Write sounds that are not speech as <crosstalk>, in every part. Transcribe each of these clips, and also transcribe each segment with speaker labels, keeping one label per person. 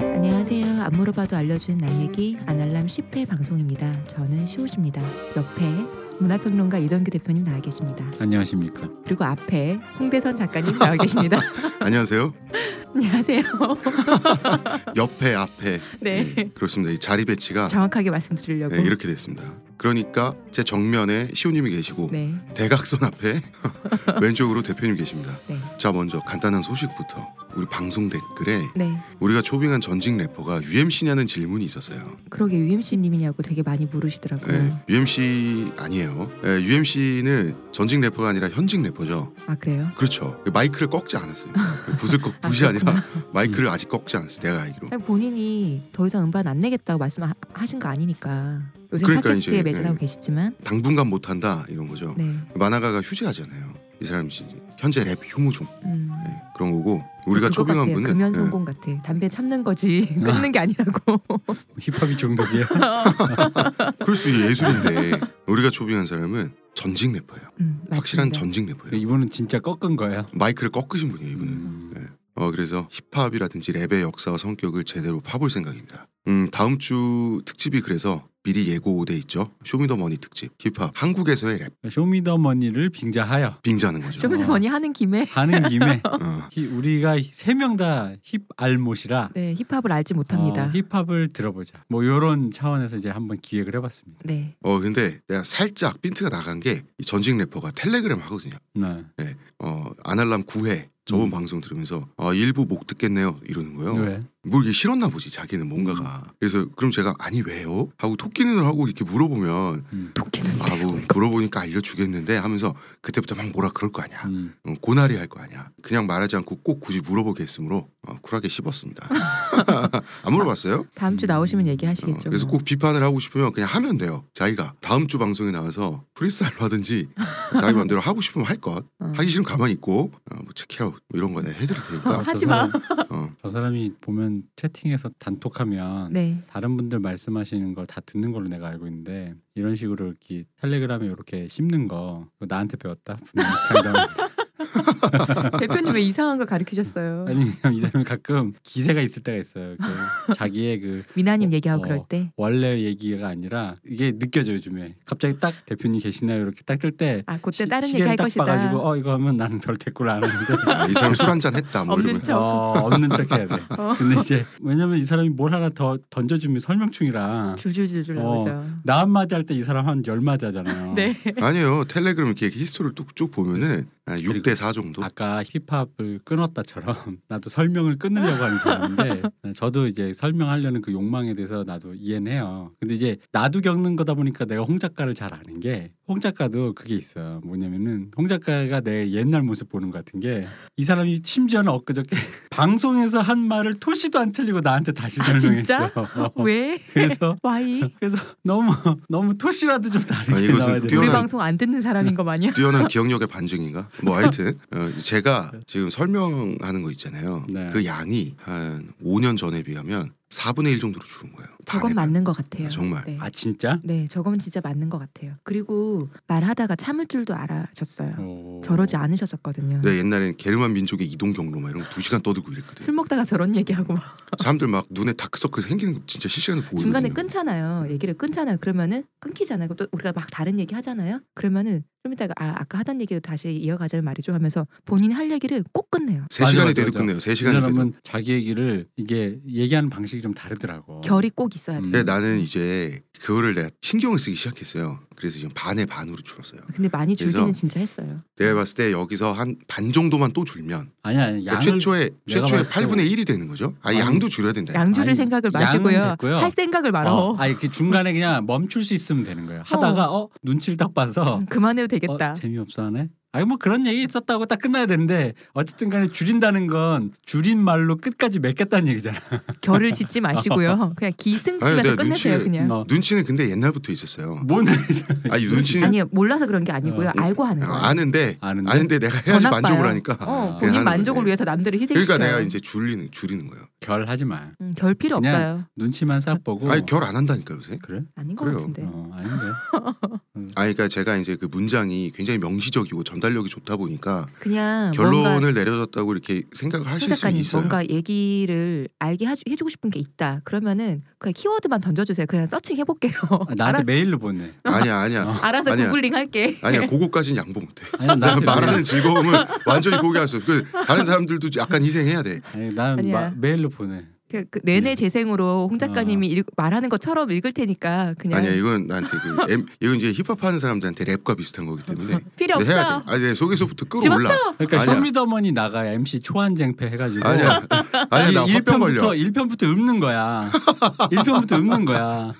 Speaker 1: 안녕하세요. 안 물어봐도 알려준 남 얘기 아날람 10회 방송입니다. 저는 시옷입니다. 옆에 문화평론가 이동규 대표님 나와 계십니다.
Speaker 2: 안녕하십니까.
Speaker 1: 그리고 앞에 홍대선 작가님 나와
Speaker 3: <laughs>
Speaker 1: 계십니다. <laughs>
Speaker 3: 안녕하세요.
Speaker 1: 안녕하세요.
Speaker 3: 옆에 앞에
Speaker 1: 네. 음.
Speaker 3: 예, 그렇습니다. 이 자리 배치가
Speaker 1: 정확하게 말씀드리려고.
Speaker 3: 예, 이렇게 됐습니다. 그러니까 제 정면에 시우님이 계시고
Speaker 1: 네.
Speaker 3: 대각선 앞에 <laughs> 왼쪽으로 대표님 계십니다.
Speaker 1: 네.
Speaker 3: 자 먼저 간단한 소식부터 우리 방송 댓글에
Speaker 1: 네.
Speaker 3: 우리가 초빙한 전직 래퍼가 UMC냐는 질문이 있었어요.
Speaker 1: 그러게 UMC 님이냐고 되게 많이 물으시더라고요.
Speaker 3: 예, UMC 아니에요. UMC는 전직 래퍼가 아니라 현직 래퍼죠.
Speaker 1: 아 그래요?
Speaker 3: 그렇죠. 마이크를 꺾지 않았어요. 붓을 꺾 붓이 아니라 마이크를 아직 꺾지 않았어요. 내가 알기로.
Speaker 1: 아니, 본인이 더 이상 음반 안 내겠다고 말씀하신 거 아니니까 요새
Speaker 3: 그러니까
Speaker 1: 팟캐스트에
Speaker 3: 이제,
Speaker 1: 매진하고
Speaker 3: 네.
Speaker 1: 계시지만
Speaker 3: 당분간 못한다 이런 거죠.
Speaker 1: 네.
Speaker 3: 만화가가 휴재하잖아요. 이 사람이 이제 현재 랩 효모종
Speaker 1: 음.
Speaker 3: 네, 그런 거고 우리가
Speaker 1: 그거
Speaker 3: 초빙한
Speaker 1: 같아요.
Speaker 3: 분은
Speaker 1: 금연
Speaker 3: 예,
Speaker 1: 성공 같아. 담배 참는
Speaker 3: <laughs>
Speaker 1: 거지 끊는 게 아니라고. <laughs>
Speaker 2: 힙합이 중독이야.
Speaker 3: 그럴 수 있는 예술인데 우리가 초빙한 사람은 전직 래퍼예요.
Speaker 1: 음,
Speaker 3: 확실한
Speaker 1: 맞습니다.
Speaker 3: 전직 래퍼예요.
Speaker 2: 이분은 진짜 꺾은 거야.
Speaker 3: 마이크를 꺾으신 분이에요 이분은.
Speaker 2: 음.
Speaker 3: 어, 그래서 힙합이라든지 랩의 역사와 성격을 제대로 파볼 생각입니다. 음, 다음 주 특집이 그래서 미리 예고돼 있죠. 쇼미더머니 특집 힙합 한국에서의 랩
Speaker 2: 쇼미더머니를 빙자하여
Speaker 3: 빙자는 거죠.
Speaker 2: 아.
Speaker 1: 쇼미더머니 하는 김에
Speaker 2: 하는
Speaker 1: <laughs>
Speaker 2: 김에
Speaker 3: 어,
Speaker 2: 히- 우리가 세 명 다 힙 알못이라
Speaker 1: 네 힙합을 알지 못합니다.
Speaker 2: 어, 힙합을 들어보자. 뭐 이런 차원에서 이제 한번 기획을 해봤습니다.
Speaker 1: 네.
Speaker 3: 어, 근데 내가 살짝 빈트가 나간 게이 전직 래퍼가 텔레그램 하거든요.
Speaker 2: 네.
Speaker 3: 어, 아날람 9회 저번
Speaker 2: 음.
Speaker 3: 방송 들으면서 아, 일부 못 듣겠네요 음. 이러는 거예요.
Speaker 2: 왜?
Speaker 3: 뭐 이게 싫었나 보지 자기는 뭔가가. 그래서 그럼 제가 아니 왜요? 하고 토끼눈을 하고 이렇게 물어보면
Speaker 2: 음.
Speaker 1: 도끼는
Speaker 3: 아 뭐 물어보니까 알려주겠는데 하면서 그때부터 막 뭐라 그럴 거 아니야.
Speaker 2: 음.
Speaker 3: 음, 고나리 할 거 아니야. 그냥 말하지 않고 꼭 굳이 물어보게 했으므로 어, 쿨하게 씹었습니다. <laughs> 안 물어봤어요?
Speaker 1: <laughs> 다음 주 나오시면 얘기하시겠죠.
Speaker 3: 어, 그래서
Speaker 1: 뭐.
Speaker 3: 꼭 비판을 하고 싶으면 그냥 하면 돼요. 자기가 다음 주 방송에 나와서 프리스타일로
Speaker 1: <laughs>
Speaker 3: 하든지 자기 마음대로 하고 싶으면 할 것.
Speaker 1: 어.
Speaker 3: 하기 싫으면 가만히 있고 어, 뭐 체크아웃 뭐 이런 거 내가
Speaker 1: <laughs>
Speaker 3: 해드릴 테니까
Speaker 1: 하지
Speaker 2: 저
Speaker 1: 마.
Speaker 2: 사람-
Speaker 3: 어,
Speaker 2: 저 사람이 보면 채팅에서 단톡하면
Speaker 1: 네.
Speaker 2: 다른 분들 말씀하시는 거 다 듣는 걸로 내가 알고 있는데 이런 식으로 이렇게 텔레그램에 이렇게 씹는 거 그거 나한테 배웠다. 분명히 장담.
Speaker 1: 대표님 왜 이상한 거 가르치셨어요?
Speaker 2: 아니 그냥 이 사람이 가끔 기세가 있을 때가 있어요. 그 자기의 그
Speaker 1: 미나님 얘기하고
Speaker 2: 어.
Speaker 1: 그럴 때.
Speaker 2: 원래 얘기가 아니라 이게 느껴져 요즘에 갑자기 딱 대표님 계시나요 이렇게 딱 뜰 때
Speaker 1: 아 그때
Speaker 2: 시-
Speaker 1: 다른 얘기
Speaker 2: 시계를
Speaker 1: 할
Speaker 2: 딱
Speaker 1: 것이다.
Speaker 2: 봐가지고 어 이거 하면 나는 별 대꾸를 안
Speaker 1: <laughs>
Speaker 2: 하는데
Speaker 3: 아, 이 사람 술 한 잔 했다 뭐
Speaker 1: 없는
Speaker 3: 이러면
Speaker 1: 척.
Speaker 2: 어, 없는 척 해야 돼.
Speaker 1: 어.
Speaker 2: 근데 이제 왜냐면 이 사람이 뭘 하나 더 던져주면 설명충이라
Speaker 1: 줄줄줄줄
Speaker 2: 어.
Speaker 1: 나오죠.
Speaker 2: 나 한마디 할 때 이 사람 한 열 마디 하잖아요.
Speaker 1: 네.
Speaker 3: 아니에요 텔레그램 이렇게 히스토리를 뚝- 쭉 보면은 6대 4 정도
Speaker 2: 아까 힙합을 끊었다처럼 <laughs> 나도 설명을 끊으려고 하는
Speaker 1: <laughs>
Speaker 2: 사람인데 저도 이제 설명하려는 그 욕망에 대해서 나도 이해는 해요. 근데 이제 나도 겪는 거다 보니까 내가 홍 작가를 잘 아는 게 홍 작가도 그게 있어요. 뭐냐면은 홍 작가가 내 옛날 모습 보는 것 같은 게 이 사람이 심지어는 엊그저께 <laughs> 방송에서 한 말을 토시도 안 틀리고 나한테 다시
Speaker 1: 아,
Speaker 2: 설명했어.
Speaker 1: 진짜?
Speaker 2: <laughs>
Speaker 1: 왜?
Speaker 2: 그래서
Speaker 1: 와이?
Speaker 2: 그래서 너무 너무 토시라도 좀 다르게
Speaker 3: 아, 이것은
Speaker 2: 나와야 돼.
Speaker 1: 우리
Speaker 3: 뛰어난-
Speaker 1: 방송 안 듣는 사람인 거 마냥.
Speaker 3: 뛰어난 기억력의 반증인가
Speaker 1: <laughs>
Speaker 3: 뭐 하여튼 어, 제가 지금 설명하는 거 있잖아요
Speaker 2: 네.
Speaker 3: 그 양이 한 5년 전에 비하면 4분의 1 정도로 줄은 거예요 <laughs> 다
Speaker 1: 저건
Speaker 3: 내가.
Speaker 1: 맞는 것 같아요.
Speaker 3: 아, 정말.
Speaker 1: 네.
Speaker 2: 아 진짜?
Speaker 1: 네, 저건 진짜 맞는 것 같아요. 그리고 말하다가 참을 줄도 알아셨어요.
Speaker 2: 오.
Speaker 1: 저러지 않으셨었거든요.
Speaker 3: 내가 네, 옛날엔 게르만 민족의 이동 경로 막 이런 거 2시간 떠들고 이랬거든
Speaker 1: 술 먹다가 저런 얘기하고 막
Speaker 3: 사람들 막 눈에 다크서클 생기는 거 진짜 실시간으로
Speaker 2: 뭐
Speaker 3: 보고
Speaker 1: 중간에
Speaker 3: 있거든요.
Speaker 2: 음.
Speaker 1: 끊잖아요. 얘기를 끊잖아요. 그러면은 끊기잖아요. 그럼 또 우리가 막 다른 얘기 하잖아요. 그러면은 좀 이따가 아 아까 하던 얘기로 다시 이어가자는 말이죠 하면서 본인이 할 얘기를 꼭 끝내요.
Speaker 3: 세
Speaker 2: 맞아,
Speaker 3: 시간이
Speaker 2: 맞아,
Speaker 3: 돼도
Speaker 2: 맞아.
Speaker 3: 끝내요. 세
Speaker 2: 이
Speaker 3: 시간이 돼도.
Speaker 2: 사람은 자기 얘기를 이게 얘기하는 방식이 좀 다르더라고.
Speaker 1: 결이 꼭 있어야 돼.
Speaker 2: 음.
Speaker 3: 근데 나는 이제 그거를 내가 신경을 쓰기 시작했어요. 그래서 지금 반에 반으로 줄었어요.
Speaker 1: 근데 많이 줄기는
Speaker 3: 그래서-
Speaker 1: 진짜 했어요. 음.
Speaker 3: 내가 봤을 때 여기서 한 반 정도만 또 줄면
Speaker 2: 아니야 아니,
Speaker 3: 그러니까
Speaker 2: 양을
Speaker 3: 최초의
Speaker 2: 내가
Speaker 3: 최초의
Speaker 2: 봤을 때뭐
Speaker 3: 8분의 1이 되는 거죠. 아
Speaker 2: 아니,
Speaker 3: 양도 줄여야 된다.
Speaker 1: 양주를
Speaker 2: 아니,
Speaker 1: 생각을
Speaker 2: 양은
Speaker 1: 마시고요.
Speaker 2: 됐고요.
Speaker 1: 할 생각을 말어.
Speaker 2: 어, 아니 그 중간에 그냥 멈출 수 있으면 되는 거예요. 하다가 어 눈치를 딱 봐서
Speaker 1: 음, 그만해도
Speaker 2: 어,
Speaker 1: 되겠다.
Speaker 2: 재미없어 하네. 아니 뭐 그런 얘기 있었다고 딱 끝나야 되는데 어쨌든 간에 줄인다는 건 줄인 말로 끝까지 맺겠다는 얘기잖아.
Speaker 1: 결을 짓지 마시고요. 그냥
Speaker 3: 아니,
Speaker 1: 기승치면서
Speaker 3: 내가
Speaker 1: 끝내세요.
Speaker 3: 눈치를-
Speaker 1: 그냥.
Speaker 2: 어,
Speaker 3: 눈치는 근데 옛날부터 있었어요.
Speaker 2: 뭔 <laughs>
Speaker 3: 아니 눈치는
Speaker 1: 아니요 몰라서 그런 게 아니고요
Speaker 2: 어,
Speaker 1: 알고 하는 거예요.
Speaker 3: 아, 는데
Speaker 2: 아는데?
Speaker 3: 아는데, 내가
Speaker 1: 네. 더
Speaker 3: 해야지
Speaker 1: 나빠요.
Speaker 3: 만족을 하니까.
Speaker 1: 어,
Speaker 2: 아,
Speaker 1: 본인
Speaker 3: 그냥 하는
Speaker 1: 만족을
Speaker 3: 거예요.
Speaker 1: 위해서 남들을 희생시켜.
Speaker 3: 그러니까 내가 이제 줄리는 줄이는 거예요.
Speaker 2: 결하지 마.
Speaker 1: 음, 결 필요
Speaker 2: 그냥-
Speaker 1: 없어요.
Speaker 2: 눈치만 싹 보고.
Speaker 3: 아니 결 안 한다니까 요새.
Speaker 2: 그래?
Speaker 1: 아닌 것
Speaker 3: 그래요.
Speaker 1: 같은데.
Speaker 2: 어 아닌데.
Speaker 3: 아니 그러니까 제가 이제 그 문장이 굉장히 명시적이고 전달력이 좋다 보니까
Speaker 1: 그냥 아, 뭔가
Speaker 3: 결론을 내려졌다고 이렇게 생각을
Speaker 1: 홍
Speaker 3: 하실 수는
Speaker 1: 작가님
Speaker 3: 있어요.
Speaker 1: 뭔가 얘기를 알게 하- 해주고 싶은 게 있다. 그러면은 그냥 키워드만 던져주세요. 그냥 서칭 해볼게요.
Speaker 2: 아, 나한테 메일로 보내.
Speaker 3: 아니야 아니야
Speaker 2: 어.
Speaker 1: 알아서
Speaker 3: 아니야.
Speaker 1: 구글링 할게.
Speaker 3: 아니야 그거까지는 양보 못해.
Speaker 2: 아니
Speaker 3: <laughs> 나는
Speaker 2: <laughs> 나한테
Speaker 3: 말하는 즐거움을 완전히 포기할 수 없어. 그 다른 사람들도 약간 희생해야 돼.
Speaker 2: 메일. 아니 나는
Speaker 1: 아니야.
Speaker 2: 마- 메일로 보내.
Speaker 1: 그, 그 뇌내 재생으로 홍 작가님이 읽- 말하는 것처럼 읽을 테니까 그냥
Speaker 3: 아니야 이건 나한테 그 엠- 이건 이제 힙합하는 사람들한테 랩과 비슷한 거기 때문에
Speaker 1: 필요
Speaker 3: 근데 해야
Speaker 1: <laughs> 없어.
Speaker 3: 돼. 아니 내 속에서부터 끌어올라.
Speaker 1: 집어쳐.
Speaker 2: 그러니까
Speaker 3: 아니야.
Speaker 2: 쇼미더머니 나가 MC 초안쟁패 해가지고
Speaker 3: 아니야 아니야 나 화병 걸려.
Speaker 2: 어. 1편부터 읊는 거야. 1편부터 읊는 거야.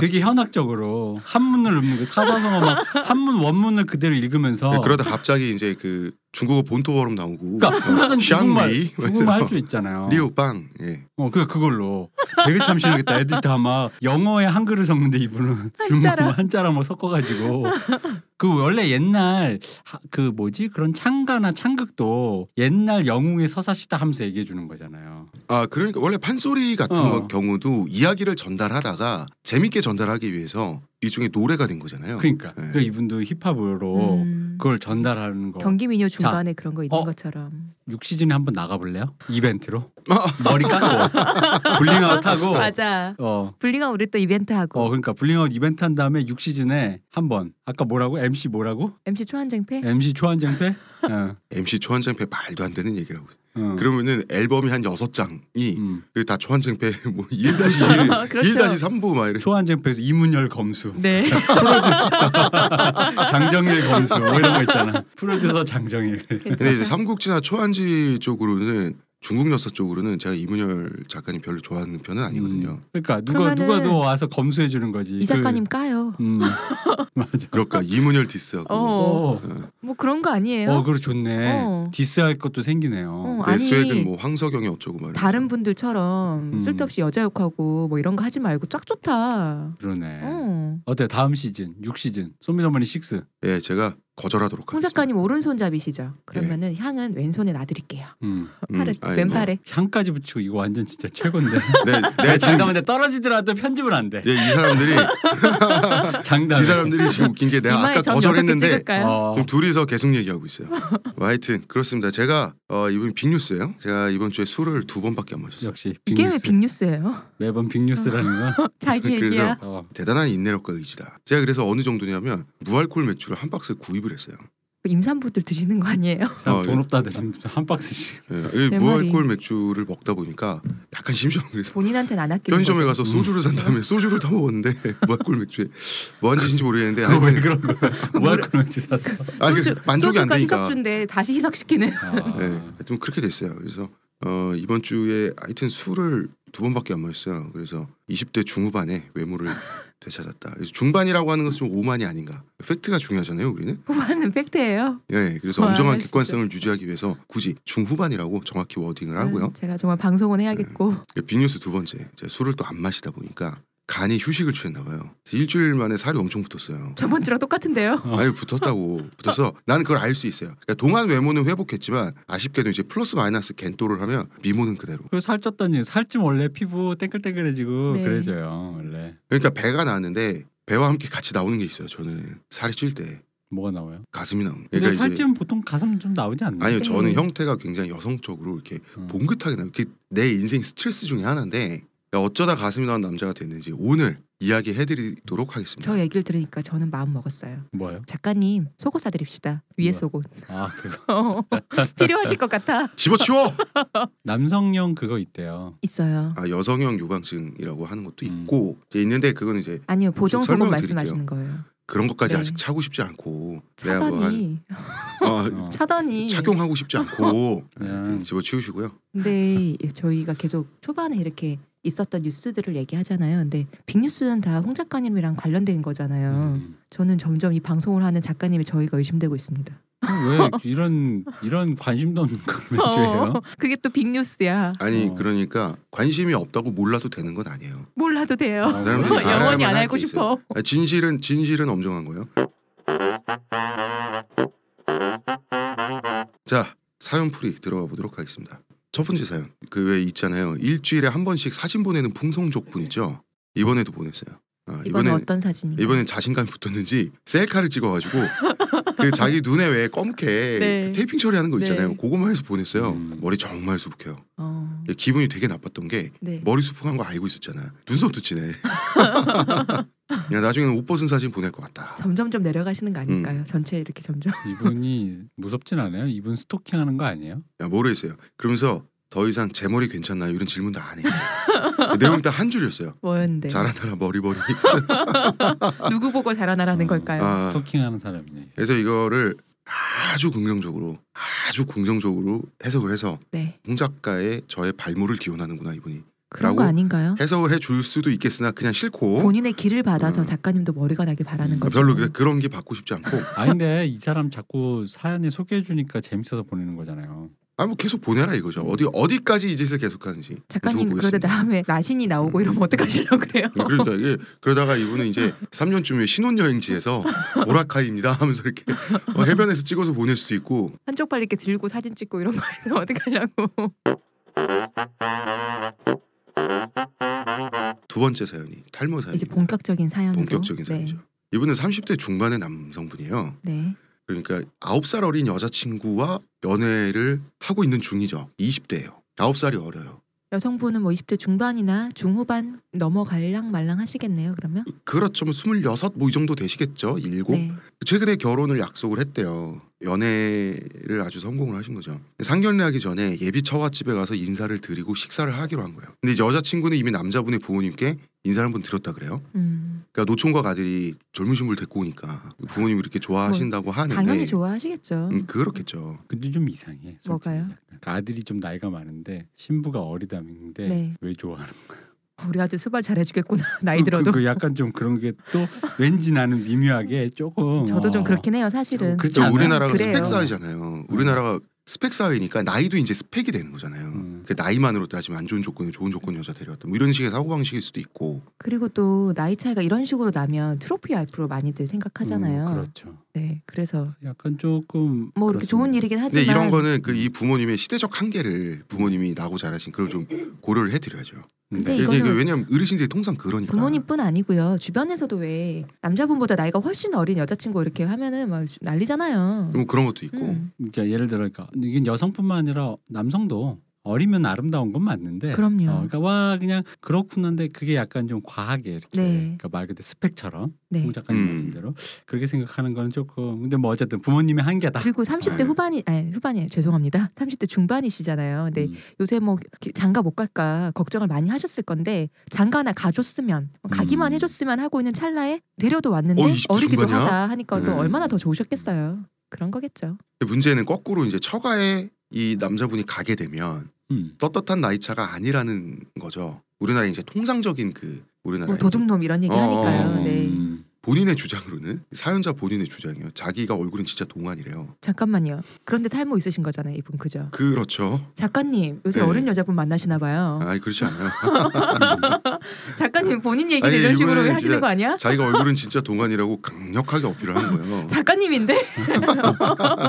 Speaker 2: 되게 현학적으로 한문을 읊는 거야. 사자성어 막 한문 원문을 그대로 읽으면서
Speaker 3: 네, 그러다 갑자기 이제 그 중국어 본토 발음 나오고.
Speaker 2: 어. 그러니까 음악은 중국말
Speaker 3: 샹리.
Speaker 2: 중국말 할 어. 수 있잖아요.
Speaker 3: 리오빵. 예.
Speaker 2: 어, 그 그걸로 되게 참신하겠다. 애들 다 막 영어에 한글을 섞는데 이분은 중국말 한자랑 막 섞어가지고 그 원래 옛날 하- 그 뭐지 그런 창가나 창극도 옛날 영웅의 서사시다 하면서 얘기해 주는 거잖아요.
Speaker 3: 아 그러니까 원래 판소리 같은
Speaker 2: 어.
Speaker 3: 거- 경우도 이야기를 전달하다가 재밌게 전달하기 위해서 일종의 노래가 된 거잖아요.
Speaker 2: 그러니까
Speaker 3: 네.
Speaker 2: 그 이분도 힙합으로
Speaker 1: 음.
Speaker 2: 그걸 전달하는 거.
Speaker 1: 경기 민요 중간에 그런 거 있는
Speaker 2: 어.
Speaker 1: 것처럼.
Speaker 2: 6시즌에 한번 나가볼래요? 이벤트로 머리 깎고 블링아웃 하고
Speaker 1: 맞아.
Speaker 2: 어.
Speaker 1: 블링아 우리 또 이벤트 하고
Speaker 2: 어 그러니까 블링아웃 이벤트 한 다음에 6시즌에 한번 아까 뭐라고 MC 뭐라고
Speaker 1: MC 초한쟁패.
Speaker 2: MC 초안쟁패 어,
Speaker 3: MC 초한장패 말도 안 되는 얘기라고.
Speaker 1: 음.
Speaker 2: 어.
Speaker 3: 그러면은 앨범이 한 여섯 장이
Speaker 2: 음.
Speaker 3: 그게 다 초한장패 <laughs> 뭐
Speaker 1: 그렇죠.
Speaker 3: 1-1, 1-3부 막 이래.
Speaker 2: 초안쟁패에서 이문열 검수
Speaker 1: 어, 네.
Speaker 2: 장정일 검수 뭐 이런 거 있잖아 프로듀서 장정일
Speaker 3: 근데 이제
Speaker 1: 괜찮다.
Speaker 3: 삼국지나 초한지 쪽으로는 중국 역사 쪽으로는 제가 이문열 작가님 별로 좋아하는 편은 아니거든요.
Speaker 2: 음. 그러니까 누가
Speaker 1: 그러면은
Speaker 2: 누가 또 와서 검수해 주는
Speaker 1: <laughs>
Speaker 2: 거지
Speaker 1: 이 작가님 까요.
Speaker 2: 그, 음. <laughs> 맞아
Speaker 3: 그럴까 이문열 디스하고
Speaker 1: 어.
Speaker 2: 어,
Speaker 1: 뭐 그런 거 아니에요?
Speaker 2: 어 그래 좋네
Speaker 1: 어.
Speaker 2: 디스할 것도 생기네요
Speaker 1: 어,
Speaker 3: 내
Speaker 1: 아니
Speaker 3: 스웨덴 뭐 황석영이 어쩌고 말이야.
Speaker 1: 다른 분들처럼
Speaker 2: 음.
Speaker 1: 쓸데없이 여자 욕하고 뭐 이런 거 하지 말고 쫙 좋다.
Speaker 2: 그러네
Speaker 1: 어.
Speaker 2: 어때 다음 시즌 6시즌 소미더머니 6
Speaker 3: 예, 제가 거절하도록
Speaker 1: 홍
Speaker 3: 하겠습니다.
Speaker 1: 작가님 오른손잡이시죠? 그러면은 향은 왼손에 놔드릴게요.
Speaker 2: 음.
Speaker 3: 네. 음,
Speaker 1: 팔을
Speaker 3: 아니,
Speaker 1: 왼팔에.
Speaker 2: 향까지 붙이고 이거 완전 진짜
Speaker 1: <laughs>
Speaker 2: 최고인데
Speaker 3: 네,
Speaker 2: 내가
Speaker 3: 네, 지금
Speaker 2: 장담한데 떨어지더라도 편집은 안돼
Speaker 3: 예, 이 사람들이
Speaker 2: 장담
Speaker 3: 이 사람들이 지금 웃긴 게 내가
Speaker 1: 이마에
Speaker 3: 아까
Speaker 1: 점 여섯 개
Speaker 3: 거절했는데 어,
Speaker 1: 찍을까요?
Speaker 2: 어,
Speaker 3: 지금 둘이서 계속 얘기하고 있어요. <laughs> 뭐 하여튼 그렇습니다. 제가 어, 이번 빅뉴스예요. 제가 이번 주에 술을 두 번밖에 안 마셨어요.
Speaker 2: 역시
Speaker 1: 이게 왜
Speaker 2: 빅뉴스.
Speaker 1: 빅뉴스예요? <laughs>
Speaker 2: 매번 빅뉴스라는 건
Speaker 1: 자기
Speaker 3: 그래서-
Speaker 1: 얘기야.
Speaker 2: 어.
Speaker 3: 대단한 인내력과 의지다. 제가 그래서 어느 정도냐면 무알콜 맥주를 한 박스 구입을 했어요.
Speaker 1: 그 임산부들 드시는 거 아니에요? <laughs>
Speaker 2: 사람
Speaker 3: 어,
Speaker 2: 돈
Speaker 3: 예.
Speaker 2: 없다든 한 박스씩
Speaker 3: 예, 이
Speaker 1: 내
Speaker 3: 무알콜
Speaker 1: 말이.
Speaker 3: 맥주를 먹다 보니까 약간 심심한 그래서
Speaker 1: 본인한테는 안 아끼는
Speaker 3: 편의점에
Speaker 1: 거죠.
Speaker 3: 가서 소주를 산 다음에 소주를 타 먹었는데 <laughs> 무알콜 맥주에 뭐한 <laughs> 짓인지 모르겠는데
Speaker 2: 그거 왜
Speaker 3: 하여튼
Speaker 2: 그런 거야 무알콜 맥주 샀어
Speaker 3: 아, 이게
Speaker 1: 소주,
Speaker 3: 만족이 안
Speaker 1: 소주가
Speaker 3: 되니까
Speaker 1: 희석주인데 다시 희석시키는. <laughs>
Speaker 2: 아.
Speaker 3: 네, 하여튼 그렇게 됐어요. 그래서 어, 이번 주에 하여튼 술을 두 번밖에 안 마셨어요. 그래서 20대 중후반에 외모를 되찾았다. 그래서 중반이라고 하는 것은 좀 오만이 아닌가. 팩트가 중요하잖아요, 우리는.
Speaker 1: 후반은 팩트예요.
Speaker 3: 예, 그래서
Speaker 1: 와,
Speaker 3: 엄정한
Speaker 1: 진짜.
Speaker 3: 객관성을 유지하기 위해서 굳이 중후반이라고 정확히 워딩을 하고요. 네. 예,
Speaker 1: 음, 제가 정말 방송은 해야겠고.
Speaker 3: 빅뉴스 두 번째, 제가 술을 또 안 마시다 보니까 간이 휴식을 취했나 봐요. 그래서 일주일 만에 살이 엄청 붙었어요.
Speaker 1: <laughs> 저번 주랑 똑같은데요.
Speaker 2: 어.
Speaker 3: 아니 붙었다고 붙어서 나는 그걸 알 수 있어요. 그러니까 동안 외모는 회복했지만 아쉽게도 이제 플러스 마이너스 겐또를 하면 미모는 그대로.
Speaker 2: 그 살쪘다니 살찜 원래 피부 땡글땡글해지고
Speaker 1: 네.
Speaker 2: 그래져요 원래
Speaker 3: 그러니까 배가 나는데 배와 함께 같이 나오는 게 있어요. 저는 살이 찔 때
Speaker 2: 뭐가 나와요?
Speaker 3: 가슴이 나오는.
Speaker 2: 근데
Speaker 3: 그러니까 이제
Speaker 2: 살찜 보통 가슴 좀 나오지 않나요?
Speaker 3: 아니요 저는
Speaker 1: 네.
Speaker 3: 형태가 굉장히 여성적으로 이렇게
Speaker 2: 음.
Speaker 3: 봉긋하게 나요. 그게 내 인생 스트레스 중에 하나인데 그러니까 어쩌다 가슴이 나온 남자가 됐는지 오늘 이야기해드리도록 하겠습니다.
Speaker 1: 저 얘기를 들으니까 저는 마음 먹었어요.
Speaker 2: 뭐예요?
Speaker 1: 작가님 속옷 사드립시다. 위에
Speaker 2: 뭐야?
Speaker 1: 속옷. <laughs>
Speaker 2: 아 그거
Speaker 1: 필요하실 것 같아.
Speaker 3: 집어치워.
Speaker 2: 남성용 그거 있대요.
Speaker 1: 있어요.
Speaker 3: 아 여성형 유방증이라고 하는 것도
Speaker 2: 음.
Speaker 3: 있고 이제 있는데 그건 이제
Speaker 1: 아니요 보정 속옷
Speaker 3: 설명을
Speaker 1: 말씀하시는 거예요.
Speaker 3: 그런 것까지
Speaker 1: 네.
Speaker 3: 아직 차고 싶지 않고 내가 뭐 한-
Speaker 1: 차단이
Speaker 3: 어,
Speaker 2: 어.
Speaker 1: 차단이.
Speaker 3: 착용하고 싶지 않고
Speaker 2: <laughs> 네.
Speaker 3: 하여튼 집어치우시고요.
Speaker 1: 근데 저희가 계속 초반에 이렇게 있었던 뉴스들을 얘기하잖아요. 근데 빅뉴스는 다 홍 작가님이랑 관련된 거잖아요.
Speaker 2: 음.
Speaker 1: 저는 점점 이 방송을 하는 작가님이 저희가 의심되고 있습니다.
Speaker 2: 왜 이런 이런 관심도 없는 <laughs> 걸 매주해요?
Speaker 1: 어. 그게 또 빅뉴스야.
Speaker 3: 아니
Speaker 2: 어.
Speaker 3: 그러니까 관심이 없다고 몰라도 되는 건 아니에요.
Speaker 1: 몰라도 돼요.
Speaker 2: 어,
Speaker 3: 그 사람들이
Speaker 2: 알아야만
Speaker 1: <laughs> 영원히 안
Speaker 3: 할
Speaker 1: 알고
Speaker 3: 게
Speaker 1: 싶어.
Speaker 3: 아, 진실은 진실은 엄정한 거예요. 자 사연풀이 들어가 보도록 하겠습니다. 첫 번째 사연 그 왜 있잖아요. 일주일에 한 번씩 사진 보내는 풍성족 분 있죠. 이번에도 보냈어요. 아,
Speaker 1: 이번엔
Speaker 3: 이번엔
Speaker 1: 어떤 사진이?
Speaker 3: 이번엔 자신감이 붙었는지 셀카를 찍어가지고 그 자기 눈에 왜 검게
Speaker 1: 네.
Speaker 3: 그 테이핑 처리하는 거 있잖아요.
Speaker 1: 네.
Speaker 3: 그거만 해서 보냈어요.
Speaker 2: 음.
Speaker 3: 머리 정말 수북해요.
Speaker 1: 어.
Speaker 3: 기분이 되게 나빴던 게
Speaker 1: 네.
Speaker 3: 머리 수북한 거 알고 있었잖아. 눈썹도
Speaker 1: <laughs>
Speaker 3: 치네. 야 나중에는 옷 벗은 사진 보낼 것 같다.
Speaker 1: 점점 좀 내려가시는 거 아닐까요? 전체 이렇게
Speaker 2: <laughs>
Speaker 1: 점점.
Speaker 2: 이분이 무섭진 않아요? 이분 스토킹하는 거 아니에요?
Speaker 3: 야 모르겠어요. 그러면서 더 이상 제 머리 괜찮나요? 이런 질문도 안 해요. 내용 딱 한 줄이었어요.
Speaker 1: 뭐였는데
Speaker 3: 자라나라 머리 머리. <laughs>
Speaker 1: 누구 보고 자라나라는
Speaker 2: 어.
Speaker 1: 걸까요?
Speaker 3: 아.
Speaker 2: 스토킹하는 사람이네.
Speaker 3: 그래서 이거를 아주 긍정적으로 아주 긍정적으로 해석을 해서
Speaker 1: 네
Speaker 3: 홍 작가의 저의 발모를 기원하는구나 이분이
Speaker 1: 그런
Speaker 3: 라고
Speaker 1: 거 아닌가요?
Speaker 3: 해석을 해줄 수도 있겠으나 그냥 싫고
Speaker 1: 본인의 길을 받아서
Speaker 3: 음.
Speaker 1: 작가님도 머리가 나길 바라는
Speaker 2: 음,
Speaker 1: 거죠.
Speaker 3: 별로 그- 그런 게 받고 싶지 않고
Speaker 2: 아 근데 이 사람 자꾸 사연에 소개해 주니까 재밌어서 보내는 거잖아요.
Speaker 3: 아 뭐 계속 보내라 이거죠 어디 어디까지 이 짓을 계속하는지 네,
Speaker 1: 작가님
Speaker 3: 두고
Speaker 1: 그러다
Speaker 3: 보겠습니다.
Speaker 1: 다음에 나신이 나오고 이러면 어떡하시려고 그래요?
Speaker 3: 네, 그러니까 이게 그러다가 이분은 이제 3년쯤에 신혼여행지에서 오라카이입니다 하면서 이렇게 어, 해변에서 찍어서 보낼 수 있고
Speaker 1: 한쪽 팔 이렇게 들고 사진 찍고 이런 거 해서 <laughs> 어떡하려고.
Speaker 3: 두 번째 사연이 탈모 사연
Speaker 1: 이제 본격적인 사연으로.
Speaker 3: 본격적인 사연이죠. 이분은 30대 중반의 남성분이에요.
Speaker 1: 네. 네.
Speaker 3: 그러니까 9살 어린 여자친구와 연애를 하고 있는 중이죠. 20대예요. 9살이 어려요.
Speaker 1: 여성분은 뭐 20대 중반이나 중후반 넘어갈랑 말랑 하시겠네요. 그러면.
Speaker 3: 그렇죠. 26뭐 이 정도 되시겠죠. 일곱.
Speaker 1: 네.
Speaker 3: 최근에 결혼을 약속을 했대요. 연애를 아주 성공을 하신 거죠. 상견례하기 전에 예비 처갓집에 가서 인사를 드리고 식사를 하기로 한 거예요. 근데 이제 여자친구는 이미 남자분의 부모님께 인사를 한번 드렸다 그래요.
Speaker 1: 음.
Speaker 3: 그러니까 노총각 아들이 젊으신물 데리고 오니까 부모님이 이렇게 좋아하신다고 하는데
Speaker 1: 뭐, 당연히 좋아하시겠죠.
Speaker 3: 네. 음, 그렇겠죠.
Speaker 2: 근데 좀 이상해. 솔직히.
Speaker 1: 뭐가요?
Speaker 2: 약간. 그 아들이 좀 나이가 많은데 신부가 어리다는데
Speaker 1: 네.
Speaker 2: 왜 좋아하는?
Speaker 1: 우리 아들 수발 잘해주겠구나. <laughs> 나이
Speaker 3: 음,
Speaker 2: 그-
Speaker 1: 들어도.
Speaker 2: 그, 그 약간 좀 그런 게 또 왠지 나는 미묘하게
Speaker 1: <laughs>
Speaker 2: 조금
Speaker 1: 저도 좀
Speaker 2: 어,
Speaker 1: 그렇긴 해요. 사실은.
Speaker 2: 그렇죠.
Speaker 3: 또
Speaker 2: 않아요?
Speaker 3: 우리나라가
Speaker 1: 그래요.
Speaker 3: 스펙 사회잖아요. 우리나라가 스펙 사회니까 나이도 이제 스펙이 되는 거잖아요.
Speaker 2: 음.
Speaker 3: 그 나이만으로 따지면 안 좋은 조건이 좋은 조건 여자 데려왔다. 뭐 이런 식의 사고 방식일 수도 있고.
Speaker 1: 그리고 또 나이 차이가 이런 식으로 나면 트로피 와이프로 많이들 생각하잖아요.
Speaker 2: 음, 그렇죠.
Speaker 1: 네, 그래서
Speaker 2: 약간 조금
Speaker 1: 뭐 이렇게 좋은
Speaker 2: 그렇습니다.
Speaker 1: 일이긴
Speaker 3: 근데
Speaker 1: 하지만 음.
Speaker 3: 이런 거는 그 이 부모님의 시대적 한계를 부모님이 나고 자라신 그걸 좀 고려를 해드려야죠.
Speaker 1: 근데
Speaker 2: 네.
Speaker 1: 이거-
Speaker 3: 이게 그
Speaker 1: 이거는
Speaker 3: 왜냐하면 어르신들이 통상 그러니까.
Speaker 1: 부모님뿐 아니고요. 주변에서도 왜 남자분보다 나이가 훨씬 어린 여자친구 이렇게 하면은 막 난리잖아요.
Speaker 3: 뭐 그런 것도 있고.
Speaker 1: 음,
Speaker 2: 그러니까 예를 들어 그러니까 이게 여성뿐만 아니라 남성도 어리면 아름다운 건 맞는데
Speaker 1: 그럼요.
Speaker 2: 어, 그러니까 와 그냥 그렇구나인데 그게 약간 좀 과하게 이렇게
Speaker 1: 네.
Speaker 2: 그러니까 말 그대로 스펙처럼
Speaker 1: 네.
Speaker 2: 홍 작가님
Speaker 3: 음.
Speaker 2: 말씀대로 그렇게 생각하는 건 조금 근데 뭐 어쨌든 부모님의 한계다.
Speaker 1: 그리고 30대
Speaker 3: 네.
Speaker 1: 후반이 아니 후반이 죄송합니다. 30대 중반이시잖아요. 근데
Speaker 2: 음.
Speaker 1: 요새 뭐 장가 못 갈까 걱정을 많이 하셨을 건데 장가나 가줬으면 뭐 가기만
Speaker 2: 음.
Speaker 1: 해줬으면 하고 있는 찰나에 데려도 왔는데
Speaker 3: 어, 20대
Speaker 1: 어리기도
Speaker 3: 중반이야?
Speaker 1: 하다 하니까 또
Speaker 3: 네.
Speaker 1: 얼마나 더 좋으셨겠어요. 그런 거겠죠.
Speaker 3: 근데 문제는 거꾸로 이제 처가에 이 남자분이 가게 되면
Speaker 2: 음.
Speaker 3: 떳떳한 나이 차가 아니라는 거죠. 우리나라 이제 통상적인 그 우리나라
Speaker 1: 뭐 도둑놈 이런 얘기 하니까요.
Speaker 3: 어.
Speaker 1: 네.
Speaker 2: 음.
Speaker 3: 본인의 주장으로는 사연자 본인의 주장이에요. 자기가 얼굴은 진짜 동안이래요.
Speaker 1: 잠깐만요. 그런데 탈모 있으신 거잖아요, 이분 그죠?
Speaker 3: 그렇죠.
Speaker 1: 작가님 요새
Speaker 3: 네.
Speaker 1: 어른 여자분 만나시나 봐요.
Speaker 3: 아니 그렇지 않아요.
Speaker 1: 작가님 본인 얘기를
Speaker 3: 아니,
Speaker 1: 이런 식으로
Speaker 3: 이거는
Speaker 1: 하시는
Speaker 3: 진짜-
Speaker 1: 거 아니야?
Speaker 3: 자기가 얼굴은 진짜 동안이라고 강력하게 어필을 하는 거예요.
Speaker 1: 작가님인데 <laughs>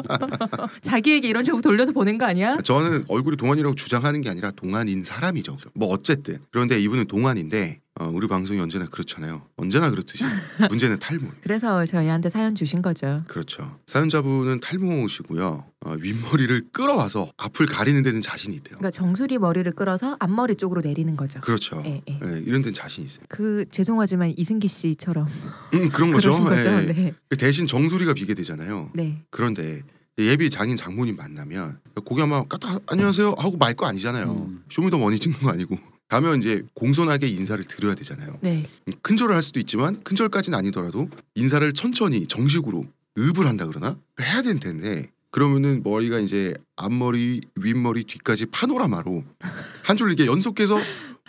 Speaker 1: 자기에게 이런 식으로 돌려서 보낸 거 아니야?
Speaker 3: 저는 얼굴이 동안이라고 주장하는 게 아니라 동안인 사람이죠. 뭐 어쨌든 그런데 이분은 동안인데 어, 우리 방송이 언제나 그렇잖아요.
Speaker 1: <laughs>
Speaker 3: 언제나 그렇듯이 문제는 탈모.
Speaker 1: 그래서 저희한테 사연 주신 거죠.
Speaker 3: 그렇죠. 사연자분은 탈모시고요. 어, 윗머리를 끌어와서 앞을 가리는 데는 자신이 있대요.
Speaker 1: 그러니까 정수리 머리를 끌어서 앞머리 쪽으로 내리는 거죠.
Speaker 3: 그렇죠.
Speaker 1: 예, 예.
Speaker 3: 예, 이런 데는 자신 이 있어요.
Speaker 1: 그 죄송하지만 이승기 씨처럼
Speaker 3: 음, 그런 거죠.
Speaker 1: 그러신 거죠.
Speaker 3: 예, 예.
Speaker 1: 네,
Speaker 3: 대신 정수리가 비게 되잖아요.
Speaker 1: 네.
Speaker 3: 그런데 예비 장인 장모님 만나면 고개 한번 까딱 안녕하세요 하고 말 거 아니잖아요.
Speaker 2: 음.
Speaker 3: 쇼미더머니 찍는 거 아니고 가면 이제 공손하게 인사를 드려야 되잖아요.
Speaker 1: 네.
Speaker 3: 큰절을 할 수도 있지만 큰절까지는 아니더라도 인사를 천천히 정식으로 읍을 한다 그러나 해야 될 텐데 그러면은 머리가 이제 앞머리 윗머리 뒤까지 파노라마로 한 줄 이렇게 연속해서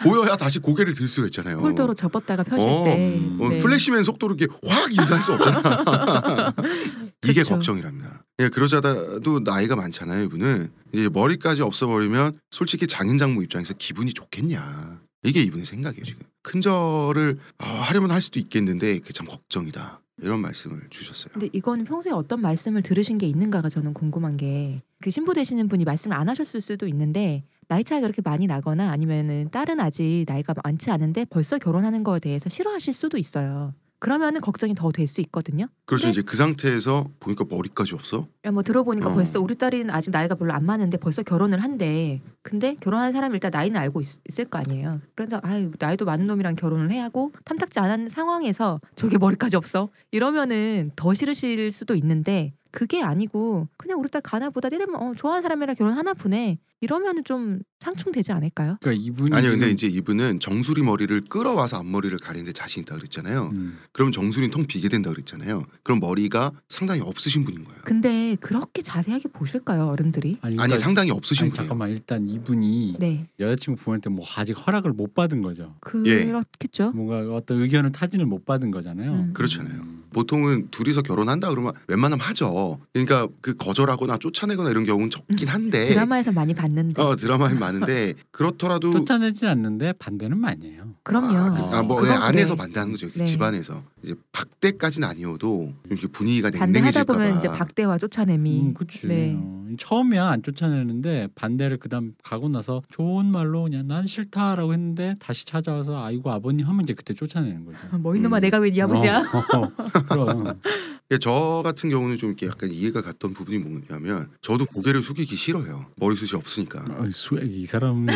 Speaker 3: 보여야 다시 고개를 들 수가 있잖아요.
Speaker 1: 폴더로 접었다가 펴실
Speaker 3: 어,
Speaker 1: 때
Speaker 2: 음.
Speaker 3: 어,
Speaker 1: 네.
Speaker 3: 플래시맨 속도로 이렇게 확 인사할 수 없잖아.
Speaker 1: <laughs>
Speaker 3: 이게
Speaker 1: 그쵸.
Speaker 3: 걱정이랍니다. 예, 그러자도 나이가 많잖아요, 이분은. 이제 머리까지 없어버리면 솔직히 장인장모 입장에서 기분이 좋겠냐. 이게 이분의 생각이에요, 지금. 큰절을 아, 하려면 할 수도 있겠는데 그게 참 걱정이다. 이런 말씀을 주셨어요.
Speaker 1: 근데 이건 평소에 어떤 말씀을 들으신 게 있는가가 저는 궁금한 게 그 신부 되시는 분이 말씀을 안 하셨을 수도 있는데 나이 차이가 그렇게 많이 나거나 아니면은 딸은 아직 나이가 많지 않은데 벌써 결혼하는 거에 대해서 싫어하실 수도 있어요. 그러면은 걱정이 더 될 수 있거든요.
Speaker 3: 그래서
Speaker 1: 네.
Speaker 3: 이제 그 상태에서 보니까 머리까지 없어.
Speaker 1: 야, 뭐 들어보니까
Speaker 3: 어.
Speaker 1: 벌써 우리 딸은 아직 나이가 별로 안 많은데 벌써 결혼을 한대. 근데 결혼한 사람 일단 나이는 알고 있, 을거 아니에요. 그래서 아유 나이도 많은 놈이랑 결혼을 해야 하고 탐탁지 않은 상황에서 저게 머리까지 없어 이러면은 더 싫으실 수도 있는데 그게 아니고 그냥 우리 딸 가나보다 때되면 어, 좋아하는 사람이랑 결혼하나 보네 이러면은 좀 상충되지 않을까요?
Speaker 2: 그러니까 이분이
Speaker 3: 아니 근데
Speaker 2: 지금-
Speaker 3: 이제 이분은 정수리 머리를 끌어와서 앞머리를 가리는데 자신 있다 그랬잖아요.
Speaker 2: 음.
Speaker 3: 그럼 정수리는 통 비게 된다 그랬잖아요. 그럼 머리가 상당히 없으신 분인 거예요.
Speaker 1: 근데 그렇게 자세하게 보실까요 어른들이?
Speaker 2: 아니,
Speaker 3: 아니
Speaker 2: 그러니까-
Speaker 3: 상당히 없으신
Speaker 2: 아니,
Speaker 3: 분이에요.
Speaker 2: 잠깐만 일단 이분이
Speaker 1: 네
Speaker 2: 여자친구 부모한테 뭐 아직 허락을 못 받은 거죠.
Speaker 3: 예.
Speaker 1: 그렇겠죠.
Speaker 2: 뭔가 어떤 의견을 타진을 못 받은 거잖아요.
Speaker 1: 음.
Speaker 3: 그렇잖아요.
Speaker 2: 음.
Speaker 3: 보통은 둘이서 결혼한다 그러면 웬만하면 하죠. 그러니까 그 거절하거나 쫓아내거나 이런 경우는 적긴 한데
Speaker 1: 드라마에서 많이 봤는데
Speaker 3: 네. 어 드라마엔 많은데 그렇더라도
Speaker 2: 쫓아내지 않는데 반대는 많이에요.
Speaker 1: 그럼요.
Speaker 3: 아, 그, 아, 뭐
Speaker 1: 그건
Speaker 3: 안에서
Speaker 1: 그래.
Speaker 3: 반대하는 거죠. 이렇게
Speaker 1: 네.
Speaker 3: 집안에서 이제 박대까지는 아니어도 이렇게 분위기가
Speaker 1: 반대하다
Speaker 3: 네, 냉랭해질까
Speaker 1: 보면
Speaker 3: 봐.
Speaker 1: 이제 박대와 쫓아내미
Speaker 2: 음, 그치.
Speaker 1: 네.
Speaker 2: 어, 처음이야 안 쫓아내는데 반대를 그다음 가고 나서 좋은 말로 그냥 난 싫다라고 했는데 다시 찾아와서 아이고 아버님 하면 이제 그때 쫓아내는 거죠.
Speaker 1: 아, 뭐 이놈아
Speaker 3: 음.
Speaker 1: 내가 왜 네 아버지야?
Speaker 2: 어, 어, 그럼.
Speaker 3: 근데 그러니까 저 같은 경우는 좀 이렇게 약간 이해가 갔던 부분이 뭐냐면 저도 고개를 숙이기 싫어요. 머리숱이 없으니까.
Speaker 2: 어, 수- 이 사람은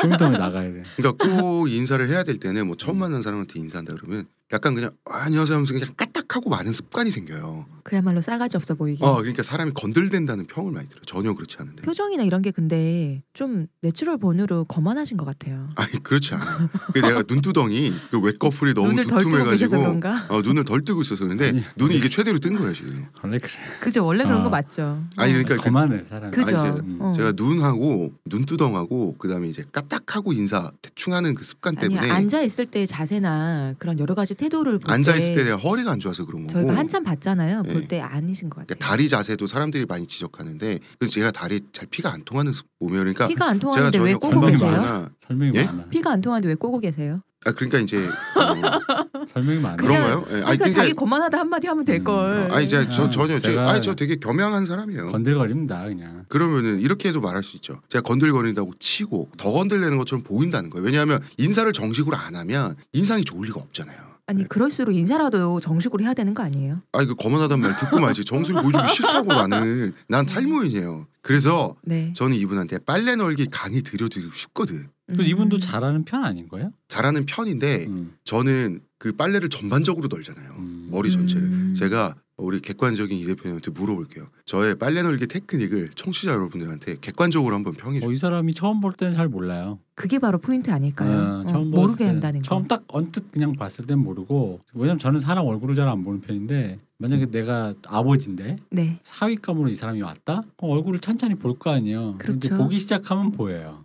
Speaker 2: 쇼미더에 나가야 돼.
Speaker 3: 그러니까
Speaker 1: <laughs>
Speaker 3: 꼭 인사를 해야 될 때는 뭐 처음 만난 사람한테 인사한다 그러면 약간 그냥 아, 안녕하세요 하면서 그냥 까딱하고 많은 습관이 생겨요.
Speaker 1: 그야말로 싸가지 없어 보이게.
Speaker 3: 어, 그러니까 사람이 건들댄다는 평을 많이 들어요. 전혀 그렇지 않은데.
Speaker 1: 표정이나 이런 게 근데 좀 내추럴 본으로 거만하신 것 같아요.
Speaker 3: 아니 그렇지 않아. 그 내가 눈두덩이 그 외꺼풀이 너무
Speaker 1: 눈을 덜 뜨고 계셔서
Speaker 3: 두툼해가지고
Speaker 1: 그런가? <laughs>
Speaker 3: 어, 눈을 덜 뜨고 있어서 그런데
Speaker 2: 아니,
Speaker 3: 눈이 이게 최대로 뜬 거예요 지금.
Speaker 2: 원래 아, 그래.
Speaker 1: 그죠 원래 그런
Speaker 2: 아.
Speaker 1: 거 맞죠.
Speaker 3: 아니,
Speaker 1: 어.
Speaker 3: 그러니까 그-
Speaker 2: 거만해 사람.
Speaker 1: 그죠.
Speaker 3: 아니,
Speaker 2: 음,
Speaker 1: 어.
Speaker 3: 제가 눈하고 눈두덩하고 그다음에 이제 까딱하고 인사 대충 하는 그 습관
Speaker 1: 아니
Speaker 3: 때문에
Speaker 1: 앉아 있을 때 자세나 그런 여러 가지 태도를 볼
Speaker 3: 앉아 있을 때
Speaker 1: 때
Speaker 3: 내가 허리가 안 좋아서 그런 거고
Speaker 1: 네. 저희가 한참 봤잖아요. 볼
Speaker 3: 예.
Speaker 1: 때 아니신 것
Speaker 3: 그러니까
Speaker 1: 같아요.
Speaker 3: 다리 자세도 사람들이 많이 지적하는데 그 제가 다리 잘 피가 안 통하는 습- 몸이에요. 그러니까
Speaker 1: 피가 안
Speaker 3: 제가
Speaker 1: 통하는데 왜
Speaker 3: 전혀
Speaker 1: 꼬고
Speaker 2: 건강이
Speaker 1: 계세요?
Speaker 2: 많아.
Speaker 3: 많아.
Speaker 2: 설명이
Speaker 3: 예?
Speaker 2: 많아.
Speaker 1: 피가 안 통하는데 왜 꼬고 계세요?
Speaker 3: 아 그러니까 이제
Speaker 1: <laughs>
Speaker 3: 어,
Speaker 2: 설명이 많아.
Speaker 1: 그냥-
Speaker 3: 그런가요? 예, 아니
Speaker 1: 그러니까
Speaker 3: 근데
Speaker 1: 자기 거만하다 한마디 하면 될
Speaker 2: 음.
Speaker 1: 걸.
Speaker 3: 어, 아니 제가 저
Speaker 2: 아,
Speaker 3: 전혀 제
Speaker 2: 제가-
Speaker 3: 아니 저 되게 겸양한 사람이에요.
Speaker 2: 건들거립니다 그냥.
Speaker 3: 그러면은 이렇게도 말할 수 있죠. 제가 건들거린다고 치고 더 건들내는 것처럼 보인다는 거예요. 왜냐하면 인사를 정식으로 안 하면 인상이 좋을 리가 없잖아요.
Speaker 2: 네.
Speaker 1: 아니 그럴수록 인사라도 정식으로 해야 되는 거 아니에요?
Speaker 3: 아니 그 거만하단 말 듣고 말지 정수리 보여주기 싫다고 나는 난 탈모인이에요. 그래서
Speaker 1: 네.
Speaker 3: 저는 이분한테 빨래 널기 강의 들려드리고 싶거든.
Speaker 2: 또 이분도
Speaker 1: 음.
Speaker 2: 잘하는 편 아닌 거예요?
Speaker 3: 잘하는 편인데
Speaker 2: 음.
Speaker 3: 저는 그 빨래를 전반적으로 널잖아요.
Speaker 2: 음.
Speaker 3: 머리 전체를.
Speaker 1: 음.
Speaker 3: 제가 우리 객관적인 이 대표님한테 물어볼게요. 저의 빨래 널기 테크닉을 청취자 여러분들한테 객관적으로 한번 평해 주세요.
Speaker 2: 어, 이 사람이 처음 볼 때는 잘 몰라요.
Speaker 1: 그게 바로 포인트 아닐까요?
Speaker 2: 아,
Speaker 1: 어,
Speaker 2: 처음 봤을
Speaker 1: 모르게
Speaker 2: 때-
Speaker 1: 한다는 거.
Speaker 2: 처음 딱 언뜻 그냥 봤을 땐 모르고 왜냐면 저는 사람 얼굴을 잘 안 보는 편인데 만약에
Speaker 3: 음.
Speaker 2: 내가 아버지인데
Speaker 1: 네.
Speaker 2: 사위감으로 이 사람이 왔다? 그럼 얼굴을 찬찬히 볼 거 아니에요. 근데
Speaker 1: 그렇죠.
Speaker 2: 보기 시작하면 보여요.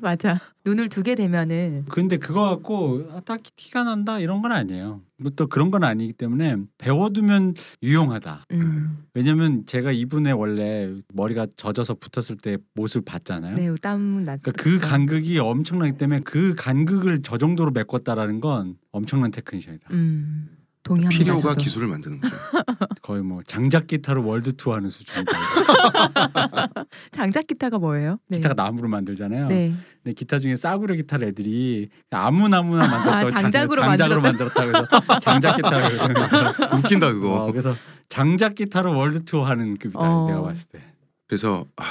Speaker 1: 맞아. 눈을 두게 되면은
Speaker 2: 근데 그거 갖고 아, 딱히 티가 난다 이런 건 아니에요. 뭐또 그런 건 아니기 때문에 배워두면 유용하다.
Speaker 1: 음.
Speaker 2: 왜냐면 제가 이분의 원래 머리가 젖어서 붙었을 때 모습을 봤잖아요.
Speaker 1: 네, 그렇죠. 땀 났을
Speaker 2: 그러니까 그 간극이 엄청나기 때문에 그 간극을 저 정도로 메꿨다라는 건 엄청난 테크니션이다.
Speaker 1: 음. 동의합니다.
Speaker 3: 필요가
Speaker 1: 저도.
Speaker 3: 기술을 만드는 거죠.
Speaker 2: 거의 뭐 장작 기타로 월드 투어하는 수준.
Speaker 1: <laughs> 장작 기타가 뭐예요? 네.
Speaker 2: 기타가 나무로 만들잖아요.
Speaker 1: 네.
Speaker 2: 근데 기타 중에 싸구려 기타를 애들이
Speaker 1: <laughs>
Speaker 2: 아무나무나 만들었다고
Speaker 1: 아, 장작으로
Speaker 2: 장작으로 만들었다고 해서 장작 기타를
Speaker 1: <laughs>
Speaker 2: 그래서
Speaker 3: 웃긴다
Speaker 2: 어,
Speaker 3: 그거.
Speaker 2: 그래서 장작 기타로 월드 투어 하는 급이다
Speaker 1: 어.
Speaker 2: 내가 봤을 때.
Speaker 3: 그래서 아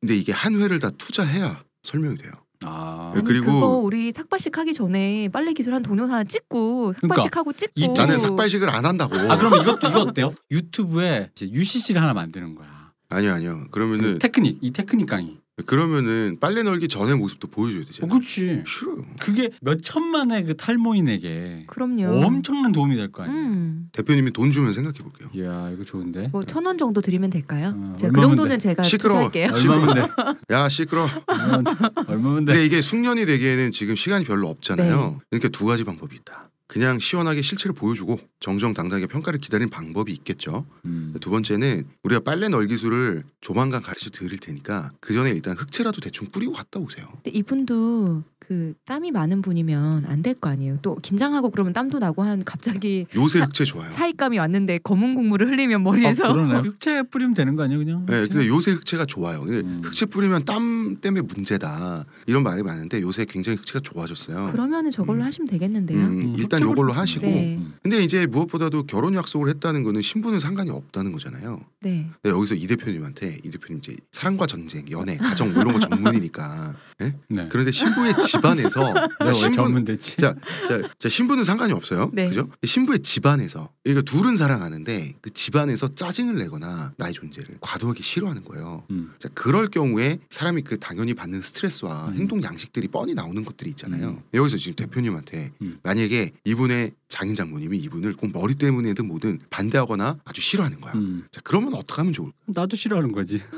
Speaker 3: 근데 이게 한 회를 다 투자해야 설명이 돼요.
Speaker 2: 아.
Speaker 1: 아니,
Speaker 3: 그리고-
Speaker 1: 그거 우리 삭발식 하기 전에 빨래 기술 한 동영상 하나 찍고 삭발식 하고
Speaker 2: 그러니까 이-
Speaker 1: 찍고
Speaker 3: 나는 삭발식을 안 한다고.
Speaker 2: 아 그럼 이것도 이거 어때요? 유튜브에 이제 UCC를 하나 만드는 거야.
Speaker 3: 아니요 아니요.
Speaker 2: 그
Speaker 3: 그러면은
Speaker 2: 테크닉 이 테크닉 강의.
Speaker 3: 그러면은 빨래 널기 전에 모습도 보여줘야
Speaker 2: 어,
Speaker 3: 되잖아.
Speaker 2: 그렇지.
Speaker 3: 싫어요.
Speaker 2: 그게 몇 천만의 그 탈모인에게
Speaker 1: 그럼요.
Speaker 2: 엄청난 도움이 될 거 아니에요.
Speaker 1: 음.
Speaker 3: 대표님이 돈 주면 생각해 볼게요.
Speaker 2: 이야 이거 좋은데.
Speaker 1: 뭐천 원 정도 드리면 될까요?
Speaker 2: 어,
Speaker 1: 제가 그
Speaker 2: 얼마면
Speaker 1: 정도는 제가
Speaker 3: 시끄러워.
Speaker 1: 투자할게요.
Speaker 2: 얼마면 돼?
Speaker 3: 야 시끄러.
Speaker 2: 얼마면 돼? 얼마면
Speaker 1: 네.
Speaker 2: 돼?
Speaker 3: 근데 이게 숙련이 되기에는 지금 시간이 별로 없잖아요. 그러니까 두 가지 방법이 있다. 그냥 시원하게 실체를 보여주고 정정당당하게 평가를 기다리는 방법이 있겠죠.
Speaker 2: 음.
Speaker 3: 두 번째는 우리가 빨래 널기술을 조만간 가르쳐 드릴 테니까 그 전에 일단 흑채라도 대충 뿌리고 갔다 오세요.
Speaker 1: 근데 이분도 그 땀이 많은 분이면 안 될 거 아니에요. 또 긴장하고 그러면 땀도 나고 한
Speaker 2: <laughs>
Speaker 1: 갑자기
Speaker 3: 요새 흑채 좋아요.
Speaker 1: 사익감이 왔는데 검은 국물을 흘리면 머리에서
Speaker 2: 아, 그러네. 흑채 뿌리면 되는 거 아니야 그냥?
Speaker 3: 네, 근데 요새 흑채가 좋아요. 근데
Speaker 2: 음.
Speaker 3: 흑채 뿌리면 땀 때문에 문제다 이런 말이 많은데 요새 굉장히 흑채가 좋아졌어요.
Speaker 1: <laughs> 그러면은 저걸로
Speaker 3: 음.
Speaker 1: 하시면 되겠는데요.
Speaker 3: 음, 일단 일단 요걸로 하시고
Speaker 1: 네.
Speaker 2: 음.
Speaker 3: 근데 이제 무엇보다도 결혼 약속을 했다는 거는 신분은 상관이 없다는 거잖아요.
Speaker 1: 네.
Speaker 3: 근데 여기서 이 대표님한테 이 대표님 이제 사랑과 전쟁, 연애, 가정 뭐 이런 거 전문이니까. 예?
Speaker 2: 네.
Speaker 3: 그런데 신부의
Speaker 2: <laughs>
Speaker 3: 집안에서
Speaker 2: 내가 왜
Speaker 3: 신분
Speaker 2: 네, 전문대지?
Speaker 3: 자, 자, 자, 신부는 상관이 없어요.
Speaker 1: 네.
Speaker 3: 그죠? 신부의 집안에서 그러니까 둘은 사랑하는데 그 집안에서 짜증을 내거나 나의 존재를 과도하게 싫어하는 거예요.
Speaker 2: 음.
Speaker 3: 자, 그럴 경우에 사람이 그 당연히 받는 스트레스와
Speaker 2: 음.
Speaker 3: 행동 양식들이 뻔히 나오는 것들이 있잖아요.
Speaker 2: 음.
Speaker 3: 여기서 지금 대표님한테
Speaker 2: 음.
Speaker 3: 만약에 이분의 장인 장모님이 이분을 꼭 머리 때문에든 뭐든 반대하거나 아주 싫어하는 거야.
Speaker 2: 음.
Speaker 3: 자, 그러면 어떻게 하면 좋을까?
Speaker 2: 나도 싫어하는 거지. <laughs>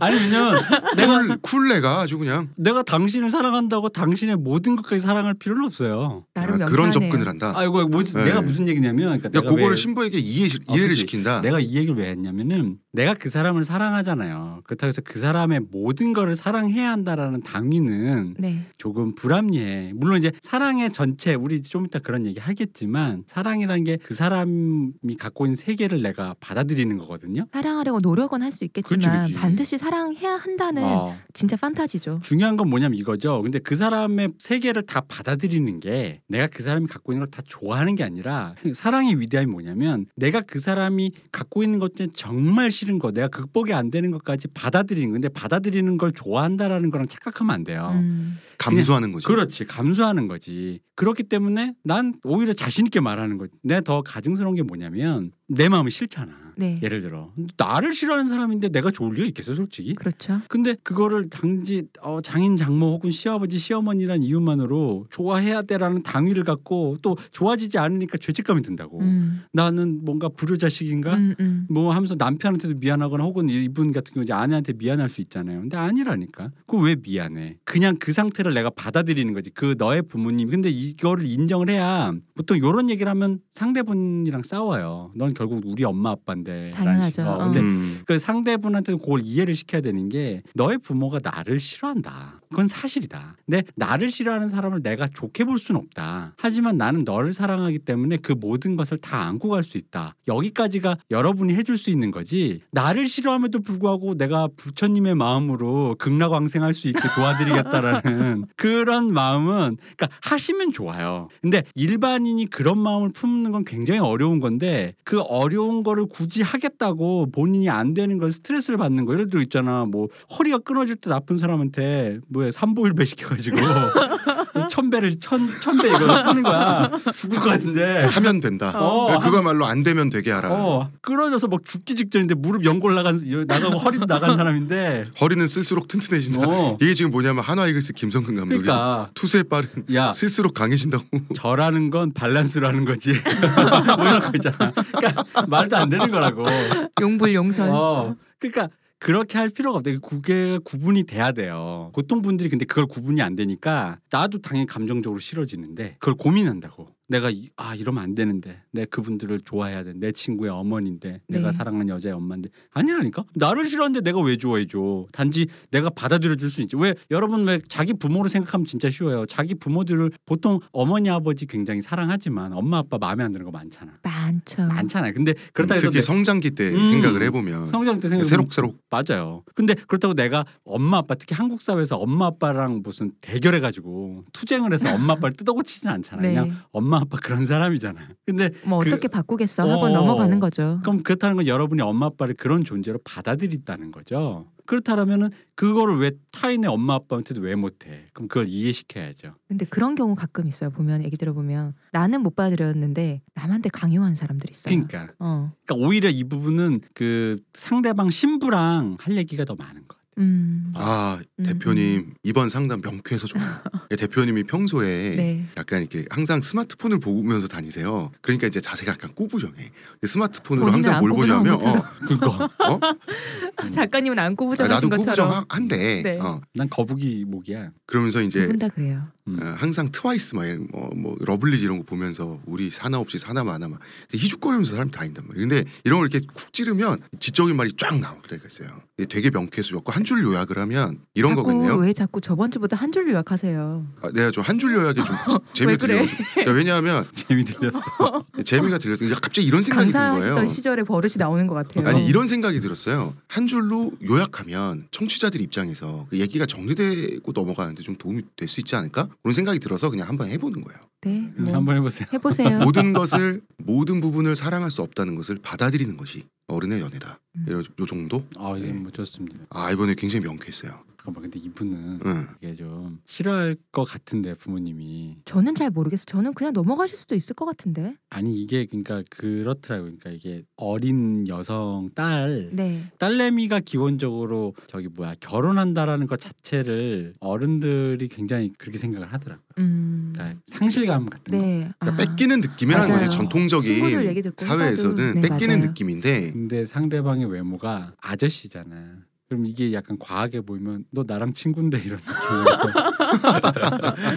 Speaker 2: 아니 왜냐면
Speaker 3: 쿨, 쿨레가 아주 그냥
Speaker 2: 내가 당신을 사랑한다고 당신의 모든 것까지 사랑할 필요는 없어요.
Speaker 1: 나름
Speaker 3: 아, 그런
Speaker 1: 명쾌하네요.
Speaker 3: 접근을 한다.
Speaker 2: 아이고 뭐지?
Speaker 3: 네.
Speaker 2: 내가 무슨 얘기냐면 그러니까
Speaker 3: 그러니까
Speaker 2: 내가
Speaker 3: 그거를
Speaker 2: 왜-
Speaker 3: 신부에게 이해,
Speaker 2: 아,
Speaker 3: 이해를
Speaker 2: 그치.
Speaker 3: 시킨다.
Speaker 2: 내가 이 얘기를 왜 했냐면은 내가 그 사람을 사랑하잖아요. 그렇다고 해서 그 사람의 모든 거를 사랑해야 한다라는 당위는
Speaker 1: 네.
Speaker 2: 조금 불합리해. 물론 이제 사랑의 전체 우리 좀 이따 그런 얘기 하겠지만 사랑이라는 게 그 사람이 갖고 있는 세계를 내가 받아들이는 거거든요.
Speaker 1: 사랑하려고 노력은 할 수 있겠지만
Speaker 2: 그치, 그치.
Speaker 1: 반드시 사랑해야 한다는
Speaker 3: 아.
Speaker 2: 어.
Speaker 1: 진짜 판타지죠.
Speaker 2: 중요한 건 뭐냐면 이거죠. 근데 그 사람의 세계를 다 받아들이는 게 내가 그 사람이 갖고 있는 걸 다 좋아하는 게 아니라 사랑의 위대함이 뭐냐면 내가 그 사람이 갖고 있는 것 중에 정말 싫은 거 내가 극복이 안 되는 것까지 받아들이는 건데 받아들이는 걸 좋아한다라는 거랑 착각하면 안 돼요.
Speaker 1: 음.
Speaker 3: 감수하는 거지.
Speaker 2: 그렇지 감수하는 거지 그렇기 때문에 난 오히려 자신 있게 말하는 거지 내가 더 가증스러운 게 뭐냐면 내 마음이 싫잖아
Speaker 1: 네.
Speaker 2: 예를 들어 나를 싫어하는 사람인데 내가 좋을 리가 있겠어 솔직히
Speaker 1: 그렇죠.
Speaker 2: 근데 그거를 당지 어, 장인 장모 혹은 시아버지 시어머니란 이유만으로 좋아해야 돼라는 당위를 갖고 또 좋아지지 않으니까 죄책감이 든다고
Speaker 1: 음.
Speaker 2: 나는 뭔가 불효자식인가
Speaker 1: 음, 음.
Speaker 2: 뭐 하면서 남편한테도 미안하거나 혹은 이분 같은 경우 이제 아내한테 미안할 수 있잖아요. 근데 아니라니까. 그 왜 미안해? 그냥 그 상태를 내가 받아들이는 거지. 그 너의 부모님. 근데 이거를 인정을 해야 보통 요런 얘기를 하면 상대분이랑 싸워요. 넌 결국 우리 엄마 아빠인데. 난
Speaker 1: 당연하죠.
Speaker 2: 싫어.
Speaker 1: 어.
Speaker 2: 근데
Speaker 3: 음.
Speaker 2: 그 상대분한테도 그걸 이해를 시켜야 되는 게 너의 부모가 나를 싫어한다. 그건 사실이다. 근데 나를 싫어하는 사람을 내가 좋게 볼 수는 없다. 하지만 나는 너를 사랑하기 때문에 그 모든 것을 다 안고 갈 수 있다. 여기까지가 여러분이 해줄 수 있는 거지. 나를 싫어함에도 불구하고 내가 부처님의 마음으로 극락왕생할 수 있게 도와드리겠다라는 그런 마음은 그러니까 하시면 좋아요. 근데 일반인이 그런 마음을 품는 건 굉장히 어려운 건데 그 어려운 거를 굳이 하겠다고 본인이 안 되는 걸 스트레스를 받는 거 예를 들어 있잖아 뭐 허리가 끊어질 때 나쁜 사람한테 뭐야 삼보일배 시켜가지고 천배를 천 천배 이거 하는 거야 죽을 것 같은데
Speaker 3: 네, 하면 된다.
Speaker 2: 네. 어,
Speaker 3: 그러니까 그거야말로 안 되면 되게 하라.
Speaker 2: 어 끊어져서 막 죽기 직전인데 무릎 연골 나간 나가고 허리도 나간 사람인데
Speaker 3: 허리는 쓸수록 튼튼해진다.
Speaker 2: 어
Speaker 3: 이게 지금 뭐냐면 한화 이글스 김성근 감독이
Speaker 2: 그러니까 아.
Speaker 3: 투수에 빠른
Speaker 2: 야
Speaker 3: 쓸수록 강해진다고.
Speaker 2: <laughs> 저라는 건 밸런스라는 거지 <laughs> 뭐 이런 거 있잖아 그러니까 말도 안 되는 거라고
Speaker 1: 용불 용설.
Speaker 2: 어 그러니까 그렇게 할 필요가 없다 그게 구분이 돼야 돼요 보통 분들이 근데 그걸 구분이 안 되니까 나도 당연히 감정적으로 싫어지는데 그걸 고민한다고 내가 이- 아 이러면 안 되는데 내가 그분들을 좋아해야 돼 내 친구의 어머니인데 내가
Speaker 1: 네.
Speaker 2: 사랑하는 여자의 엄마인데 아니라니까 나를 싫어하는데 내가 왜 좋아해줘 단지 내가 받아들여 줄 수 있지 왜 여러분 왜 자기 부모로 생각하면 진짜 쉬워요 자기 부모들을 보통 어머니 아버지 굉장히 사랑하지만 엄마 아빠 마음에 안 드는 거 많잖아
Speaker 1: 많죠.
Speaker 2: 많잖아요 근데 그렇다고 해서
Speaker 3: 특히
Speaker 2: 내-
Speaker 3: 성장기 때
Speaker 2: 음.
Speaker 3: 생각을 해보면
Speaker 2: 성장 때 생각
Speaker 3: 새록새록
Speaker 2: 맞아요. 근데 그렇다고 내가 엄마 아빠 특히 한국 사회에서 엄마 아빠랑 무슨 대결해 가지고 투쟁을 해서 엄마 아빠를 뜯어고치진 않잖아요.
Speaker 1: 네.
Speaker 2: 그냥 엄마 아빠 그런 사람이잖아요. 근데
Speaker 1: 뭐
Speaker 2: 그-
Speaker 1: 어떻게 바꾸겠어 하고
Speaker 2: 어.
Speaker 1: 넘어가는 거죠.
Speaker 2: 그럼 그렇다는 건 여러분이 엄마 아빠를 그런 존재로 받아들인다는 거죠. 그렇다면은 그거를 왜 타인의 엄마 아빠한테도 왜 못해? 그럼 그걸 이해시켜야죠.
Speaker 1: 근데 그런 경우 가끔 있어요. 보면 얘기 들어보면 나는 못 받아들였는데 남한테 강요한 사람들이 있어요.
Speaker 2: 그러니까,
Speaker 1: 어.
Speaker 2: 그러니까 오히려 이 부분은 그 상대방 신부랑 할 얘기가 더 많은 것.
Speaker 1: 음.
Speaker 3: 아
Speaker 1: 음.
Speaker 3: 대표님 이번 상담 명쾌해서
Speaker 1: <laughs>
Speaker 3: 좋아요. 대표님이 평소에
Speaker 1: 네.
Speaker 3: 약간 이렇게 항상 스마트폰을 보면서 다니세요. 그러니까 이제 자세가 약간 꼬부정해. 스마트폰으로
Speaker 1: 본인은
Speaker 3: 항상
Speaker 1: 안
Speaker 3: 뭘
Speaker 1: 꼬부정한
Speaker 3: 보냐면 어,
Speaker 1: 거잖아. <laughs>
Speaker 2: 그거
Speaker 3: 어?
Speaker 1: 음. 작가님은 안
Speaker 3: 아, 나도
Speaker 1: 꼬부정하신 것처럼
Speaker 3: 꼬부정한데
Speaker 1: 네.
Speaker 3: 어.
Speaker 2: 음. 난 거북이 목이야. <laughs>
Speaker 3: 그러면서 이제
Speaker 1: 두 분 다 그래요.
Speaker 3: 어, 항상 트와이스 막 이런 뭐, 뭐 러블리즈 이런 거 보면서 우리 사나 없이 사나 마나 막 그래서 희죽거리면서 사람이 다닌단 말이에요. 근데 이런 걸 이렇게 쿡 찌르면 지적인 말이 쫙 나올 때가 있어요. 근데 되게 명쾌수였고 한 줄 요약을 하면 이런
Speaker 1: 자꾸
Speaker 3: 거거든요.
Speaker 1: 왜 자꾸 저번 주보다 한 줄 요약하세요.
Speaker 3: 아, 내가 좀 한 줄 요약에
Speaker 1: <laughs>
Speaker 3: 좀
Speaker 1: 왜
Speaker 3: 재미
Speaker 1: 그래?
Speaker 3: 들려. 그러니까 왜냐하면
Speaker 2: 재미 들렸어.
Speaker 3: 재미가 들려서 그러니까 갑자기 이런 생각이 든 거예요.
Speaker 1: 강사하시던 시절의 버릇이 나오는 것 같아요.
Speaker 3: 아니 이런 생각이 들었어요. 한 줄로 요약하면 청취자들 입장에서 그 얘기가 정리되고 넘어가는데 좀 도움이 될 수 있지 않을까? 그런 생각이 들어서 그냥 한번 해보는 거예요.
Speaker 1: 네,
Speaker 3: 음.
Speaker 1: 뭐
Speaker 2: 한번 해보세요.
Speaker 1: 해보세요.
Speaker 3: 모든 것을 모든 부분을 사랑할 수 없다는 것을 받아들이는 것이 어른의 연애다.
Speaker 1: 음.
Speaker 3: 이런 요 정도.
Speaker 2: 아, 예,
Speaker 3: 네.
Speaker 2: 뭐 좋습니다.
Speaker 3: 아 이번에 굉장히 명쾌했어요.
Speaker 2: 잠깐만, 뭐 근데 이분은
Speaker 3: 응.
Speaker 2: 이게 좀 싫어할 것 같은데 부모님이
Speaker 1: 저는 잘 모르겠어요. 저는 그냥 넘어가실 수도 있을 것 같은데.
Speaker 2: 아니 이게 그러니까 그렇더라고. 요 그러니까 이게 어린 여성 딸
Speaker 1: 네,
Speaker 2: 딸내미가 기본적으로 저기 뭐야 결혼한다라는 것 자체를 어른들이 굉장히 그렇게 생각을 하더라고. 요
Speaker 1: 음,
Speaker 2: 그러니까 상실감 같은 거.
Speaker 1: 네, 아,
Speaker 3: 그러니까 뺏기는 느낌이라는
Speaker 1: 맞아요.
Speaker 3: 거지 전통적인
Speaker 1: 친구들 얘기 듣고 해봐도,
Speaker 3: 사회에서는
Speaker 1: 네,
Speaker 3: 뺏기는
Speaker 1: 맞아요.
Speaker 3: 느낌인데
Speaker 2: 근데 상대방의 외모가 아저씨잖아. 그럼 이게 약간 과하게 보이면 너 나랑 친군데 이런 <laughs> 느낌이고.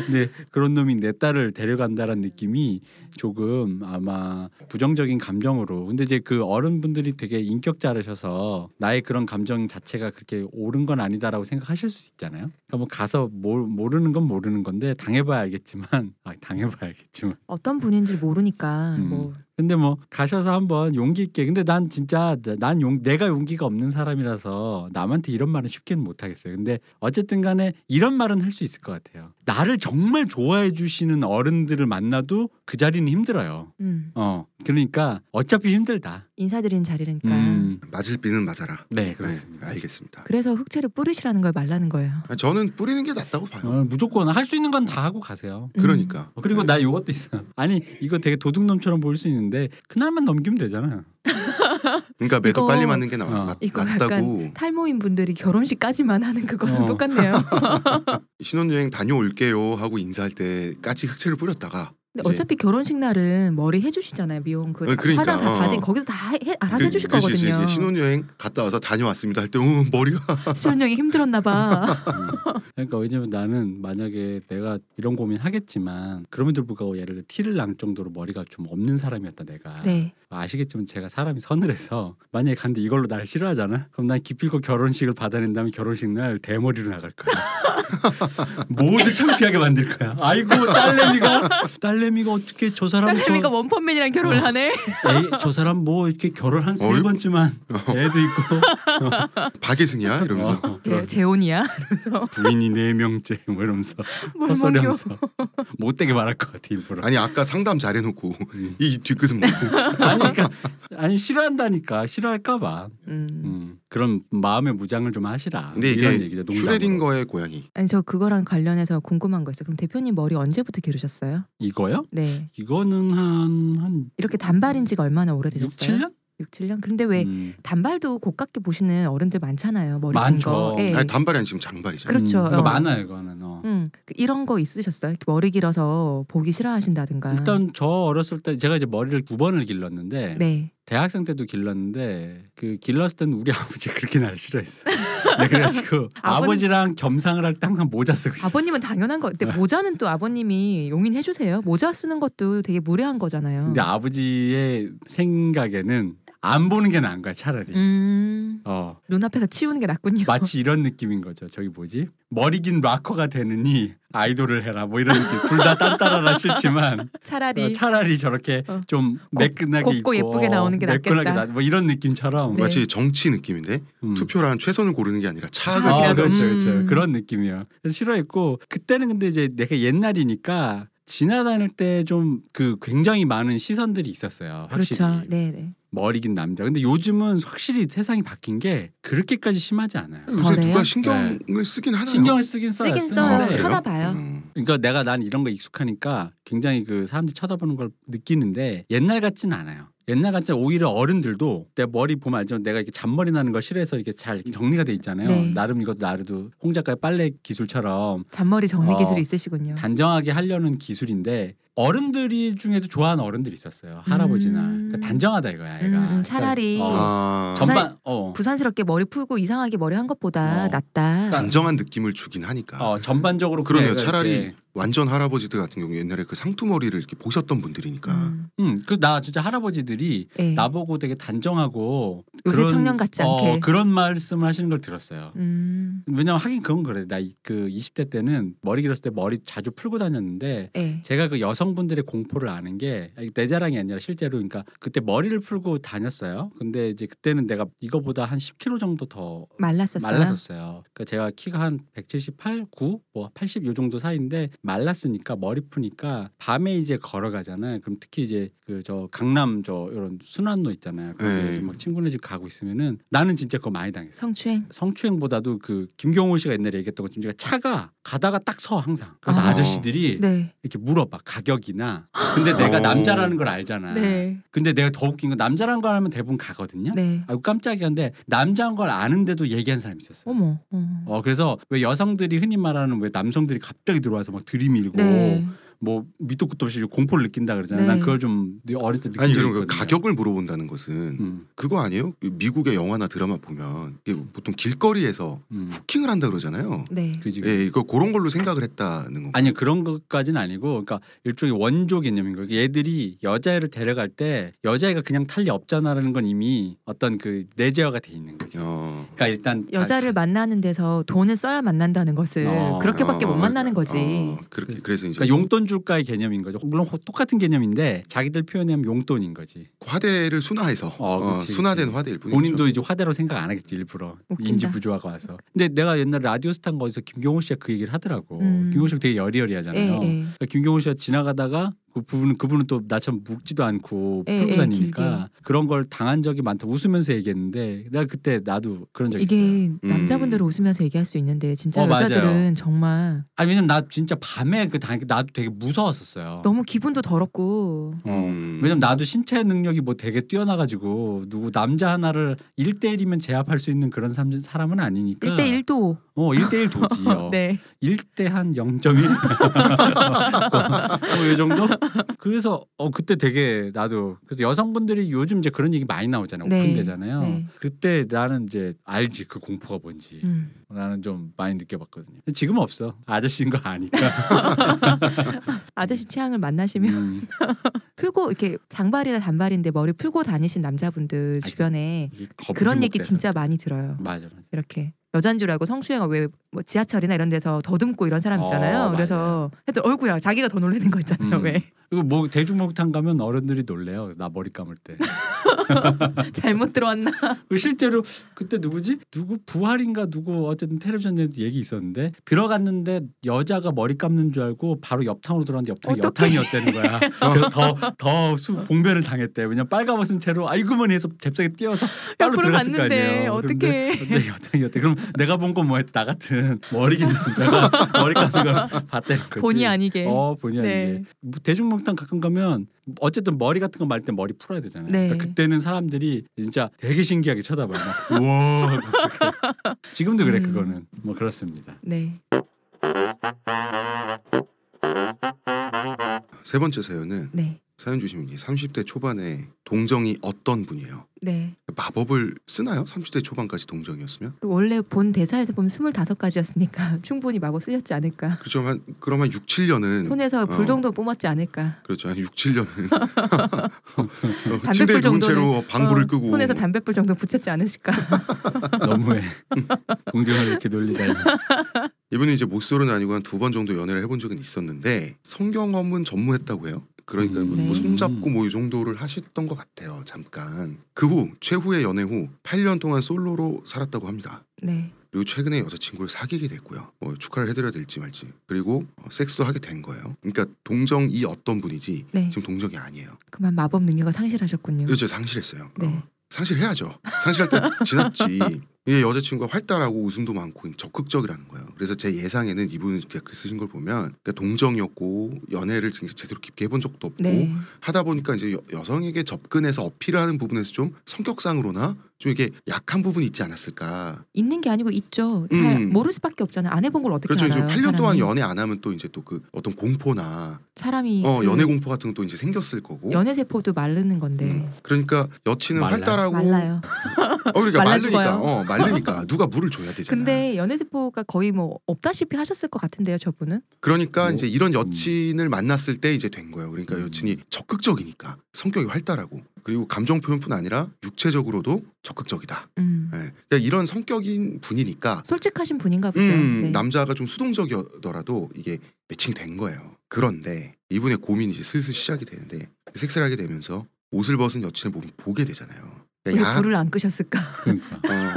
Speaker 2: 근데 그런 놈이 내 딸을 데려간다라는 느낌이 조금 아마 부정적인 감정으로. 근데 이제 그 어른분들이 되게 인격자라셔서 나의 그런 감정 자체가 그렇게 옳은 건 아니다라고 생각하실 수 있잖아요. 그러니까 뭐 가서 모, 모르는 건 모르는 건데 당해봐야 알겠지만 아 당해봐야 알겠지만
Speaker 1: 어떤 분인지 모르니까
Speaker 2: 음.
Speaker 1: 뭐
Speaker 2: 근데 뭐 가셔서 한번 용기 있게 근데 난 진짜 난 용 내가 용기가 없는 사람이라서 남한테 이런 말은 쉽게는 못 하겠어요 근데 어쨌든 간에 이런 말은 할 수 있을 것 같아요 나를 정말 좋아해 주시는 어른들을 만나도 그 자리는 힘들어요
Speaker 1: 음,
Speaker 2: 어 그러니까 어차피 힘들다
Speaker 1: 인사드리는 자리니까.
Speaker 2: 음,
Speaker 3: 맞을 비는 맞아라.
Speaker 2: 네
Speaker 3: 네,
Speaker 2: 그렇습니다
Speaker 3: 알겠습니다.
Speaker 1: 그래서 흑채를 뿌리시라는 거예요, 말라는 거예요.
Speaker 3: 아, 저는 뿌리는 게 낫다고 봐요.
Speaker 2: 어, 무조건 할 수 있는 건 다 하고 가세요
Speaker 1: 음.
Speaker 3: 그러니까.
Speaker 2: 어, 그리고
Speaker 3: 네.
Speaker 2: 나 요것도 있어 아니 이거 되게 도둑놈처럼 보일 수 있는데 그날만 넘기면 되잖아
Speaker 3: 그러니까 매도
Speaker 1: 이거-
Speaker 3: 빨리 맞는 게 나,
Speaker 2: 어.
Speaker 3: 낫,
Speaker 1: 이거
Speaker 3: 낫다고.
Speaker 1: 약간 음, 탈모인 분들이 결혼식까지만 하는 그거랑
Speaker 3: <laughs>
Speaker 2: 어.
Speaker 1: 똑같네요.
Speaker 3: 신혼여행 다녀올게요 하고 인사할 때 까치 흑채를 뿌렸다가
Speaker 1: 근데 어차피 결혼식 날은 머리 해주시잖아요 미용 그
Speaker 3: 네. 어, 그러니까,
Speaker 1: 화장 다
Speaker 3: 어.
Speaker 1: 받은 거기서 다 해, 해- 알아서
Speaker 3: 그-
Speaker 1: 해주실
Speaker 3: 그치, 그치,
Speaker 1: 거거든요. <laughs>
Speaker 3: 그치. 신혼여행 갔다 와서 다녀왔습니다 할 때 어, 머리가
Speaker 1: 수현형이
Speaker 3: <laughs>
Speaker 1: 힘들었나봐.
Speaker 2: 음. <laughs> 그러니까 왜냐면 나는 만약에 내가 이런 고민 하겠지만 그럼에도 불구하고 예를 들어 티를 날 정도로 머리가 좀 없는 사람이었다 내가
Speaker 1: 네.
Speaker 2: 아시겠지만 제가 사람이 서늘해서 만약에 갔는데 이걸로 날 싫어하잖아 그럼 난 기필코 결혼식을 받아낸 다음에 결혼식 날 대머리로 나갈 거야 <laughs> 모두 창피하게 만들 거야 아이고 딸내미가 딸내미가 어떻게 저 사람
Speaker 1: 딸내미가 뭐- 원펀맨이랑 결혼을
Speaker 2: 어. <laughs>
Speaker 1: 하네.
Speaker 2: 저, 에이, 저 사람 뭐 이렇게 결혼 한 세
Speaker 3: 어이.
Speaker 2: 번쯤만 애도 있고
Speaker 3: 박예승이야 이러면서
Speaker 2: 어,
Speaker 1: 네, 재혼이야.
Speaker 2: 부인이 네 명째 뭐 이러면서
Speaker 1: 뭘
Speaker 2: 헛소리하면서
Speaker 1: 먹여.
Speaker 2: <laughs> 못되게 말할 것 같아 일부러
Speaker 3: 아니 아까 상담 잘해놓고
Speaker 2: 음.
Speaker 3: 이 뒤끝은 뭐
Speaker 2: <laughs> 아니 그러니까 아니 싫어한다니까 싫어할까봐
Speaker 1: 음.
Speaker 2: 음, 그런 마음의 무장을 좀 하시라
Speaker 3: 근데
Speaker 2: 이런
Speaker 3: 이게
Speaker 2: 얘기죠 농담으로.
Speaker 3: 슈레딩거의 고양이
Speaker 1: 아니 저 그거랑 관련해서 궁금한 거 있어요. 그럼 대표님 머리 언제부터 기르셨어요?
Speaker 2: 이거요?
Speaker 1: 네.
Speaker 2: 이거는 한한
Speaker 1: 이렇게 단발인 지가 얼마나
Speaker 2: 육
Speaker 1: 오래되셨어요? 네.
Speaker 2: 7년? 음.
Speaker 1: 6, 7년? 근데 왜 단발도 고깝게 보시는 어른들 많잖아요. 머리 긴
Speaker 2: 많죠.
Speaker 1: 거. 예.
Speaker 3: 아니 단발이 아니 지금 장발이잖아
Speaker 1: 그렇- 그렇죠.
Speaker 2: 음, 이거
Speaker 1: 어.
Speaker 2: 많아요 이거는 어.
Speaker 1: 음, 그 이런 거 있으셨어요? 이렇게 머리 길어서 보기 싫어하신다든가.
Speaker 2: 일단 저 어렸을 때 제가 이제 머리를 두 번을 길렀는데
Speaker 1: 네.
Speaker 2: 대학생 때도 길렀는데 그 길렀을 때는 우리 <laughs> 아버지 그렇게 나를 싫어했어. 네, 그래가지고
Speaker 1: 아버님-
Speaker 2: 아버지랑 겸상을 할 때 항상 모자 쓰고 있었어.
Speaker 1: 아버님은 당연한 거.
Speaker 2: 네.
Speaker 1: 근데 모자는 또 아버님이 용인해 주세요. 모자 쓰는 것도 되게 무례한 거잖아요.
Speaker 2: 근데 아버지의 생각에는 안 보는 게 나은 거야 차라리.
Speaker 1: 음.
Speaker 2: 어
Speaker 1: 눈앞에서 치우는 게 낫군요.
Speaker 2: 마치 이런 느낌인 거죠. 저기 뭐지? 머리 긴 락커가 되느니 아이돌을 해라 뭐 이런 느낌. 둘다 딴따라라 싫지만
Speaker 1: <laughs> 차라리
Speaker 2: 어, 차라리 저렇게
Speaker 1: 어.
Speaker 2: 좀
Speaker 1: 곱-
Speaker 2: 매끈하게
Speaker 1: 곱고
Speaker 2: 입고,
Speaker 1: 예쁘게 나오는 게
Speaker 2: 매끈하게
Speaker 1: 낫겠다.
Speaker 2: 나- 뭐 이런 느낌처럼
Speaker 1: 네.
Speaker 3: 마치 정치 느낌인데
Speaker 2: 음.
Speaker 3: 투표란 최선을 고르는 게 아니라 차악을
Speaker 1: 아,
Speaker 2: 아,
Speaker 3: 고르는
Speaker 2: 그렇죠,
Speaker 1: 음.
Speaker 2: 그렇죠. 그런 느낌이에요. 그래서 싫어했고 그때는 근데 이제 내가 옛날이니까 지나다닐 때 좀 그 굉장히 많은 시선들이 있었어요. 확실히
Speaker 1: 그렇죠. 네, 네.
Speaker 2: 머리 긴 남자. 근데 요즘은 확실히 세상이 바뀐 게 그렇게까지 심하지 않아요.
Speaker 1: 네.
Speaker 3: 요새
Speaker 1: 덜해요?
Speaker 3: 누가 신경을
Speaker 2: 네.
Speaker 3: 쓰긴 음. 하나요 아,
Speaker 2: 신경을 쓰긴 써요.
Speaker 1: 쓰긴
Speaker 2: 쓰는데
Speaker 1: 써요.
Speaker 3: 그래요?
Speaker 1: 쳐다봐요.
Speaker 3: 음.
Speaker 2: 그러니까 내가 난 이런 거 익숙하니까 굉장히 그 사람들이 쳐다보는 걸 느끼는데 옛날 같진 않아요. 옛날 같지 오히려 어른들도 내 머리 보면 알죠. 내가 이렇게 잔머리 나는 걸 싫어해서 이렇게 잘 이렇게 정리가 돼 있잖아요.
Speaker 1: 네.
Speaker 2: 나름 이것도 나름도 홍 작가의 빨래 기술처럼
Speaker 1: 잔머리 정리
Speaker 2: 어,
Speaker 1: 기술이 있으시군요.
Speaker 2: 단정하게 하려는 기술인데 어른들이 중에도 좋아하는 어른들이 있었어요. 할아버지나
Speaker 1: 음.
Speaker 2: 그러니까 단정하다 이거야.
Speaker 1: 음,
Speaker 2: 얘가
Speaker 1: 음, 차라리
Speaker 2: 그러니까, 어,
Speaker 3: 아,
Speaker 1: 전반-
Speaker 2: 전반 어,
Speaker 1: 부산스럽게 머리 풀고 이상하게 머리 한 것보다
Speaker 2: 어.
Speaker 1: 낫다.
Speaker 3: 안정한 느낌을 주긴 하니까
Speaker 2: 어, 전반적으로
Speaker 3: 아. 그러네요.
Speaker 2: 그냥
Speaker 3: 차라리
Speaker 2: 이렇게
Speaker 3: 완전 할아버지들 같은 경우 옛날에 그 상투머리를 이렇게 보셨던 분들이니까
Speaker 1: 음,
Speaker 2: 음, 그 나 진짜 할아버지들이
Speaker 1: 예.
Speaker 2: 나보고 되게 단정하고
Speaker 1: 요새 청년 같지 않게.
Speaker 2: 어, 그런 말씀을 하시는 걸 들었어요.
Speaker 1: 음.
Speaker 2: 왜냐면 하긴 그건 그래. 나 그 20대 때는 머리 길었을 때 머리 자주 풀고 다녔는데
Speaker 1: 예.
Speaker 2: 제가 그 여성분들의 공포를 아는 게 내 자랑이 아니라 실제로 그러니까 그때 머리를 풀고 다녔어요. 근데 이제 그때는 내가 이거보다 한 10kg 정도 더
Speaker 1: 말랐었어요.
Speaker 2: 말랐었어요. 그러니까 제가 키가 한 178, 9, 뭐80 요 정도 사이인데 말랐으니까 머리 푸니까 밤에 이제 걸어가잖아요. 그럼 특히 이제 그 저 강남 저 이런 순환로 있잖아요.
Speaker 3: 네.
Speaker 2: 거기 막 친구네 집 가고 있으면은 나는 진짜 그거 많이 당했어요.
Speaker 1: 성추행.
Speaker 2: 성추행보다도 그 김경호 씨가 옛날에 얘기했던 것처럼 제가 차가 가다가 딱 서 항상 그래서
Speaker 1: 아.
Speaker 2: 아. 저씨들이
Speaker 1: 네.
Speaker 2: 이렇게 물어봐 가격이나 근데 내가
Speaker 3: 어.
Speaker 2: 남자라는 걸 알잖아
Speaker 1: 네.
Speaker 2: 근데 내가 더 웃긴 건 남자라는 걸 알면 대부분 가거든요
Speaker 1: 네.
Speaker 2: 아유 깜짝이야 근데 남자인 걸 아는데도 얘기한 사람이 있었어요
Speaker 1: 어머. 어.
Speaker 2: 어 그래서 왜 여성들이 흔히 말하는 왜 남성들이 갑자기 들어와서 막 들이밀고
Speaker 1: 네.
Speaker 2: 뭐 밑도 끝도 없이 공포를 느낀다 그러잖아
Speaker 1: 네.
Speaker 2: 난 그걸 좀 어릴 때
Speaker 3: 아니
Speaker 2: 느끼고
Speaker 3: 저는 그
Speaker 2: 있거든요.
Speaker 3: 가격을 물어본다는 것은
Speaker 2: 음,
Speaker 3: 그거 아니에요? 미국의 영화나 드라마 보면 이게 보통 길거리에서
Speaker 2: 음.
Speaker 3: 후킹을 한다 그러잖아요.
Speaker 1: 네.
Speaker 2: 그지 그지.
Speaker 3: 예, 이거 그런 걸로 생각을 했다는 거.
Speaker 2: 아니 그런 것까지는 아니고 그러니까 일종의 원조 개념인 거예요. 얘들이 여자애를 데려갈 때 여자애가 그냥 탈리 없잖아라는 건 이미 어떤 그 내재화가 돼 있는 거죠.
Speaker 3: 어.
Speaker 2: 그러니까 일단
Speaker 1: 여자를 만나는 데서 돈을 써야 만난다는 것을
Speaker 2: 어.
Speaker 1: 그렇게밖에 못
Speaker 3: 어,
Speaker 1: 만나는 거지.
Speaker 3: 어, 그렇게 그래서 이제
Speaker 2: 그러니까 용돈 줄까의 개념인 거죠. 물론 호- 똑같은 개념인데 자기들 표현하면 용돈인 거지.
Speaker 3: 화대를 순화해서
Speaker 2: 어,
Speaker 3: 어,
Speaker 2: 그치,
Speaker 3: 순화된
Speaker 2: 그치.
Speaker 3: 화대일 뿐이죠.
Speaker 2: 본인도 이제 화대로 생각 안 하겠지 일부러
Speaker 1: 웃긴다.
Speaker 2: 인지 부조화가 와서. 근데 내가 옛날에 라디오스타인 거기서 김경호 씨가 그 얘기를 하더라고.
Speaker 1: 음.
Speaker 2: 김경호 씨가 되게
Speaker 1: 예,
Speaker 2: 여리여리하잖아요.
Speaker 1: 예.
Speaker 2: 그러니까 김경호 씨가 지나가다가 그 부분은 그분은 또 나처럼 묵지도 않고
Speaker 1: 예,
Speaker 2: 풀고
Speaker 1: 예,
Speaker 2: 다니니까 그런 걸 당한 적이 많다 웃으면서 얘기했는데 내가 그때 나도 그런 적이 있어요. 음.
Speaker 1: 이게 남자분들은 웃으면서 얘기할 수 있는데 진짜
Speaker 2: 어, 맞아요.
Speaker 1: 여자들은 정말
Speaker 2: 아니 왜냐면 나 진짜 밤에 그 당해 나도 되게 무서웠었어요.
Speaker 1: 너무 기분도 더럽고
Speaker 3: 음.
Speaker 2: 어, 왜냐면 나도 신체 능력이 뭐 되게 뛰어나가지고 누구 남자 하나를 1대1이면 제압할 수 있는 그런 삼- 사람은 아니니까
Speaker 1: 일 대일도
Speaker 2: 어 1대1 도지요.
Speaker 1: <laughs> 네.
Speaker 2: 1대 한 0.1? 어, 이 정도? 그래서 어 그때 되게 나도 그래서 여성분들이 요즘 이제 그런 얘기 많이 나오잖아요.
Speaker 1: 네.
Speaker 2: 오픈되잖아요.
Speaker 1: 네.
Speaker 2: 그때 나는 이제 알지 그 공포가 뭔지.
Speaker 1: 음.
Speaker 2: 나는 좀 많이 느껴봤거든요. 지금은 없어. 아저씨인 거 아니까.
Speaker 1: <laughs> 아저씨 취향을 만나시면
Speaker 2: 음,
Speaker 1: 풀고 이렇게 장발이나 단발인데 머리 풀고 다니신 남자분들
Speaker 2: 아이고.
Speaker 1: 주변에
Speaker 2: 이게 거북이
Speaker 1: 그런 얘기
Speaker 2: 목대서.
Speaker 1: 진짜 많이 들어요.
Speaker 2: 맞아 맞아.
Speaker 1: 이렇게 여잔 줄 알고 성추행을 왜뭐 지하철이나 이런 데서 더듬고 이런 사람 있잖아요.
Speaker 2: 어,
Speaker 1: 그래서 하여튼 얼굴야 자기가 더 놀라는 거 있잖아요.
Speaker 2: 음.
Speaker 1: 왜
Speaker 2: 그리고 뭐 대중목욕탕 가면 어른들이 놀래요. 나 머리 감을 때.
Speaker 1: 잘못
Speaker 2: <laughs>
Speaker 1: 들어왔나?
Speaker 2: 그리고 실제로 그때 누구지? 누구 부활인가 누구 어쨌든 텔레비전에도 얘기 있었는데 들어갔는데 여자가 머리 감는 줄 알고 바로 옆탕으로 들어갔는데 옆탕이
Speaker 1: <laughs> 어떡해.
Speaker 2: 여탕이었다는 거야. 그래서 더더 수 봉변을 당했대. 왜냐면 빨가벗은 채로 아이고머니 해서 잽싸게 뛰어서 빨로
Speaker 1: 옆으로
Speaker 2: 들어갔을
Speaker 1: 갔는데
Speaker 2: 거 아니에요.
Speaker 1: 어떡해.
Speaker 2: 근데, 근데 여탕이었대. 그럼 내가 본 건 뭐야? 나 같은 머리 긴 남자가 <laughs> 머리 감는 걸 봤다는 거지.
Speaker 1: 본의 아니게.
Speaker 2: 어 본의
Speaker 1: 네.
Speaker 2: 아니게 뭐 대중목탕 가끔 가면 어쨌든 머리 같은 거 말 때 머리 풀어야 되잖아요.
Speaker 1: 네.
Speaker 2: 그때는 사람들이 진짜 되게 신기하게 쳐다봐요. 막, 우와. 막 이렇게. 지금도 그래
Speaker 1: 음.
Speaker 2: 그거는 뭐 그렇습니다.
Speaker 1: 네.
Speaker 3: 세 번째 사연은
Speaker 1: 네.
Speaker 3: 사연 주신 분이 30대 초반에 동정이 어떤 분이에요?
Speaker 1: 네.
Speaker 3: 마법을 쓰나요? 30대 초반까지 동정이었으면?
Speaker 1: 그 원래 본 대사에서 보면 25가지였으니까 <laughs> 충분히 마법 쓸렸지 않을까.
Speaker 3: 그렇죠. 한 그럼 한 6, 7년은
Speaker 1: 손에서 불정도 뿜었지 않을까.
Speaker 3: 그렇죠. 한 6, 7년은
Speaker 1: 담뱃불
Speaker 3: 침대에 누운 채로
Speaker 1: 정도는
Speaker 3: 방구를
Speaker 1: 어,
Speaker 3: 끄고
Speaker 1: 손에서 담뱃불 정도 붙였지 않으실까.
Speaker 3: <laughs>
Speaker 2: 너무해. <laughs> 동정을 이렇게 놀리다니.
Speaker 3: 이분이 이제 목소리는 아니고 한 두 번 정도 연애를 해본 적은 있었는데 성경험은 전무했다고 해요. 그러니까
Speaker 2: 음.
Speaker 3: 뭐
Speaker 1: 네.
Speaker 3: 손잡고 뭐 이 정도를 하셨던 것 같아요. 잠깐 그 후 최후의 연애 후 8년 동안 솔로로 살았다고 합니다.
Speaker 1: 네.
Speaker 3: 그리고 최근에 여자친구를 사귀게 됐고요. 뭐 축하를 해드려야 될지 말지. 그리고 어, 섹스도 하게 된 거예요. 그러니까 동정이 어떤 분이지
Speaker 1: 네.
Speaker 3: 지금 동정이 아니에요.
Speaker 1: 그만 마법 능력을 상실하셨군요.
Speaker 3: 그래서 제가 상실했어요.
Speaker 1: 네.
Speaker 3: 어, 상실해야죠. 상실할 때 지났지. 이 여자친구가 활달하고 웃음도 많고 적극적이라는 거예요. 그래서 제 예상에는 이분이 이렇게 글 쓰신 걸 보면 그러니까 동정이었고 연애를 진짜 제대로 깊게 해본 적도 없고
Speaker 1: 네.
Speaker 3: 하다 보니까 이제 여, 성에게 접근해서 어필을 하는 부분에서 좀 성격상으로나 좀 이게 약한 부분이 있지 않았을까.
Speaker 1: 있는 게 아니고 있죠. 잘
Speaker 3: 음.
Speaker 1: 모를 수밖에 없잖아요. 안 해본 걸 어떻게
Speaker 3: 그렇죠. 이제
Speaker 1: 알아요?
Speaker 3: 8년 동안
Speaker 1: 사람이.
Speaker 3: 연애 안 하면 또 이제 또 그 어떤 공포나
Speaker 1: 사람이
Speaker 3: 어,
Speaker 1: 그
Speaker 3: 연애 공포 같은 것도 이제 생겼을 거고.
Speaker 1: 연애 세포도 마르는 건데
Speaker 3: 음. 그러니까 여친은
Speaker 2: 말라요?
Speaker 3: 활달하고
Speaker 1: 말라요.
Speaker 3: 어, 그러니까
Speaker 1: 말라
Speaker 3: 말르니까
Speaker 1: 죽어요.
Speaker 3: 어, 말르니까 누가 물을 줘야 되잖아.
Speaker 1: 근데 연애 세포가 거의 뭐 없다시피 하셨을 것 같은데요, 저분은.
Speaker 3: 그러니까
Speaker 2: 뭐,
Speaker 3: 이제 이런 여친을 만났을 때 이제 된 거예요. 그러니까
Speaker 2: 음.
Speaker 3: 여친이 적극적이니까 성격이 활달하고 그리고 감정 표현뿐 아니라 육체적으로도 적극적이다.
Speaker 1: 음.
Speaker 3: 예. 그러니까 이런 성격인 분이니까
Speaker 1: 솔직하신 분인가 보죠.
Speaker 3: 음,
Speaker 1: 네.
Speaker 3: 남자가 좀 수동적이더라도 이게 매칭이 된 거예요. 그런데 이분의 고민이 이제 슬슬 시작이 되는데 섹스하게 를 되면서 옷을 벗은 여친의 몸을 보게 되잖아요. 그러니까
Speaker 1: 왜
Speaker 3: 야,
Speaker 1: 불을 안 끄셨을까?
Speaker 2: 그러니까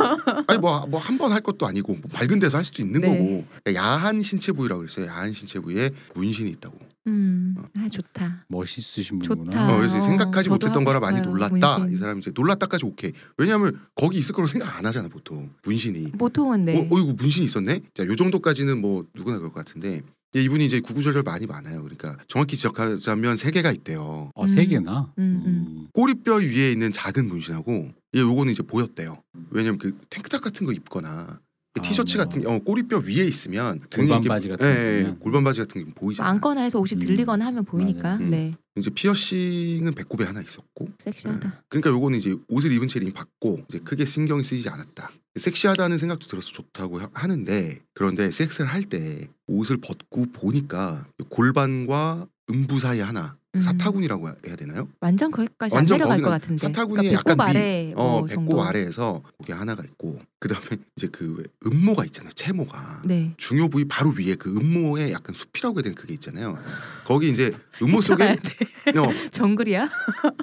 Speaker 3: 어, 아니 뭐 뭐 한 번 할 것도 아니고 뭐 밝은 데서 할 수도 있는
Speaker 1: 네.
Speaker 3: 거고 그러니까 야한 신체 부위라고 그랬어요. 야한 신체 부위에 문신이 있다고.
Speaker 1: 음, 아 좋다.
Speaker 2: 멋있으신
Speaker 1: 좋다.
Speaker 2: 분이구나.
Speaker 3: 어, 그래서
Speaker 1: 아,
Speaker 3: 생각하지
Speaker 1: 저도
Speaker 3: 못했던 거라
Speaker 1: 하고
Speaker 3: 많이
Speaker 1: 싶어요,
Speaker 3: 놀랐다.
Speaker 1: 문신.
Speaker 3: 이 사람 이제 놀랐다까지 오케이. 왜냐하면 거기 있을 거라고 생각 안 하잖아 보통 문신이.
Speaker 1: 보통은
Speaker 3: 어,
Speaker 1: 네.
Speaker 3: 어이구 문신이 있었네. 자, 요 정도까지는 뭐 누구나 그럴 것 같은데 예, 이제 이분이 이제 구구절절 많이 많아요. 그러니까 정확히 지적하자면 세 개가 있대요.
Speaker 2: 어, 세
Speaker 1: 음.
Speaker 2: 개나.
Speaker 1: 음,
Speaker 2: 음.
Speaker 3: 꼬리뼈 위에 있는 작은 문신하고 이 요거는 이제 보였대요. 왜냐면 그 탱크탑 같은 거 입거나 그
Speaker 2: 아,
Speaker 3: 티셔츠
Speaker 2: 뭐.
Speaker 3: 같은 게 어, 꼬리뼈 위에 있으면 등에
Speaker 2: 골반
Speaker 3: 이렇게-
Speaker 2: 바지 같은
Speaker 3: 예,
Speaker 2: 거
Speaker 3: 예,
Speaker 2: 보면.
Speaker 3: 골반 바지 같은 게 보이잖아요.
Speaker 1: 안거나 해서 옷이
Speaker 2: 음.
Speaker 1: 들리거나 하면 보이니까
Speaker 3: 맞아요. 음.
Speaker 1: 네
Speaker 3: 이제 피어싱은 배꼽에 하나 있었고
Speaker 1: 섹시하다.
Speaker 3: 그러니까 요거는 이제 옷을 입은 채 이미 받고 이제 크게 신경 쓰이지 않았다. 섹시하다는 생각도 들어서 좋다고 하- 하는데 그런데 섹스를 할 때 옷을 벗고 보니까 골반과 음부 사이 하나
Speaker 1: 음.
Speaker 3: 사타구니라고 해야 되나요?
Speaker 1: 완전 거기까지 안
Speaker 3: 완전
Speaker 1: 내려갈
Speaker 3: 거기는
Speaker 1: 것 같은데.
Speaker 3: 사타구니에
Speaker 1: 그러니까 배꼽
Speaker 3: 약간 위.
Speaker 1: 아래
Speaker 3: 어
Speaker 1: 뭐
Speaker 3: 배꼽
Speaker 1: 정도.
Speaker 3: 아래에서 거기 하나가 있고 그 다음에 <laughs> 이제 그 왜 음모가 있잖아요 채모가
Speaker 1: 네.
Speaker 3: 중요 부위 바로 위에 그 음모에 약간 숲이라고 해야 되는 그게 있잖아요 거기
Speaker 1: <laughs>
Speaker 3: 이제
Speaker 1: 가야
Speaker 3: 음모 뭐 속에
Speaker 1: 돼.
Speaker 3: 어,
Speaker 1: <laughs> 정글이야?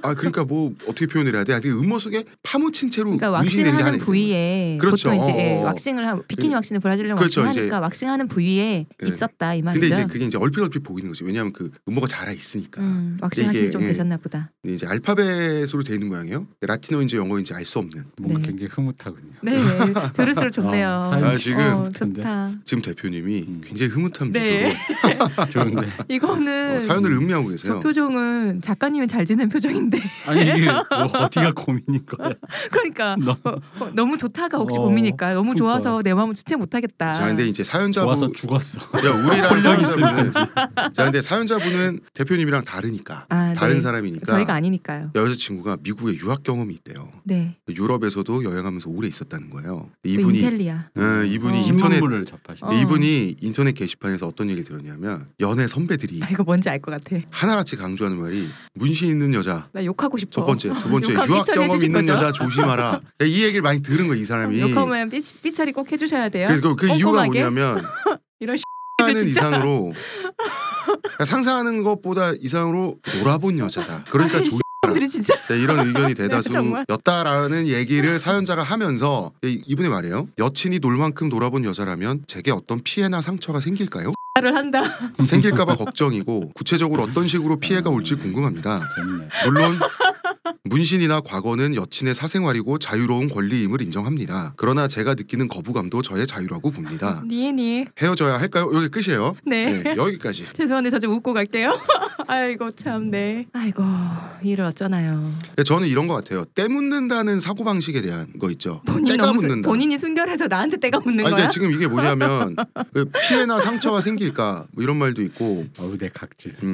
Speaker 3: 아 그러니까 뭐 어떻게 표현을 해야 돼? 하여튼 음모 속에 파묻힌 채로
Speaker 1: 그러니까
Speaker 3: 문신된 게 음, 하나
Speaker 1: 왁싱하는
Speaker 3: 있는
Speaker 1: 부위에
Speaker 3: 그렇죠.
Speaker 1: 보통 이제 예,
Speaker 3: 어, 어.
Speaker 1: 왁싱을 하, 비키니
Speaker 3: 그-
Speaker 1: 왁싱을 브라질리언
Speaker 3: 그렇죠,
Speaker 1: 왁싱 하니까 왁싱하는 부위에
Speaker 3: 네.
Speaker 1: 있었다 이 말이죠.
Speaker 3: 근데 이제 그게 이제 얼핏 얼핏 보이는 거지. 왜냐하면 그 음모가 자라 있으니까.
Speaker 1: 음, 왁싱하신
Speaker 3: 이게,
Speaker 1: 좀
Speaker 3: 예.
Speaker 1: 되셨나 보다.
Speaker 3: 근데 이제 알파벳으로 돼 있는 모양이에요. 라틴어인지 영어인지 알 수 없는.
Speaker 2: 뭔가
Speaker 1: 네.
Speaker 2: 굉장히 흐뭇하군요.
Speaker 1: 네, 들을수록 좋네요.
Speaker 2: 아, 사연이
Speaker 3: 아, 지금
Speaker 1: 어,
Speaker 2: 좋던데.
Speaker 1: 좋다.
Speaker 3: 지금 대표님이
Speaker 2: 음.
Speaker 3: 굉장히 흐뭇한
Speaker 1: 네.
Speaker 3: 미소로
Speaker 2: <laughs> 좋은데.
Speaker 1: 이거는
Speaker 3: 어, 사연을 음미하고 계세요.
Speaker 1: 저 표정은 작가님이 잘 지낸 표정인데 <laughs>
Speaker 2: 아니 이게 뭐 어디가 고민인
Speaker 3: <laughs>
Speaker 2: 거야?
Speaker 1: 그러니까
Speaker 2: 너
Speaker 1: 어, 너무 좋다가 혹시
Speaker 2: 어,
Speaker 1: 고민일까 너무
Speaker 2: 그러니까.
Speaker 1: 좋아서 내 마음은 주체 못하겠다.
Speaker 3: 자, 근데 이제
Speaker 2: 좋아서
Speaker 3: 사연자분,
Speaker 2: 죽었어.
Speaker 3: 야
Speaker 2: <laughs>
Speaker 3: 우리랑
Speaker 2: 혼자
Speaker 3: 사연자분은, 자, 근데 사연자분은 대표님이랑 다르니까,
Speaker 1: 아,
Speaker 3: 다른
Speaker 1: 네.
Speaker 3: 사람이니까
Speaker 1: 저희가 아니니까요.
Speaker 3: 여자친구가 미국에 유학 경험이 있대요.
Speaker 1: 네,
Speaker 3: 유럽에서도 여행하면서 오래 있었다는 거예요.
Speaker 1: 또
Speaker 3: 이분이,
Speaker 1: 그 인텔리아.
Speaker 3: 어, 이분이
Speaker 1: 어.
Speaker 3: 인터넷
Speaker 2: 신문물을 접하시네.
Speaker 1: 어.
Speaker 3: 근데 이분이 인터넷 게시판에서 어떤 얘기 들었냐면 연애
Speaker 1: <laughs>
Speaker 3: 선배들이
Speaker 1: 나 이거 뭔지 알 것 같아.
Speaker 3: 하나같이 강조하는 말이 문신 있는 여자
Speaker 1: 나 욕하고 싶어.
Speaker 3: 첫 번째 두 번째
Speaker 1: 욕하기
Speaker 3: 유학
Speaker 1: 전에
Speaker 3: 경험
Speaker 1: 해주신
Speaker 3: 있는
Speaker 1: 거죠? 어,
Speaker 3: 여자 조심하라 이 얘기를 많이 들은 거이 야 사람이
Speaker 1: 욕하면 삐, 삐처리 꼭 해주셔야 돼요.
Speaker 3: 그래서 그, 그 이유가
Speaker 1: 꼼꼼하게? <laughs>
Speaker 3: 뭐냐면
Speaker 1: 이런
Speaker 3: 하는
Speaker 1: 진짜.
Speaker 3: 이상으로 그러니까 상상하는 것보다 이상으로 놀아본 여자다 그러니까
Speaker 1: 아니,
Speaker 3: 조
Speaker 1: X들이 진짜 <laughs>
Speaker 3: 자, 이런 의견이
Speaker 1: 정말.
Speaker 3: 대다수였다라는 얘기를 사연자가 하면서 이- 이분의 말이에요 여친이 놀 만큼 놀아본 여자라면 제게 어떤 피해나 상처가 생길까요?
Speaker 1: 말을 한다.
Speaker 2: <laughs>
Speaker 3: 생길까봐 걱정이고 구체적으로 어떤 식으로 피해가 올지 궁금합니다.
Speaker 2: 재밌네.
Speaker 3: 물론 문신이나 과거는 여친의 사생활이고 자유로운 권리임을 인정합니다. 그러나 제가 느끼는 거부감도 저의 자유라고 봅니다.
Speaker 1: 니니.
Speaker 3: 헤어져야 할까요? 여기 끝이에요.
Speaker 1: 네.
Speaker 3: 네, 여기까지.
Speaker 1: 죄송한데 저 좀 웃고 갈게요. <laughs> 아이고 참 네. 아이고 일을 어쩌나요.
Speaker 3: 근데 네, 저는 이런 것 같아요. 때 묻는다는 사고 방식에 대한 거 있죠.
Speaker 1: 본인
Speaker 3: 때가
Speaker 1: 너무 수-
Speaker 3: 묻는다.
Speaker 1: 본인이 순결해서 나한테 때가 묻는
Speaker 3: 아니,
Speaker 1: 거야?
Speaker 3: 근데 지금 이게 뭐냐면 그 피해나 상처가 생길까 뭐 이런 말도 있고
Speaker 2: 어우 내 각질.
Speaker 3: 음.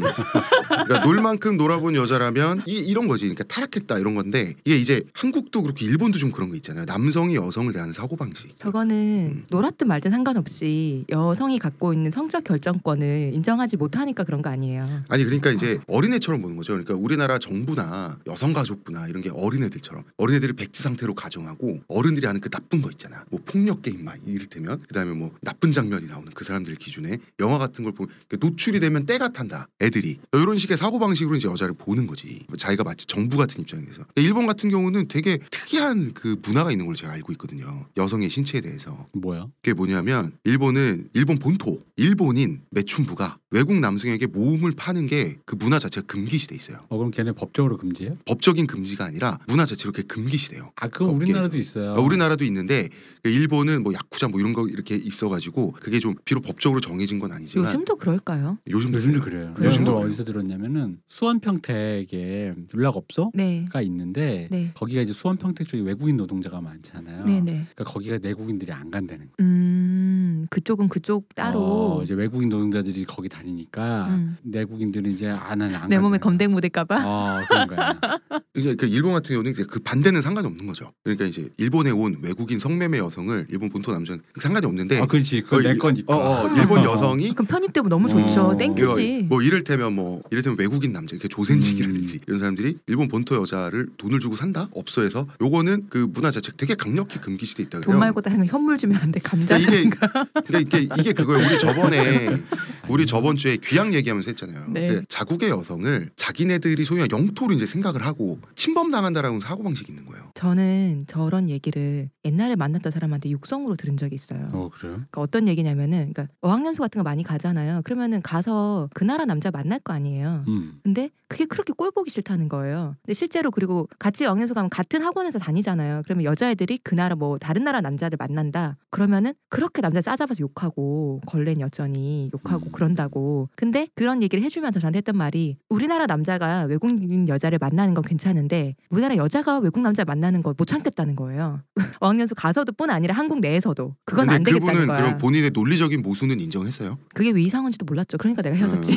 Speaker 3: 그러니까 놀 만큼 놀아본 여자라면 이, 이런 거지. 그러니까 타락했다 이런 건데 이게 이제 한국도 그렇고 일본도 좀 그런 거 있잖아요. 남성이 여성을 대하는 사고 방식.
Speaker 1: 저거는
Speaker 3: 음.
Speaker 1: 놀았든 말든 상관없이 여성이 갖고 있는 성적 결정권을 인정하지 못하니까 그런 거 아니에요.
Speaker 3: 아니 그러니까 이제 어린애처럼 보는 거죠. 그러니까 우리나라 정부나 여성가족부나 이런 게 어린애들처럼 어린애들을 백지 상태로 가정하고 어른들이 하는 그 나쁜 거 있잖아. 뭐 폭력 게임 막 이를테면 그다음에 뭐 나쁜 장면이 나오는 그 사람들 기준에 영화 같은 걸 보면 그러니까 노출이 되면 때가 탄다. 애들이 이런 식의 사고 방식으로 이제 여자를 보는 거지. 자기가 마치 정부 같은 입장에서. 근데 일본 같은 경우는 되게 특이한 그 문화가 있는 걸 제가 알고 있거든요. 여성의 신체에 대해서.
Speaker 2: 뭐야?
Speaker 3: 그게 뭐냐면 일본은 일본 본토 일본인 매춘부가 외국 남성에게 모음을 파는 게 그 문화 자체가 금기시돼 있어요.
Speaker 2: 어 그럼 걔네 법적으로 금지해요?
Speaker 3: 법적인 금지가 아니라 문화 자체로 이렇게 금기시돼요.
Speaker 2: 아 그건
Speaker 3: 업계에서.
Speaker 2: 우리나라도 있어요.
Speaker 1: 아.
Speaker 3: 그러니까 우리나라도 있는데 그 일본은 뭐 야쿠자 뭐 이런 거 이렇게 있어가지고 그게 좀 비록 법적으로 정해진 건 아니지만
Speaker 1: 요즘도 그럴까요?
Speaker 3: 요즘도
Speaker 2: 요즘도
Speaker 3: 그래요.
Speaker 2: 그래요.
Speaker 1: 그래요?
Speaker 2: 요즘도
Speaker 3: 그래요?
Speaker 2: 어디서 들었냐면은 수원평택에 연락 없어?
Speaker 1: 네.
Speaker 2: 가 있는데
Speaker 1: 네.
Speaker 2: 거기가 이제 수원평택 쪽에 외국인 노동자가 많잖아요.
Speaker 1: 네네.
Speaker 2: 그러니까 거기가 내국인들이 안 간다는 거예요.
Speaker 1: 음 그쪽은 그쪽 따로
Speaker 2: 어, 이제 외국인 노동자들이 거기 다니니까
Speaker 1: 음.
Speaker 2: 내국인들은 이제 아, 안안
Speaker 1: 내 몸에 검댕
Speaker 3: 어,
Speaker 1: 묻을까봐.
Speaker 2: 아 그런
Speaker 3: <laughs>
Speaker 2: 거야.
Speaker 3: 그러니까 일본 같은 경우는 이제 그 반대는 상관이 없는 거죠. 그러니까 이제 일본에 온 외국인 성매매 여성을 일본 본토 남자는 상관이 없는데
Speaker 2: 아 그렇지. 그건
Speaker 3: 어,
Speaker 2: 내
Speaker 3: 이-
Speaker 2: 거니까.
Speaker 3: 어, 어, 일본 여성이
Speaker 1: 그럼 편입되면 너무 좋죠.
Speaker 2: 어.
Speaker 1: 땡큐지.
Speaker 3: 이거 뭐 이를테면 뭐 이를테면 외국인 남자 이렇게 조센직이라든지
Speaker 2: 음.
Speaker 3: 이런 사람들이 일본 본토 여자를 돈을 주고 산다 업소에서 요거는 그 문화 자체 되게 강력히 금기시돼 있다 그래요.
Speaker 1: 돈 말고 다른 거 현물 주면 안 돼.
Speaker 3: 그러니까 이게
Speaker 1: 감자든가.
Speaker 3: 그러니까 이게 이게 그거예요. 우리
Speaker 1: <laughs>
Speaker 3: 저번에 우리 저번 주에 귀향 얘기하면서 했잖아요.
Speaker 1: 네.
Speaker 3: 근데 자국의 여성을 자기네들이 소위 영토로 이제 생각을 하고 침범당한다라는 사고 방식이 있는 거예요.
Speaker 1: 저는 저런 얘기를 옛날에 만났던 사람한테 육성으로 들은 적이 있어요.
Speaker 2: 어 그래요?
Speaker 1: 그러니까 어떤 얘기냐면은 그러니까 어학연수 같은 거 많이 가잖아요. 그러면은 가서 그 나라 남자 만날 거 아니에요.
Speaker 2: 음.
Speaker 1: 근데 그게 그렇게 꼴 보기 싫다는 거예요. 근데 실제로 그리고 같이 어학연수 가면 같은 학원에서 다니잖아요. 그러면 여자애들이 그 나라 뭐 다른 나라 남자를 만난다. 그러면은 그렇게 남자 싸잡아서 욕하고 걸렌 여전히 욕하고
Speaker 2: 음.
Speaker 1: 그런다고. 근데 그런 얘기를 해주면서 저한테 했던 말이 우리나라 남자가 외국인 여자를 만나는 건 괜찮은데 우리나라 여자가 외국 남자 만나는 거 못 참겠다는 거예요. <laughs> 어학연수 가서도뿐 아니라 한국 내에서도 그건
Speaker 3: 근데
Speaker 1: 안 되겠다는
Speaker 3: 그분은
Speaker 1: 거야.
Speaker 3: 그럼 본인의 논리적인 모순은 인정했어요.
Speaker 1: 그게 왜 이상한지도 몰랐죠. 그러니까 내가
Speaker 3: 음.
Speaker 1: 헤어졌지.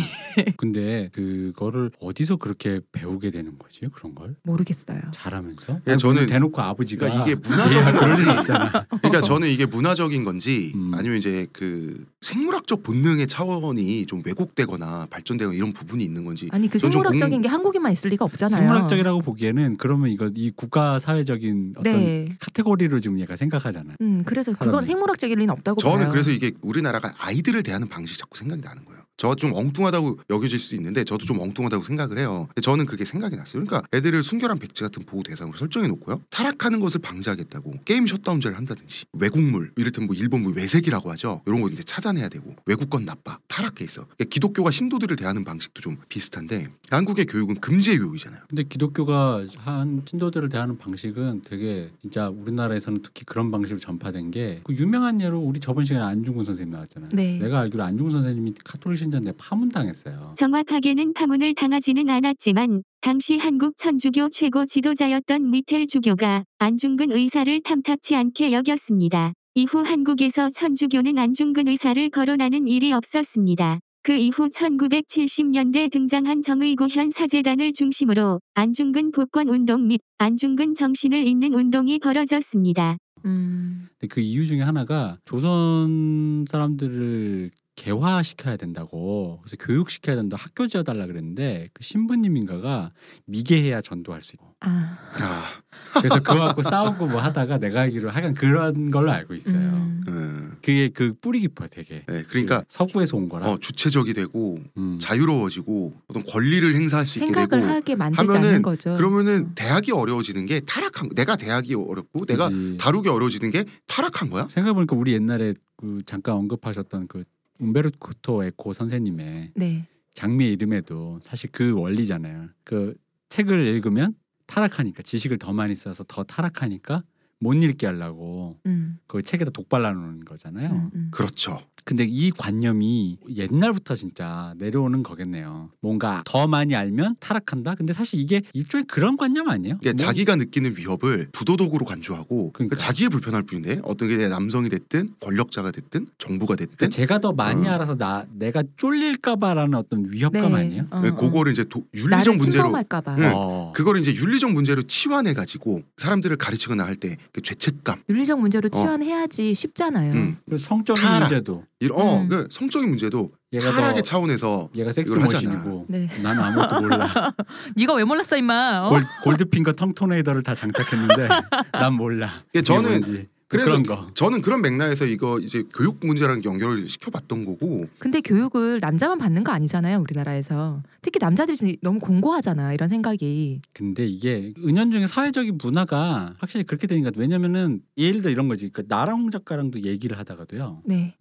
Speaker 2: 근데 그거를 어디서 그렇게 배우게 되는 거지 그런 걸
Speaker 1: 모르겠어요.
Speaker 2: 잘하면서?
Speaker 3: 예, 저는-
Speaker 2: 대놓고
Speaker 3: 그러니까
Speaker 2: 아버지가 <laughs>
Speaker 3: 이게 문화적인
Speaker 2: 그럴 리 있잖아.
Speaker 3: 그러니까 저는 이게 문화적인 건지
Speaker 2: 음.
Speaker 3: 아니면 이제 그 생물학적 본능의 차원이 좀 왜곡되거나 발전되거나 이런 부분이 있는 건지
Speaker 1: 아니 그
Speaker 3: 저는 좀
Speaker 1: 생물학적인
Speaker 3: 공-
Speaker 1: 게 한국인만 있을 리가 없잖아요.
Speaker 2: 생물학적이라고 보기에는 그러면 이거 이 국가 사회적인 어떤
Speaker 1: 네.
Speaker 2: 카테고리로 지금 얘가 생각하잖아.
Speaker 1: 음 그래서 그건
Speaker 2: 사람들이.
Speaker 1: 생물학적인 리는 없다고
Speaker 3: 저는
Speaker 1: 어, 봐요.
Speaker 3: 그래서 이게 우리나라가 아이들을 대하는 방식이 자꾸 생각이 나는 거예요. 저 좀 엉뚱하다고 여겨질 수 있는데 저도 좀 엉뚱하다고 생각을 해요. 근데 저는 그게 생각이 났어요. 그러니까 애들을 순결한 백지 같은 보호 대상으로 설정해 놓고요. 타락하는 것을 방지하겠다고 게임 셧다운제를 한다든지 외국물 이를테면 뭐 일본 뭐 외색이라고 하죠. 이런 거 이제 찾아내야 되고 외국 건 나빠 타락해 있어. 그러니까 기독교가 신도들을 대하는 방식도 좀 비슷한데 한국의 교육은 금지의 교육이잖아요.
Speaker 2: 근데 기독교가 한 신도들을 대하는 방식은 되게 진짜 우리나라에서는 특히 그런 방식으로 전파된 게 그 유명한 예로 우리 저번 시간에 안중근 선생님 나왔잖아요.
Speaker 1: 네.
Speaker 2: 내가 알기로 안중근 선생님이 카톨릭 신자인데 파문당했어요.
Speaker 4: 정확하게는 파문을 당하지는 않았지만 당시 한국 천주교 최고 지도자였던 미텔 주교가 안중근 의사를 탐탁치 않게 여겼습니다. 이후 한국에서 천주교는 안중근 의사를 거론하는 일이 없었습니다. 그 이후 1970년대 등장한 정의고현 사재단을 중심으로 안중근 복권 운동 및 안중근 정신을 잇는 운동이 벌어졌습니다.
Speaker 1: 음,
Speaker 2: 근데 그 이유 중에 하나가 조선 사람들을 개화시켜야 된다고 그래서 교육시켜야 된다 학교 지어달라 그랬는데 그 신부님인가가 미개해야 전도할 수 있고
Speaker 1: 아,
Speaker 3: 아,
Speaker 2: 그래서 그거 갖고 싸우고 뭐 하다가 내가 알기로 하여간 그런 걸로 알고 있어요
Speaker 1: 음.
Speaker 3: 음,
Speaker 2: 그게 그 뿌리 깊어요 되게
Speaker 3: 네, 그러니까
Speaker 2: 그 서구에서 온 거라
Speaker 3: 어, 주체적이 되고
Speaker 2: 음.
Speaker 3: 자유로워지고 어떤 권리를 행사할 수 있게 되고
Speaker 1: 생각을 하게 만들지
Speaker 3: 하면은
Speaker 1: 않는
Speaker 2: 음.
Speaker 1: 거죠.
Speaker 3: 그러면은
Speaker 1: 어.
Speaker 3: 대학이 어려워지는 게 타락한 내가 대학이 어렵고 내가
Speaker 2: 그지.
Speaker 3: 다루기 어려워지는 게 타락한 거야?
Speaker 2: 생각해보니까 우리 옛날에 그 잠깐 언급하셨던 그 움베르토 에코 선생님의
Speaker 1: 네.
Speaker 2: 장미의 이름에도 사실 그 원리잖아요. 그 책을 읽으면 타락하니까 지식을 더 많이 써서 더 타락하니까 못 읽게 하려고
Speaker 1: 음,
Speaker 2: 그 책에다 독발라 놓는 거잖아요.
Speaker 1: 음, 음.
Speaker 3: 그렇죠.
Speaker 2: 근데 이 관념이 옛날부터 진짜 내려오는 거겠네요. 뭔가 더 많이 알면 타락한다. 근데 사실 이게 일종의 그런 관념 아니에요?
Speaker 3: 이게
Speaker 2: 뭐-
Speaker 3: 자기가 느끼는 위협을 부도덕으로 간주하고
Speaker 2: 그러니까.
Speaker 3: 자기의 불편할 뿐인데 어떤 게 남성이 됐든 권력자가 됐든 정부가
Speaker 2: 그러니까
Speaker 3: 됐든
Speaker 2: 제가 더
Speaker 3: 음.
Speaker 2: 많이 알아서 나 내가 쫄릴까봐라는 어떤 위협감 그
Speaker 3: 네.
Speaker 2: 아니에요?
Speaker 1: 어, 어.
Speaker 3: 그거를 이제 도-
Speaker 1: 나를
Speaker 3: 윤리적 문제로
Speaker 1: 침범할까봐.
Speaker 3: 네. 응.
Speaker 2: 어.
Speaker 3: 그거를 이제 윤리적 문제로 치환해 가지고 사람들을 가르치거나 할 때 그 죄책감
Speaker 1: 윤리적 문제로 치환해야지 쉽잖아요.
Speaker 3: 어. 음.
Speaker 2: 그 성적인
Speaker 3: 타락.
Speaker 2: 문제도
Speaker 3: 이런 어,
Speaker 1: 음.
Speaker 3: 그 성적인 문제도
Speaker 2: 얘가
Speaker 3: 타락의
Speaker 2: 더-
Speaker 3: 차원에서
Speaker 2: 얘가 섹스
Speaker 3: 이걸 하지
Speaker 2: 머신이고
Speaker 1: 네.
Speaker 2: 난 아무것도 몰라.
Speaker 1: 네가 왜 몰랐어 임마. 어?
Speaker 3: 그
Speaker 2: 골, 골드핑거 텅토네이더를 다
Speaker 1: <laughs>
Speaker 2: 장착했는데 난 몰라.
Speaker 3: 예,
Speaker 2: 이게
Speaker 3: 저는
Speaker 2: 뭔지.
Speaker 3: 그래서
Speaker 2: 그런 거.
Speaker 3: 저는 그런 맥락에서 이거 이제 교육 문제랑 연결을 시켜봤던 거고
Speaker 1: 근데 교육을 남자만 받는 거 아니잖아요 우리나라에서. 특히 남자들이 지금 너무 공고하잖아 이런 생각이.
Speaker 2: 근데 이게 은연중에 사회적인 문화가 확실히 그렇게 되니까 왜냐면은 예를 들어 이런 거지. 그 나라홍 작가랑도 얘기를 하다가도요.
Speaker 1: 네.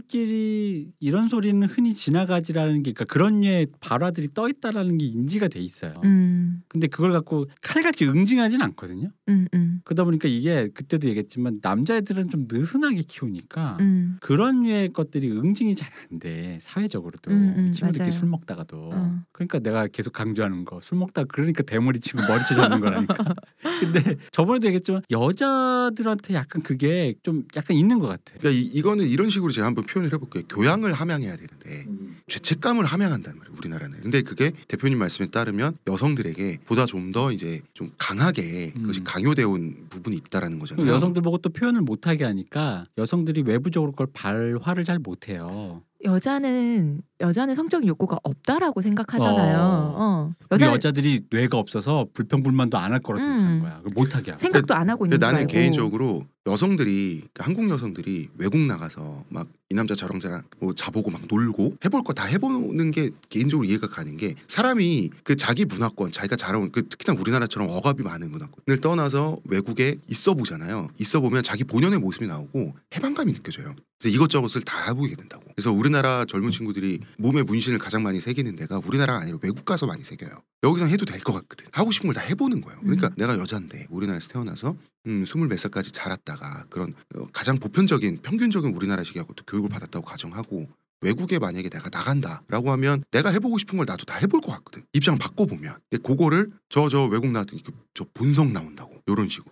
Speaker 2: 남자들끼리 이런 소리는 흔히 지나가지라는 게 그러니까 그런 류의 발화들이 떠 있다라는 게 인지가 돼 있어요.
Speaker 1: 음,
Speaker 2: 근데 그걸 갖고 칼같이 응징하진 않거든요.
Speaker 1: 음, 음,
Speaker 2: 그러다 보니까 이게 그때도 얘기했지만 남자애들은 좀 느슨하게 키우니까
Speaker 1: 음.
Speaker 2: 그런 류의 것들이 응징이 잘 안 돼 사회적으로도
Speaker 1: 음, 음,
Speaker 2: 친구들끼리
Speaker 1: 맞아요.
Speaker 2: 술 먹다가도
Speaker 1: 어.
Speaker 2: 그러니까 내가 계속 강조하는 거 술 먹다 가 그러니까 대머리 치고 머리채 잡는 거라니까
Speaker 1: <laughs>
Speaker 2: 근데 저번에도 얘기했지만 여자들한테 약간 그게 좀 약간 있는 것 같아
Speaker 1: 음.
Speaker 3: 그러니까 이, 거는 이런 식으로 제가 한번 표현을 해볼게요. 교양을 함양해야 되는데 죄책감을 함양한다는 말이에요. 우리나라는. 근데 그게 대표님 말씀에 따르면 여성들에게 보다 좀 더 이제 좀 강하게 그것이
Speaker 2: 음.
Speaker 3: 강요되어 온 부분이 있다라는
Speaker 2: 또
Speaker 3: 거잖아요.
Speaker 2: 여성들 보고 또 표현을 못하게 하니까 여성들이 외부적으로 그걸 발화를 잘 못해요
Speaker 1: 여자는 여자는 성적 욕구가 없다라고 생각하잖아요. 어.
Speaker 2: 우리
Speaker 1: 여자는
Speaker 2: 여자들이 뇌가 없어서 불평불만도 안 할 거라 생각한
Speaker 1: 음.
Speaker 2: 거야. 그걸 못하게 하고.
Speaker 1: 생각도 안 하고
Speaker 3: 근데
Speaker 1: 있는 거
Speaker 3: 나는
Speaker 1: 알고.
Speaker 3: 개인적으로 여성들이 그러니까 한국 여성들이 외국 나가서 막 이 남자 저 남자랑 뭐 자보고 막 놀고 해볼 거 다 해보는 게 개인적으로 이해가 가는 게 사람이 그 자기 문화권 자기가 자라온 그 특히나 우리나라처럼 억압이 많은 문화권을 떠나서 외국에 있어 보잖아요. 있어 보면 자기 본연의 모습이 나오고 해방감이 느껴져요. 그래서 이것저것을 다 해보게 된다고. 그래서 우리나라 젊은 친구들이 몸에 문신을 가장 많이 새기는 데가 우리나라가 아니라 외국 가서 많이 새겨요. 여기선 해도 될 것 같거든. 하고 싶은 걸 다 해보는 거예요. 그러니까
Speaker 1: 음.
Speaker 3: 내가 여잔데 우리나라에서 태어나서 음, 스물 몇 살까지 자랐다가 그런 어, 가장 보편적인 평균적인 우리나라식하고 또 교육을 받았다고 가정하고 외국에 만약에 내가 나간다라고 하면 내가 해보고 싶은 걸 나도 다 해볼 것 같거든 입장 바꿔 보면 근데 그거를 저 저 외국 나왔더니 그- 저 본성 나온다고 요런 식으로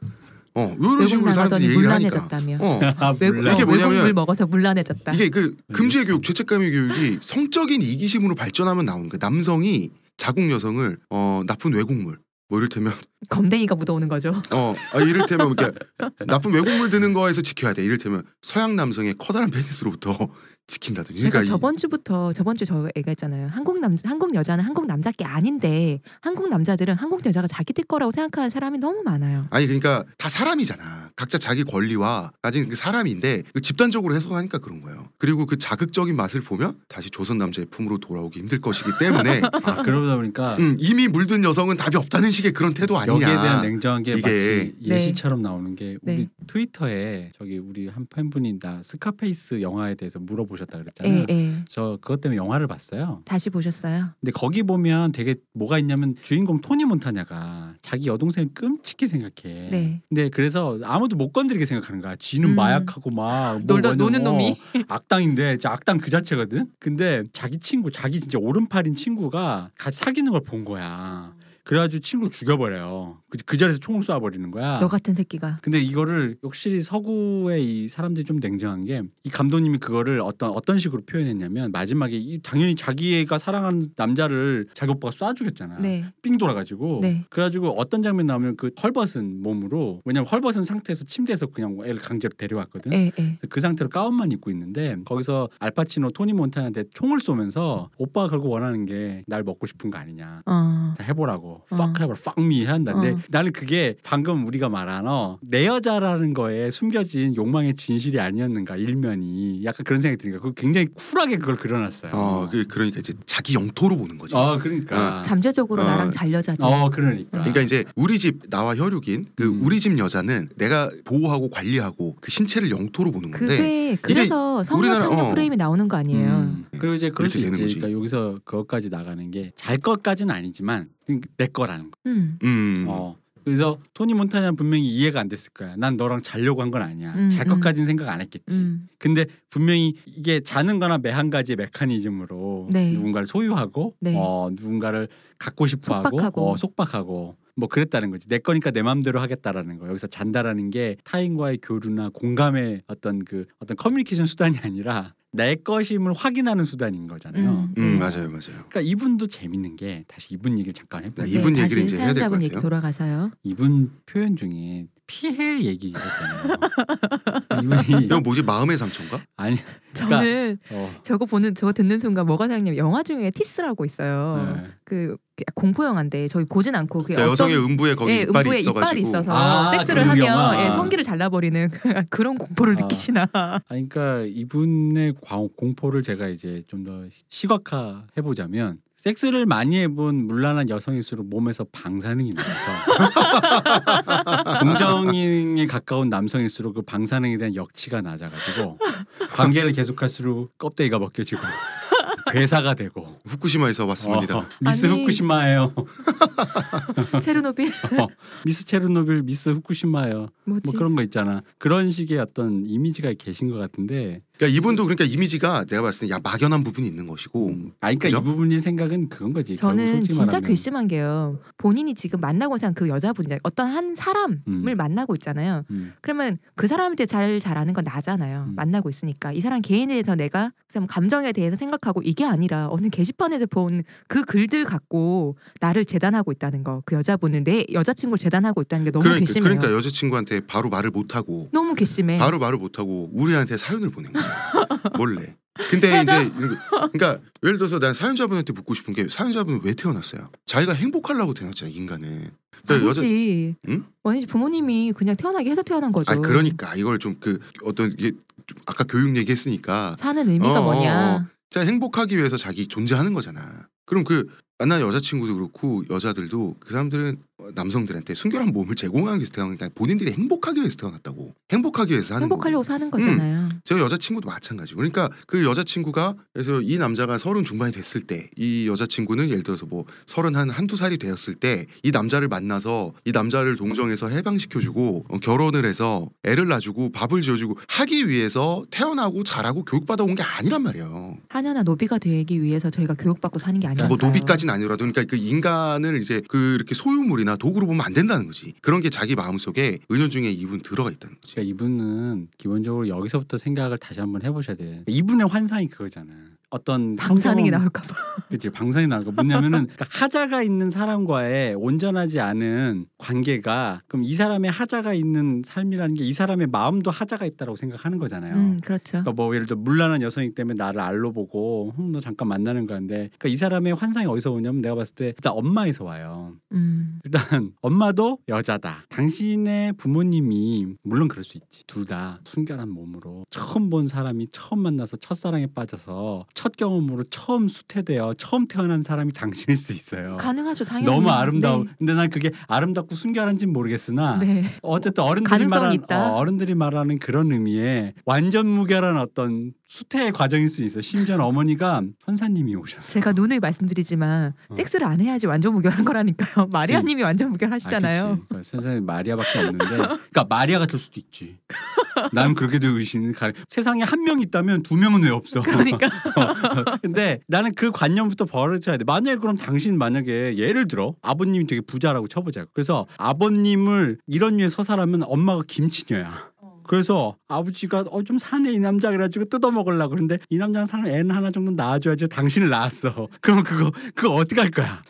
Speaker 3: 어 요런
Speaker 1: 외국
Speaker 3: 식으로
Speaker 1: 나가더니
Speaker 3: 사람들이 얘기를 하니까
Speaker 1: 물란해졌다며.
Speaker 3: 어
Speaker 2: 아,
Speaker 1: 외국,
Speaker 2: <laughs> 몰라.
Speaker 3: 이게
Speaker 1: 어,
Speaker 3: 뭐냐면
Speaker 1: 외국물 먹어서 물란해졌다.
Speaker 3: 이게 그
Speaker 2: 음.
Speaker 3: 금지의 교육 죄책감의 교육이 성적인 이기심으로 발전하면 나오는 거 남성이 자국 여성을 어 나쁜 외국물 뭐 이를테면
Speaker 1: 검댕이가 묻어오는 거죠.
Speaker 3: 어, 아, 이를테면 이렇게 나쁜 외국물 드는 거에서 지켜야 돼. 이를테면 서양 남성의 커다란 페니스로부터 <laughs> 지킨다든지.
Speaker 1: 제가
Speaker 3: 그러니까 이-
Speaker 1: 그러니까 저번 주부터 저번 주에 저 얘기했잖아요. 한국 남 한국 여자는 한국 남자 게 아닌데 한국 남자들은 한국 여자가 자기 뜰 거라고 생각하는 사람이 너무 많아요.
Speaker 3: 아니 그러니까 다 사람이잖아. 각자 자기 권리와 가진 그 사람인데 그 집단적으로 해석하니까 그런 거예요. 그리고 그 자극적인 맛을 보면 다시 조선 남자의 품으로 돌아오기 힘들 것이기
Speaker 2: <laughs>
Speaker 3: 때문에
Speaker 2: 아, 그러다 보니까
Speaker 3: 음, 이미 물든 여성은 답이 없다는 식의 그런 태도 아니냐.
Speaker 2: 여기에 대한 냉정한 게
Speaker 3: 이게-
Speaker 2: 마치
Speaker 1: 네.
Speaker 2: 예시처럼 나오는 게 우리
Speaker 1: 네.
Speaker 2: 트위터에 저기 우리 한 팬분이 나 스카페이스 영화에 대해서 물어보셨다 그랬잖아요.
Speaker 1: 예, 예.
Speaker 2: 저 그것 때문에 영화를 봤어요.
Speaker 1: 다시 보셨어요?
Speaker 2: 근데 거기 보면 되게 뭐가 있냐면 주인공 토니 몬타냐가 자기 여동생을 끔찍히 생각해.
Speaker 1: 네.
Speaker 2: 근데 그래서 아무도 못 건드리게 생각하는 거야. 지는
Speaker 1: 음. <laughs>
Speaker 2: 마약하고 막
Speaker 1: 놀다
Speaker 2: 뭐냐,
Speaker 1: 노는
Speaker 2: 뭐
Speaker 1: 놈이.
Speaker 2: <laughs> 악당인데 진짜 악당 그 자체거든. 근데 자기 친구, 자기 진짜 오른팔인 친구가 같이 사귀는 걸 본 거야. 그래가지고 친구를 죽여버려요. 그, 그 자리에서 총을 쏴버리는 거야.
Speaker 1: 너 같은 새끼가.
Speaker 2: 근데 이거를 확실히 서구의 이 사람들이 좀 냉정한 게 이 감독님이 그거를 어떤 어떤 식으로 표현했냐면 마지막에 이, 당연히 자기가 사랑하는 남자를 자기 오빠가 쏴 죽였잖아.
Speaker 1: 네.
Speaker 2: 삥 돌아가지고
Speaker 1: 네.
Speaker 2: 그래가지고 어떤 장면 나오면 그 헐벗은 몸으로 왜냐면 헐벗은 상태에서 침대에서 그냥 애를 강제로 데려왔거든.
Speaker 1: 예, 예.
Speaker 2: 그래서 그 상태로 가운만 입고 있는데 거기서 알파치노 토니 몬타나한테 총을 쏘면서 오빠가 결국 원하는 게 날 먹고 싶은 거 아니냐.
Speaker 1: 어.
Speaker 2: 자, 해보라고
Speaker 1: 어.
Speaker 2: fuck 해보라 fuck me 해야 한다 근데
Speaker 1: 어.
Speaker 2: 나는 그게 방금 우리가 말한 어, 내 여자라는 거에 숨겨진 욕망의 진실이 아니었는가 일면이 약간 그런 생각이 드니까 그 굉장히 쿨하게 그걸 아, 그려놨어요
Speaker 3: 어, 그- 그러니까 이제 자기 영토로 보는 거지.
Speaker 2: 어, 그러니까
Speaker 1: 잠재적으로
Speaker 3: 어.
Speaker 1: 나랑 잘 여자들.
Speaker 2: 어 그러니까
Speaker 3: 그러니까 이제 우리 집 나와 혈육인 그
Speaker 2: 음.
Speaker 3: 우리 집 여자는 내가 보호하고 관리하고 그 신체를 영토로 보는
Speaker 1: 그게
Speaker 3: 건데
Speaker 1: 그래서 성녀
Speaker 3: 네. 우리나라-
Speaker 1: 창녀
Speaker 3: 어.
Speaker 1: 프레임이 나오는 거 아니에요.
Speaker 2: 음. 그리고 이제 그럴
Speaker 3: 이렇게
Speaker 2: 수 있지
Speaker 3: 되는 거지.
Speaker 2: 그러니까 여기서 그것까지 나가는 게 잘 것까지는 아니지만 그냥 내 거라는 거
Speaker 1: 음.
Speaker 3: 음.
Speaker 2: 어. 그래서 토니 몬타냐는 분명히 이해가 안 됐을 거야 난 너랑 자려고 한 건 아니야
Speaker 1: 음,
Speaker 2: 잘
Speaker 1: 음.
Speaker 2: 것까지는 생각 안 했겠지
Speaker 1: 음.
Speaker 2: 근데 분명히 이게 자는 거나 매 한 가지의 메커니즘으로
Speaker 1: 네.
Speaker 2: 누군가를 소유하고
Speaker 1: 네.
Speaker 2: 어, 누군가를 갖고 싶어 하고
Speaker 1: 속박하고.
Speaker 2: 어, 속박하고 뭐 그랬다는 거지 내 거니까 내 마음대로 하겠다라는 거 여기서 잔다라는 게 타인과의 교류나 공감의 어떤 그 어떤 커뮤니케이션 수단이 아니라 내 것임을 확인하는 수단인 거잖아요
Speaker 1: 음.
Speaker 3: 음 맞아요 맞아요.
Speaker 2: 그러니까 이분도 재밌는 게 다시 이분 얘기를 잠깐 해보면
Speaker 3: 네, 이분
Speaker 1: 네,
Speaker 3: 얘기를
Speaker 1: 다시
Speaker 3: 이제 해야 될것
Speaker 1: 사연자분 얘기
Speaker 3: 같아요.
Speaker 1: 돌아가서요.
Speaker 2: 이분 표현 중에 피해 얘기 했잖아요 <laughs> 이분이
Speaker 3: 이건 뭐지 마음의 상처인가?
Speaker 2: 아니 그러니까-
Speaker 1: 저는
Speaker 2: 어,
Speaker 1: 저거 보는 저거 듣는 순간 뭐가 생각냐면 영화 중에 티스라고 있어요.
Speaker 2: 네.
Speaker 1: 그 공포 영화인데 저희 보진 않고 그
Speaker 3: 그러니까 여성의 음부에 거기
Speaker 1: 예,
Speaker 3: 이빨이
Speaker 1: 음부에 이빨이
Speaker 3: 있어가지고
Speaker 1: 있어서
Speaker 2: 아,
Speaker 1: 섹스를
Speaker 2: 그
Speaker 1: 하면
Speaker 2: 영화.
Speaker 1: 예, 성기를 잘라버리는 <laughs> 그런 공포를
Speaker 2: 아. <laughs>
Speaker 1: 느끼시나.
Speaker 2: 아니, 그러니까 이분의 광- 공포를 제가 이제 좀 더 시각화 해보자면 섹스를 많이 해본 물란한 여성일수록 몸에서 방사능이
Speaker 3: <laughs>
Speaker 2: 나와서 긍정인에 가까운 남성일수록 그 방사능에 대한 역치가 낮아가지고 관계를 계속할수록 껍데기가 벗겨지고 괴사가 되고
Speaker 3: 후쿠시마에서 왔습니다.
Speaker 2: 어, 미스
Speaker 1: 아니.
Speaker 2: 후쿠시마예요
Speaker 1: 체르노빌
Speaker 2: 어, 미스 체르노빌 미스 후쿠시마예요
Speaker 1: 뭐지?
Speaker 2: 뭐 그런 거 있잖아 그런 식의 어떤 이미지가 계신 것 같은데
Speaker 3: 그러니까 이분도 그러니까 이미지가 내가 봤을 때야 막연한 부분이 있는 것이고
Speaker 2: 아, 그러니까
Speaker 3: 음. 그죠?
Speaker 2: 이 부분의 생각은 그건 거지. 결국
Speaker 1: 저는
Speaker 2: 솔직히
Speaker 1: 진짜
Speaker 2: 말하면.
Speaker 1: 괘씸한 게요. 본인이 지금 만나고 생각 그 여자분이 어떤 한 사람을
Speaker 2: 음.
Speaker 1: 만나고 있잖아요.
Speaker 2: 음.
Speaker 1: 그러면 그 사람한테 잘 잘하는 건 나잖아요.
Speaker 2: 음.
Speaker 1: 만나고 있으니까 이 사람 개인에 대해서 내가 좀 감정에 대해서 생각하고 이게 아니라 어느 게시판에서 본 그 글들 갖고 나를 재단하고 있다는 거, 그 여자분을 내 여자친구를 재단하고 있다는 게 너무
Speaker 3: 그러니까,
Speaker 1: 괘씸해요.
Speaker 3: 그러니까 여자친구한테 바로 말을 못하고
Speaker 1: 너무 괘씸해.
Speaker 3: 바로 말을 못하고 우리한테 사연을 보낸 거예요. 몰래 근데
Speaker 1: 헤어져?
Speaker 3: 이제 이런 거- 그러니까 예를 들어서 난 사연자분한테 묻고 싶은 게 사연자분은 왜 태어났어요? 자기가 행복하려고 태어났잖아 인간은. 그러니까 여자
Speaker 1: 아니지.
Speaker 3: 응?
Speaker 1: 아니지 부모님이 그냥 태어나게 해서 태어난 거죠.
Speaker 3: 아 그러니까 이걸 좀 그 어떤 이게 좀 아까 교육 얘기했으니까
Speaker 1: 사는 의미가
Speaker 3: 어,
Speaker 1: 뭐냐.
Speaker 3: 어, 어. 자 행복하기 위해서 자기 존재하는 거잖아. 그럼 그 만난 여자친구도 그렇고 여자들도 그 사람들은 남성들한테 순결한 몸을 제공하기 위해서 태어난 게 아니라 본인들이 행복하기 위해서 태어났다고. 행복하기 위해서 하는 음. 거고.
Speaker 1: 행복하려고 사는 거잖아요.
Speaker 3: 제 여자친구도 마찬가지고 그러니까 그 여자친구가 그래서 이 남자가 서른 중반이 됐을 때 이 여자친구는 예를 들어서 뭐 서른 한 한두 살이 되었을 때 이 남자를 만나서 이 남자를 동정해서 해방시켜주고 어, 결혼을 해서 애를 낳아주고 밥을 지어주고 하기 위해서 태어나고 자라고 교육받아온 게 아니란 말이에요
Speaker 1: 사녀나 노비가 되기 위해서 저희가 교육받고 사는 게 아니라.
Speaker 3: 뭐 노비까지는 아니라도 그러니까 그 인간을 이제 그 이렇게 소유물이나 도구로 보면 안 된다는 거지 그런 게 자기 마음속에 은연중에 이분 들어가 있다는 거지
Speaker 2: 그러니까 이분은 기본적으로 여기서부터 생각을 다시 한번 해보셔야 돼. 그러니까 이분의 환상이 그거잖아. 어떤
Speaker 1: 방사능이
Speaker 2: 성경-
Speaker 1: 나올까 봐.
Speaker 2: 그치 방사능이 나올 거 뭐냐면은 그러니까 하자가 있는 사람과의 온전하지 않은 관계가 그럼 이 사람의 하자가 있는 삶이라는 게 이 사람의 마음도 하자가 있다라고 생각하는 거잖아요.
Speaker 1: 음 그렇죠.
Speaker 2: 그러니까 뭐 예를 들어 물란한 여성이기 때문에 나를 알로 보고 흠, 너 잠깐 만나는 건데 그러니까 이 사람의 환상이 어디서 오냐면 내가 봤을 때 일단 엄마에서 와요.
Speaker 1: 음.
Speaker 2: 일단 엄마도 여자다. 당신의 부모님이 물론 그럴 수 있지. 둘 다 순결한 몸으로 처음 본 사람이 처음 만나서 첫사랑에 빠져서 첫 경험으로 처음 수태되어 처음 태어난 사람이 당신일 수 있어요.
Speaker 1: 가능하죠 당연히.
Speaker 2: 너무 아름다워.
Speaker 1: 네.
Speaker 2: 근데 난 그게 아름답고
Speaker 3: 아.
Speaker 2: 순결한지는 모르겠으나
Speaker 1: 네.
Speaker 2: 어쨌든 어른들이
Speaker 1: 가능성은
Speaker 2: 말하는
Speaker 1: 있다.
Speaker 2: 어, 른들이 말하는 그런 의미의 완전 무결한 어떤 수태의 과정일 수 있어. 요 심지어 는 어머니가 선사님이 오셨어.
Speaker 1: 제가 누누이 말씀드리지만
Speaker 2: 어.
Speaker 1: 섹스를 안 해야지 완전 무결한 거라니까요. <laughs> 마리아님이
Speaker 3: 그
Speaker 1: 완전
Speaker 2: 아,
Speaker 1: 무결하시잖아요.
Speaker 2: 그치. 그 세상에 마리아밖에 없는데, 그러니까 마리아가 될 수도 있지. 난 그렇게도 의심이 가. 세상에 한 명 있다면 두 명은
Speaker 1: <laughs>
Speaker 2: 왜 없어?
Speaker 1: 그러니까
Speaker 3: <laughs>
Speaker 2: <laughs> 근데 나는 그 관념부터 버려줘야 돼. 만약에 그럼 당신 만약에 예를 들어 아버님이 되게 부자라고 쳐보자. 그래서 아버님을 이런 류에 서사라면 엄마가 김치녀야. 그래서 아버지가 어 좀 사네 이 남자 그래가지고 뜯어먹으려고 그런데 이 남자는 사람 애는 하나 정도 낳아줘야지 당신을 낳았어 <laughs> 그럼 그거 그거 어떡할 거야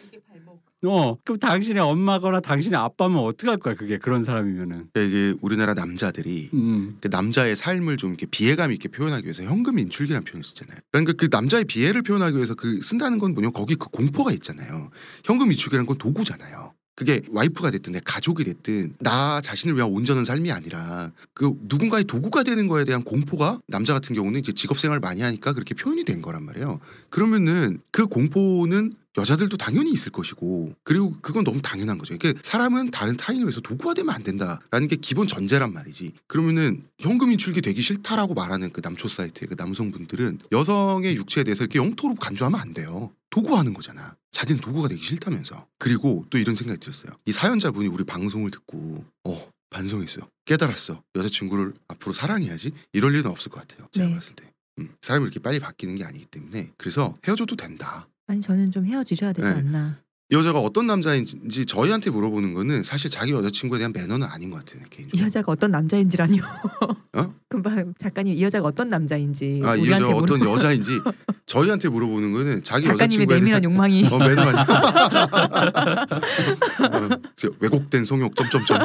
Speaker 2: 어 그럼 당신의 엄마거나 당신의 아빠면 어떡할 거야 그게 그런 사람이면은
Speaker 3: 그러니까 이게 우리나라 남자들이
Speaker 2: 음
Speaker 3: 그 남자의 삶을 좀 이렇게 비애감 있게 표현하기 위해서 현금 인출기라는 표현을 쓰잖아요. 그러니까 그 남자의 비애를 표현하기 위해서 그 쓴다는 건 뭐냐면 거기 그 공포가 있잖아요. 현금 인출기라는 건 도구잖아요. 그게 와이프가 됐든 내 가족이 됐든 나 자신을 위한 온전한 삶이 아니라 그 누군가의 도구가 되는 거에 대한 공포가 남자 같은 경우는 이제 직업 생활 많이 하니까 그렇게 표현이 된 거란 말이에요. 그러면은 그 공포는 여자들도 당연히 있을 것이고 그리고 그건 너무 당연한 거죠. 이게 사람은 다른 타인을 위해서 도구화되면 안 된다라는 게 기본 전제란 말이지. 그러면은 현금 인출기 되기 싫다라고 말하는 그 남초 사이트의 그 남성분들은 여성의 육체에 대해서 이렇게 영토로 간주하면 안 돼요. 도구화하는 거잖아. 자기는 도구가 되기 싫다면서. 그리고 또 이런 생각이 들었어요. 이 사연자분이 우리 방송을 듣고 어 반성했어요. 깨달았어. 여자친구를 앞으로 사랑해야지. 이럴 일은 없을 것 같아요. 제가
Speaker 1: 네.
Speaker 3: 봤을 때. 음, 사람이 이렇게 빨리 바뀌는 게 아니기 때문에 그래서 헤어져도 된다.
Speaker 1: 아니 저는 좀 헤어지셔야 되지
Speaker 3: 네.
Speaker 1: 않나.
Speaker 3: 이 여자가 어떤 남자인지 저희한테 물어보는 거는 사실 자기 여자친구에 대한 매너는 아닌 것 같아요
Speaker 1: 이
Speaker 3: 개인적으로.
Speaker 1: 여자가 어떤 남자인지라니요.
Speaker 3: 어?
Speaker 1: <laughs> 금방 작가님 이 여자가 어떤 남자인지
Speaker 3: 아, 이
Speaker 1: 우리한테
Speaker 3: 여자가
Speaker 1: 물어.
Speaker 3: 어떤 여자인지 저희한테 물어보는 거는 자기
Speaker 1: 작가님의
Speaker 3: 여자친구에 대한
Speaker 1: 내밀한 욕망이
Speaker 3: <laughs> 어, 매너
Speaker 1: <laughs>
Speaker 3: 아니야. 어, 저 왜곡된 성욕 점점점.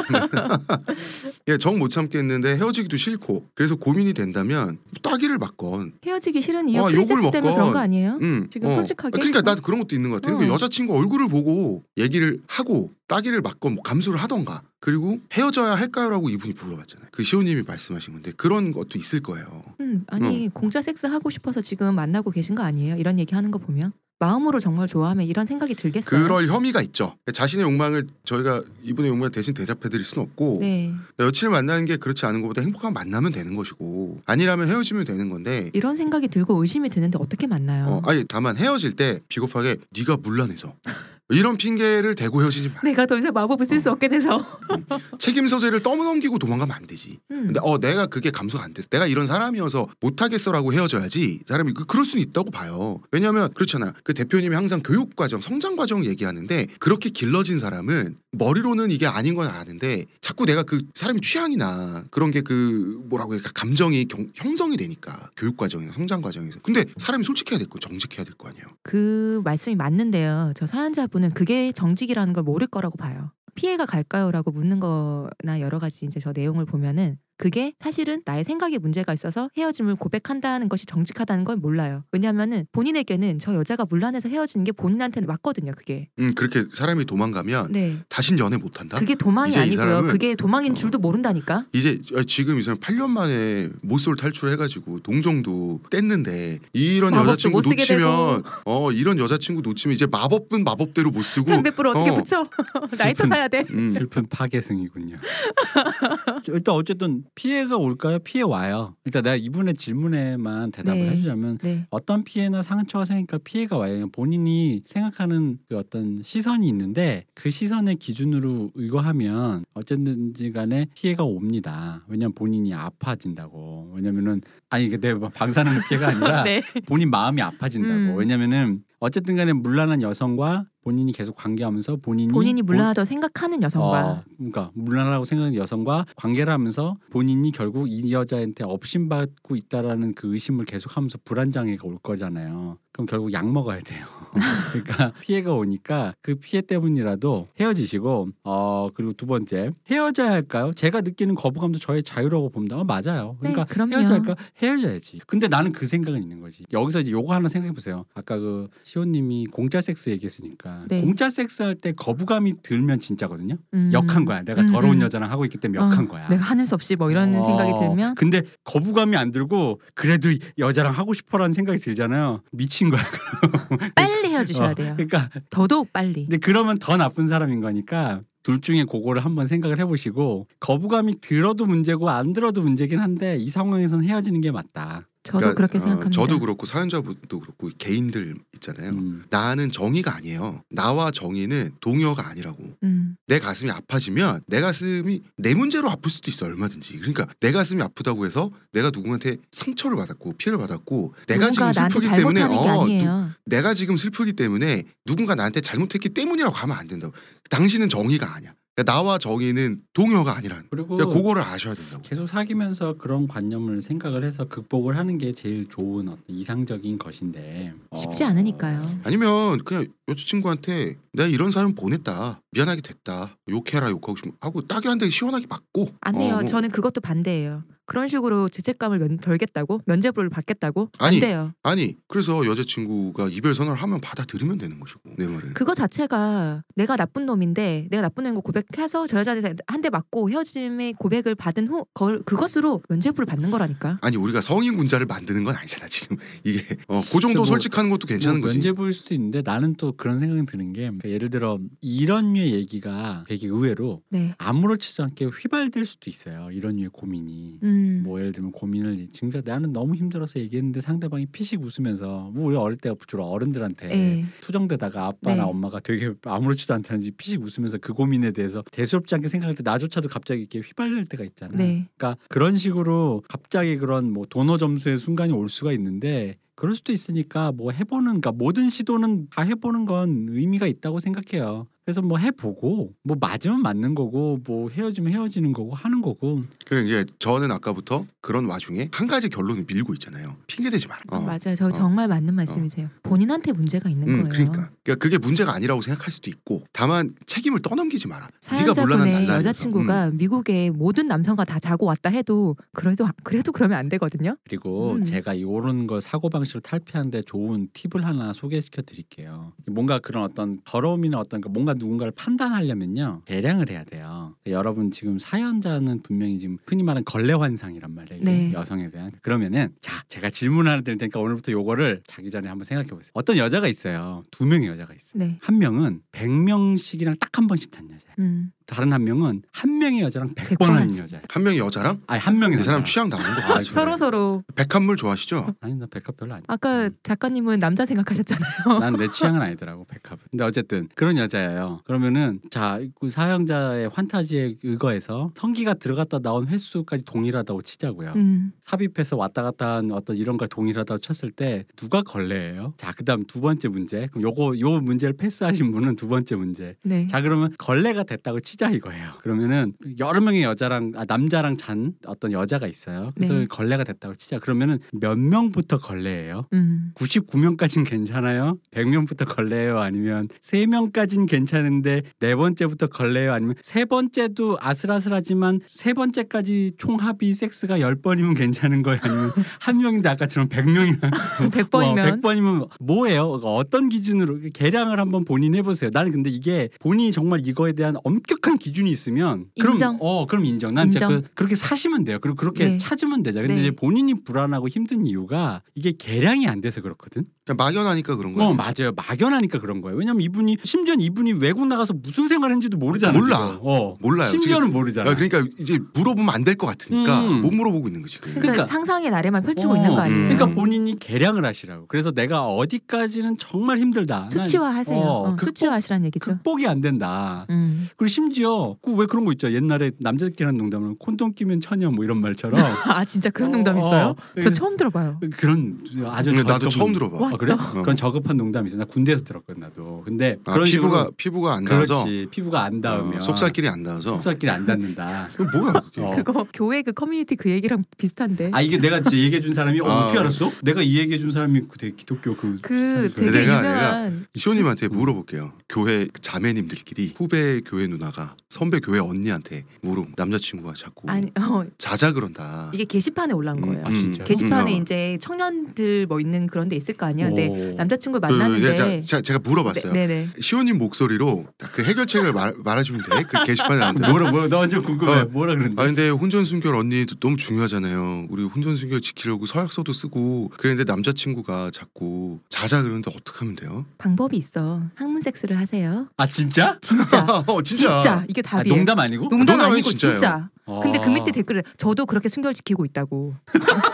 Speaker 3: 예, 정 못 참겠는데 헤어지기도 싫고 그래서 고민이 된다면 따기를 맞건.
Speaker 1: 헤어지기 싫은 이유
Speaker 3: 어, 욕을
Speaker 1: 프리섹스
Speaker 3: 먹건.
Speaker 1: 때문에 그런 거 아니에요?
Speaker 3: 음,
Speaker 1: 어? 지금 솔직하게?
Speaker 3: 그러니까 나도 그런 것도 있는 것 같아요. 그러니까
Speaker 1: 어.
Speaker 3: 여자친구 얼굴을 보고 얘기를 하고 따기를 맞건 뭐 감수를 하던가. 그리고 헤어져야 할까요라고 이분이 물어봤잖아요. 그 시호님이 말씀하신 건데 그런 것도 있을 거예요.
Speaker 1: 음, 아니
Speaker 3: 어.
Speaker 1: 공짜 섹스 하고 싶어서 지금 만나고 계신 거 아니에요? 이런 얘기 하는 거 보면 마음으로 정말 좋아하면 이런 생각이 들겠어요.
Speaker 3: 그럴 혐의가 있죠. 자신의 욕망을 저희가 이분의 욕망을 대신 대접해드릴 수는 없고
Speaker 1: 네,
Speaker 3: 여친을 만나는 게 그렇지 않은 것보다 행복한 만나면 되는 것이고 아니라면 헤어지면 되는 건데
Speaker 1: 이런 생각이 들고 의심이 드는데 어떻게 만나요?
Speaker 3: 어, 아니 다만 헤어질 때 비겁하게 네가 물란해서 이런 핑계를 대고 헤어지지 마.
Speaker 1: 내가 더 이상 마법을 쓸 수
Speaker 3: 어.
Speaker 1: 없게 돼서.
Speaker 3: 책임 소재를 떠넘기고 도망가면 안 되지.
Speaker 1: 음.
Speaker 3: 근데 어 내가 그게 감수가 안 돼. 내가 이런 사람이어서 못하겠어라고 헤어져야지. 사람이 그, 그럴 수는 있다고 봐요. 왜냐하면 그렇잖아. 그 대표님이 항상 교육 과정, 성장 과정 얘기하는데 그렇게 길러진 사람은 머리로는 이게 아닌 건 아는데 자꾸 내가 그 사람의 취향이나 그런 게 그 뭐라고 해야 될까? 감정이 경- 형성이 되니까 교육 과정이나 성장 과정에서. 근데 사람이 솔직해야 될 거, 정직해야 될 거 아니에요.
Speaker 1: 그 말씀이 맞는데요. 저 사연자분은 그게 정직이라는 걸 모를 거라고 봐요. 피해가 갈까요라고 묻는 거나 여러 가지 이제 저 내용을 보면은 그게 사실은 나의 생각에 문제가 있어서 헤어짐을 고백한다는 것이 정직하다는 걸 몰라요. 왜냐하면은 본인에게는 저 여자가 물란해서 헤어지는 게 본인한테는 맞거든요. 그게.
Speaker 3: 음 그렇게 사람이 도망가면
Speaker 1: 네.
Speaker 3: 다신 연애 못한다.
Speaker 1: 그게 도망이
Speaker 3: 이제 이
Speaker 1: 아니고요.
Speaker 3: 사람은- 어.
Speaker 1: 그게 도망인 줄도 모른다니까.
Speaker 3: 이제 아, 지금 이 사람 8년 만에 모쏠 탈출해가지고 동정도 뗐는데 이런
Speaker 1: 마법도
Speaker 3: 여자친구
Speaker 1: 못 쓰게
Speaker 3: 놓치면 어 이런 여자친구 놓치면 이제 마법은 마법대로 못 쓰고
Speaker 1: 담배불 어떻게
Speaker 3: 어.
Speaker 1: 붙여? <laughs> 라이터 사야 돼.
Speaker 3: 음,
Speaker 2: 슬픈 파괴승이군요. <laughs> 일단 어쨌든 피해가 올까요? 피해 와요. 일단 내가 이분의 질문에만 대답을
Speaker 1: 네.
Speaker 2: 해주자면
Speaker 1: 네.
Speaker 2: 어떤 피해나 상처가 생기니까 피해가 와요. 그냥 본인이 생각하는 그 어떤 시선이 있는데 그 시선의 기준으로 의거하면 어쨌든지 간에 피해가 옵니다. 왜냐면 본인이 아파진다고. 왜냐면은 아니 이게 내 방사능 피해가
Speaker 1: <laughs>
Speaker 2: 아니라
Speaker 1: 네.
Speaker 2: 본인 마음이 아파진다고.
Speaker 1: 음.
Speaker 2: 왜냐면은 어쨌든 간에 물란한 여성과 본인이 계속 관계하면서 본인이
Speaker 1: 본인이
Speaker 2: 음, 본-
Speaker 1: 물란하다고 생각하는 여성과
Speaker 2: 어, 그러니까 물란하라고 생각하는 여성과 관계를 하면서 본인이 결국 이 여자한테 업신받고 있다라는 그 의심을 계속하면서 불안 장애가 올 거잖아요. 그럼 결국 약 먹어야 돼요. <laughs> 그러니까 피해가 오니까 그 피해 때문이라도 헤어지시고 어 그리고 두 번째 헤어져야 할까요? 제가 느끼는 거부감도 저의 자유라고 봅니다. 어, 맞아요. 그러니까
Speaker 1: 네, 그럼요.
Speaker 2: 헤어져야 할까? 헤어져야지. 근데 나는 그 생각은 있는 거지. 여기서 이제 요거 하나 생각해 보세요. 아까 그 시호님이 공짜 섹스 얘기했으니까
Speaker 1: 네.
Speaker 2: 공짜 섹스 할 때 거부감이 들면 진짜거든요.
Speaker 1: 음.
Speaker 2: 역한 거야. 내가
Speaker 1: 음,
Speaker 2: 더러운
Speaker 1: 음.
Speaker 2: 여자랑 하고 있기 때문에 역한
Speaker 1: 어,
Speaker 2: 거야.
Speaker 1: 내가 하는 수 없이 뭐 이런
Speaker 2: 어,
Speaker 1: 생각이
Speaker 3: 그러니까
Speaker 1: 들면
Speaker 2: 근데 거부감이 안 들고 그래도 이 여자랑 하고 싶어라는 생각이 들잖아요. 미친 거야.
Speaker 1: 빨리 헤어지셔야
Speaker 2: 어,
Speaker 1: 돼요.
Speaker 2: 그러니까
Speaker 1: 더더욱 빨리.
Speaker 2: 근데 그러면 더 나쁜 사람인 거니까 둘 중에 그거를 한번 생각을 해보시고 거부감이 들어도 문제고 안 들어도 문제긴 한데 이 상황에서는 헤어지는 게 맞다.
Speaker 1: 저도 그렇게
Speaker 3: 어,
Speaker 1: 생각합니다.
Speaker 3: 저도 그렇고 사연자분도 그렇고 개인들 있잖아요.
Speaker 2: 음.
Speaker 3: 나는 정의가 아니에요. 나와 정의는 동요가 아니라고.
Speaker 1: 음.
Speaker 3: 내 가슴이 아파지면 내 가슴이 내 문제로 아플 수도 있어 얼마든지. 그러니까 내 가슴이 아프다고 해서 내가 누구한테 상처를 받았고 피해를 받았고 내가 지금
Speaker 1: 누군가 나한테
Speaker 3: 슬프기 때문에
Speaker 1: 잘못하는 게
Speaker 3: 어, 누-
Speaker 1: 아니에요.
Speaker 3: 내가 지금 슬프기 때문에 누군가 나한테 잘못했기 때문이라고 하면 안 된다고. 당신은 정의가 아니야. 그러니까 나와 정의는 동요가 아니라는. 거.
Speaker 2: 그리고
Speaker 1: 어.
Speaker 3: 그러니까 그거를 아셔야 된다고.
Speaker 2: 계속 사귀면서 그런 관념을 생각을 해서 극복을 하는 게 제일 좋은 어떤 이상적인 것인데 어,
Speaker 1: 쉽지 않으니까요.
Speaker 3: 아니면 그냥 여자친구한테 내가 이런 사연 보냈다 미안하게 됐다 욕해라 욕하고 싶으면 하고 따게 한 대 시원하게 맞고
Speaker 1: 안 해요.
Speaker 3: 어, 뭐
Speaker 1: 저는 그것도 반대예요. 그런 식으로 죄책감을 면, 덜겠다고 면죄부를 받겠다고
Speaker 3: 아니.
Speaker 1: 안 돼요.
Speaker 3: 아니 그래서 여자친구가 이별 선언을 하면 받아들이면 되는 것이고 내 말은
Speaker 1: 그거 자체가 내가 나쁜 놈인데 내가 나쁜 놈인 거 고백해서 저 여자한테 한 대 맞고 헤어짐의 고백을 받은 후 걸, 그것으로 면죄부를 받는 거라니까.
Speaker 3: 아니 우리가 성인 군자를 만드는 건 아니잖아 지금 이게 어, 그 정도
Speaker 2: 뭐,
Speaker 3: 솔직하는 것도 괜찮은
Speaker 2: 뭐
Speaker 3: 거지
Speaker 2: 면제부일 수도 있는데 나는 또 그런 생각이 드는 게 그러니까 예를 들어 이런 류의 얘기가 되게 의외로
Speaker 1: 네.
Speaker 2: 아무렇지도 않게 휘발될 수도 있어요. 이런 류의 고민이
Speaker 1: 음.
Speaker 2: 뭐 예를 들면 고민을 진짜 나는 너무 힘들어서 얘기했는데 상대방이 피식 웃으면서 뭐 우리 어릴 때 주로 어른들한테
Speaker 3: 네.
Speaker 1: 예.
Speaker 2: 투정대다가 아빠나
Speaker 1: 네.
Speaker 2: 엄마가 되게 아무렇지도 않다는지 피식 웃으면서 그 고민에 대해서 대수롭지 않게 생각할 때 나조차도 갑자기 이렇게 휘발릴 때가 있잖아.
Speaker 3: 음.
Speaker 1: 네.
Speaker 2: 그러니까 그런 식으로 갑자기 그런 뭐 도너 점수의 순간이 올 수가 있는데 그럴 수도 있으니까 뭐 해보는 그러니까 모든 시도는 다 해보는 건 의미가 있다고 생각해요. 그래서 뭐 해보고 뭐 맞으면 맞는 거고 뭐 헤어지면 헤어지는 거고 하는 거고
Speaker 3: 그래 그러니까 이제 저는 아까부터 그런 와중에 한 가지 결론을 밀고 있잖아요 핑계대지 마라 어.
Speaker 1: 맞아요. 저 정말 맞는 말씀이세요. 본인한테 문제가 있는
Speaker 3: 음,
Speaker 1: 거예요.
Speaker 3: 그러니까. 그러니까 그게 문제가 아니라고 생각할 수도 있고 다만 책임을 떠넘기지 마라 네가 물란한
Speaker 1: 사연자분의
Speaker 3: 날라리면서. 음.
Speaker 1: 여자친구가 미국의 모든 남성과 다 자고 왔다 해도 그래도 그래도 그러면 안 되거든요.
Speaker 2: 그리고
Speaker 1: 음.
Speaker 2: 제가 이런 거 사고 방식을 탈피하는데 좋은 팁을 하나 소개시켜 드릴게요. 뭔가 그런 어떤 더러움이나 어떤 그 뭔가 누군가를 판단하려면요 계량을 해야 돼요. 그 여러분 지금 사연자는 분명히 지금 흔히 말하는 걸레 환상이란 말이에요.
Speaker 1: 네.
Speaker 2: 여성에 대한 그러면은 자 제가 질문 하나 드릴 테니까 오늘부터 요거를 자기 전에 한번 생각해 보세요. 어떤 여자가 있어요. 두 명의 여자가 있어요.
Speaker 1: 네.
Speaker 2: 한 명은 100명씩이랑 딱 한 번씩 잔 여자.
Speaker 1: 음.
Speaker 2: 다른 한 명은 한 명의 여자랑 100번,
Speaker 1: 번
Speaker 2: 하는 여자.
Speaker 3: 한 명이 여자랑
Speaker 2: 아니 한 명의
Speaker 3: 이 사람
Speaker 2: 남자.
Speaker 3: 취향 나오는 거
Speaker 2: 아,
Speaker 3: 같아
Speaker 1: 서로 서로
Speaker 3: 백합물 좋아하시죠?
Speaker 2: 아니 나 백합 별로 안.
Speaker 1: 아까
Speaker 3: 음.
Speaker 1: 작가님은 남자 생각하셨잖아요.
Speaker 2: 난 내 취향은 아니더라고 백합은. 근데 어쨌든 그런 여자예요. 그러면은 자그 사형자의 환타지에 의거해서 성기가 들어갔다 나온 횟수까지 동일하다고 치자고요.
Speaker 1: 음.
Speaker 2: 삽입해서 왔다 갔다 한 어떤 이런 걸 동일하다고 쳤을 때 누가 걸레예요? 자 그다음 두 번째 문제. 그럼 요거 요 문제를 패스하신 분은 두 번째 문제.
Speaker 1: 네.
Speaker 2: 자 그러면 걸레가 됐다고 치자 이거예요. 그러면은 여러 명의 여자랑 아, 남자랑 잔 어떤 여자가 있어요. 그래서
Speaker 1: 네.
Speaker 2: 걸레가 됐다고 치자. 그러면은 몇 명부터 걸레예요?
Speaker 1: 음.
Speaker 2: 99명까지는 괜찮아요? 100명부터 걸레예요? 아니면 3명까지는 괜찮은데 네 번째부터 걸레예요? 아니면 세 번째도 아슬아슬하지만 세 번째까지 총합이 섹스가 10번이면 괜찮은 거예요?
Speaker 1: <laughs>
Speaker 2: 아니면 한 명인데 아까처럼 100명이나
Speaker 1: 100번이면
Speaker 2: 음. 100번이면 뭐예요? 그러니까 어떤 기준으로 계량을 한번 본인 해보세요. 나는 근데 이게 본인이 정말 이거에 대한 엄격한 기준이 있으면 그럼
Speaker 1: 인정.
Speaker 2: 어 그럼 인정. 난 진짜
Speaker 1: 인정.
Speaker 2: 그, 그렇게 사시면 돼요. 그리고 그렇게
Speaker 1: 네.
Speaker 2: 찾으면 되죠. 근데
Speaker 1: 네.
Speaker 2: 이제 본인이 불안하고 힘든 이유가 이게 계량이 안 돼서 그렇거든.
Speaker 3: 그냥 막연하니까 그런 거예요.
Speaker 2: 어 맞아요. 막연하니까 그런 거예요. 왜냐면 이분이 심지어 이분이 외국 나가서 무슨 생활했는지도 모르잖아.
Speaker 3: 몰라.
Speaker 2: 지금. 어
Speaker 3: 몰라요.
Speaker 2: 심지어는
Speaker 3: 지금.
Speaker 2: 모르잖아.
Speaker 3: 야, 그러니까 이제 물어보면 안 될 것 같으니까
Speaker 2: 음.
Speaker 3: 못 물어보고 있는 거지. 그게.
Speaker 1: 그러니까
Speaker 2: 그러니까-
Speaker 1: 상상의 나래만 펼치고
Speaker 2: 어,
Speaker 1: 있는 거 아니에요.
Speaker 3: 음.
Speaker 2: 그러니까 본인이 계량을 하시라고. 그래서 내가 어디까지는 정말 힘들다. 난
Speaker 1: 수치화하세요.
Speaker 2: 어, 그
Speaker 1: 어,
Speaker 2: 극복-
Speaker 1: 수치화하시라는 얘기죠.
Speaker 2: 극복이 안 된다.
Speaker 1: 음.
Speaker 2: 그리고 심지어 그 왜 그런 거 있죠 옛날에 남자들끼리 하는 농담은 콘돔 끼면 처녀 뭐
Speaker 1: <laughs>
Speaker 2: 이런 말처럼
Speaker 1: 아 진짜 그런
Speaker 2: 어,
Speaker 1: 농담 있어요?
Speaker 2: 어.
Speaker 1: 저 처음 들어봐요.
Speaker 2: 그런 아주
Speaker 3: 근데 나도
Speaker 2: 저급한-
Speaker 3: 처음 들어봐.
Speaker 1: 와,
Speaker 2: 아 그래?
Speaker 3: 어.
Speaker 2: 그건 저급한 농담이 있어 나 군대에서 들었거든 나도 근데
Speaker 3: 아,
Speaker 2: 그런
Speaker 3: 피부가
Speaker 2: 식으로
Speaker 3: 피부가 안 닿아서
Speaker 2: 그렇지 피부가 안 닿으면
Speaker 3: 어, 속살끼리 안 닿아서
Speaker 2: 속살끼리 안 닿는다
Speaker 3: 그 뭐야 그게.
Speaker 2: 어.
Speaker 1: 그거 교회 그 커뮤니티 그 얘기랑 비슷한데.
Speaker 2: 아 이게 내가 진짜 얘기해 준 사람이 어,
Speaker 3: 아.
Speaker 2: 어떻게 알았어? 내가 이 얘기해 준 사람이 그 되게 기독교 그,
Speaker 1: 그
Speaker 2: 사람이잖아.
Speaker 1: 되게
Speaker 3: 내가-
Speaker 1: 유명한
Speaker 3: 시호님한테
Speaker 1: 음.
Speaker 3: 물어볼게요. 교회 자매님들끼리 후배 교회 누나가 선배 교회 언니한테 물음 남자친구가 자꾸
Speaker 1: 아니 <laughs> 어,
Speaker 3: 자자 그런다.
Speaker 1: 이게 게시판에 올라온 거예요.
Speaker 2: 아, 진짜요?
Speaker 1: 게시판에
Speaker 3: 음.
Speaker 1: 이제 청년들 뭐 있는 그런 데 있을 거 아니야. 근데
Speaker 2: 오.
Speaker 1: 남자친구
Speaker 3: 그,
Speaker 1: 만났는데
Speaker 3: 제가, 제가- 제가 물어봤어요.
Speaker 1: 네, 네네.
Speaker 3: 시호님 목소리로 그 해결책을 말, 말해주면 돼. 그 게시판에
Speaker 1: 네.
Speaker 3: 나왔는데.
Speaker 2: 뭐라 뭐라 나 완전 궁금해
Speaker 3: 어.
Speaker 2: 뭐라 그랬는데
Speaker 3: 아 근데 혼전 순결 언니 너무 중요하잖아요. 우리 혼전 순결 지키려고 서약서도 쓰고 그랬는데 남자친구가 자꾸 자자 그러는데 어떻게 하면 돼요?
Speaker 1: 방법이 있어. 항문 섹스를 하세요.
Speaker 2: 아 진짜?
Speaker 1: 진짜.
Speaker 3: <laughs> 어,
Speaker 1: 이게
Speaker 2: 아,
Speaker 1: 답이에요.
Speaker 2: 농담 아니고?
Speaker 1: 농담
Speaker 3: 농담은
Speaker 1: 아니고
Speaker 3: 진짜예요.
Speaker 1: 진짜. 근데 그
Speaker 2: 아.
Speaker 1: 밑에 댓글에 저도 그렇게 순결 지키고 있다고. <laughs>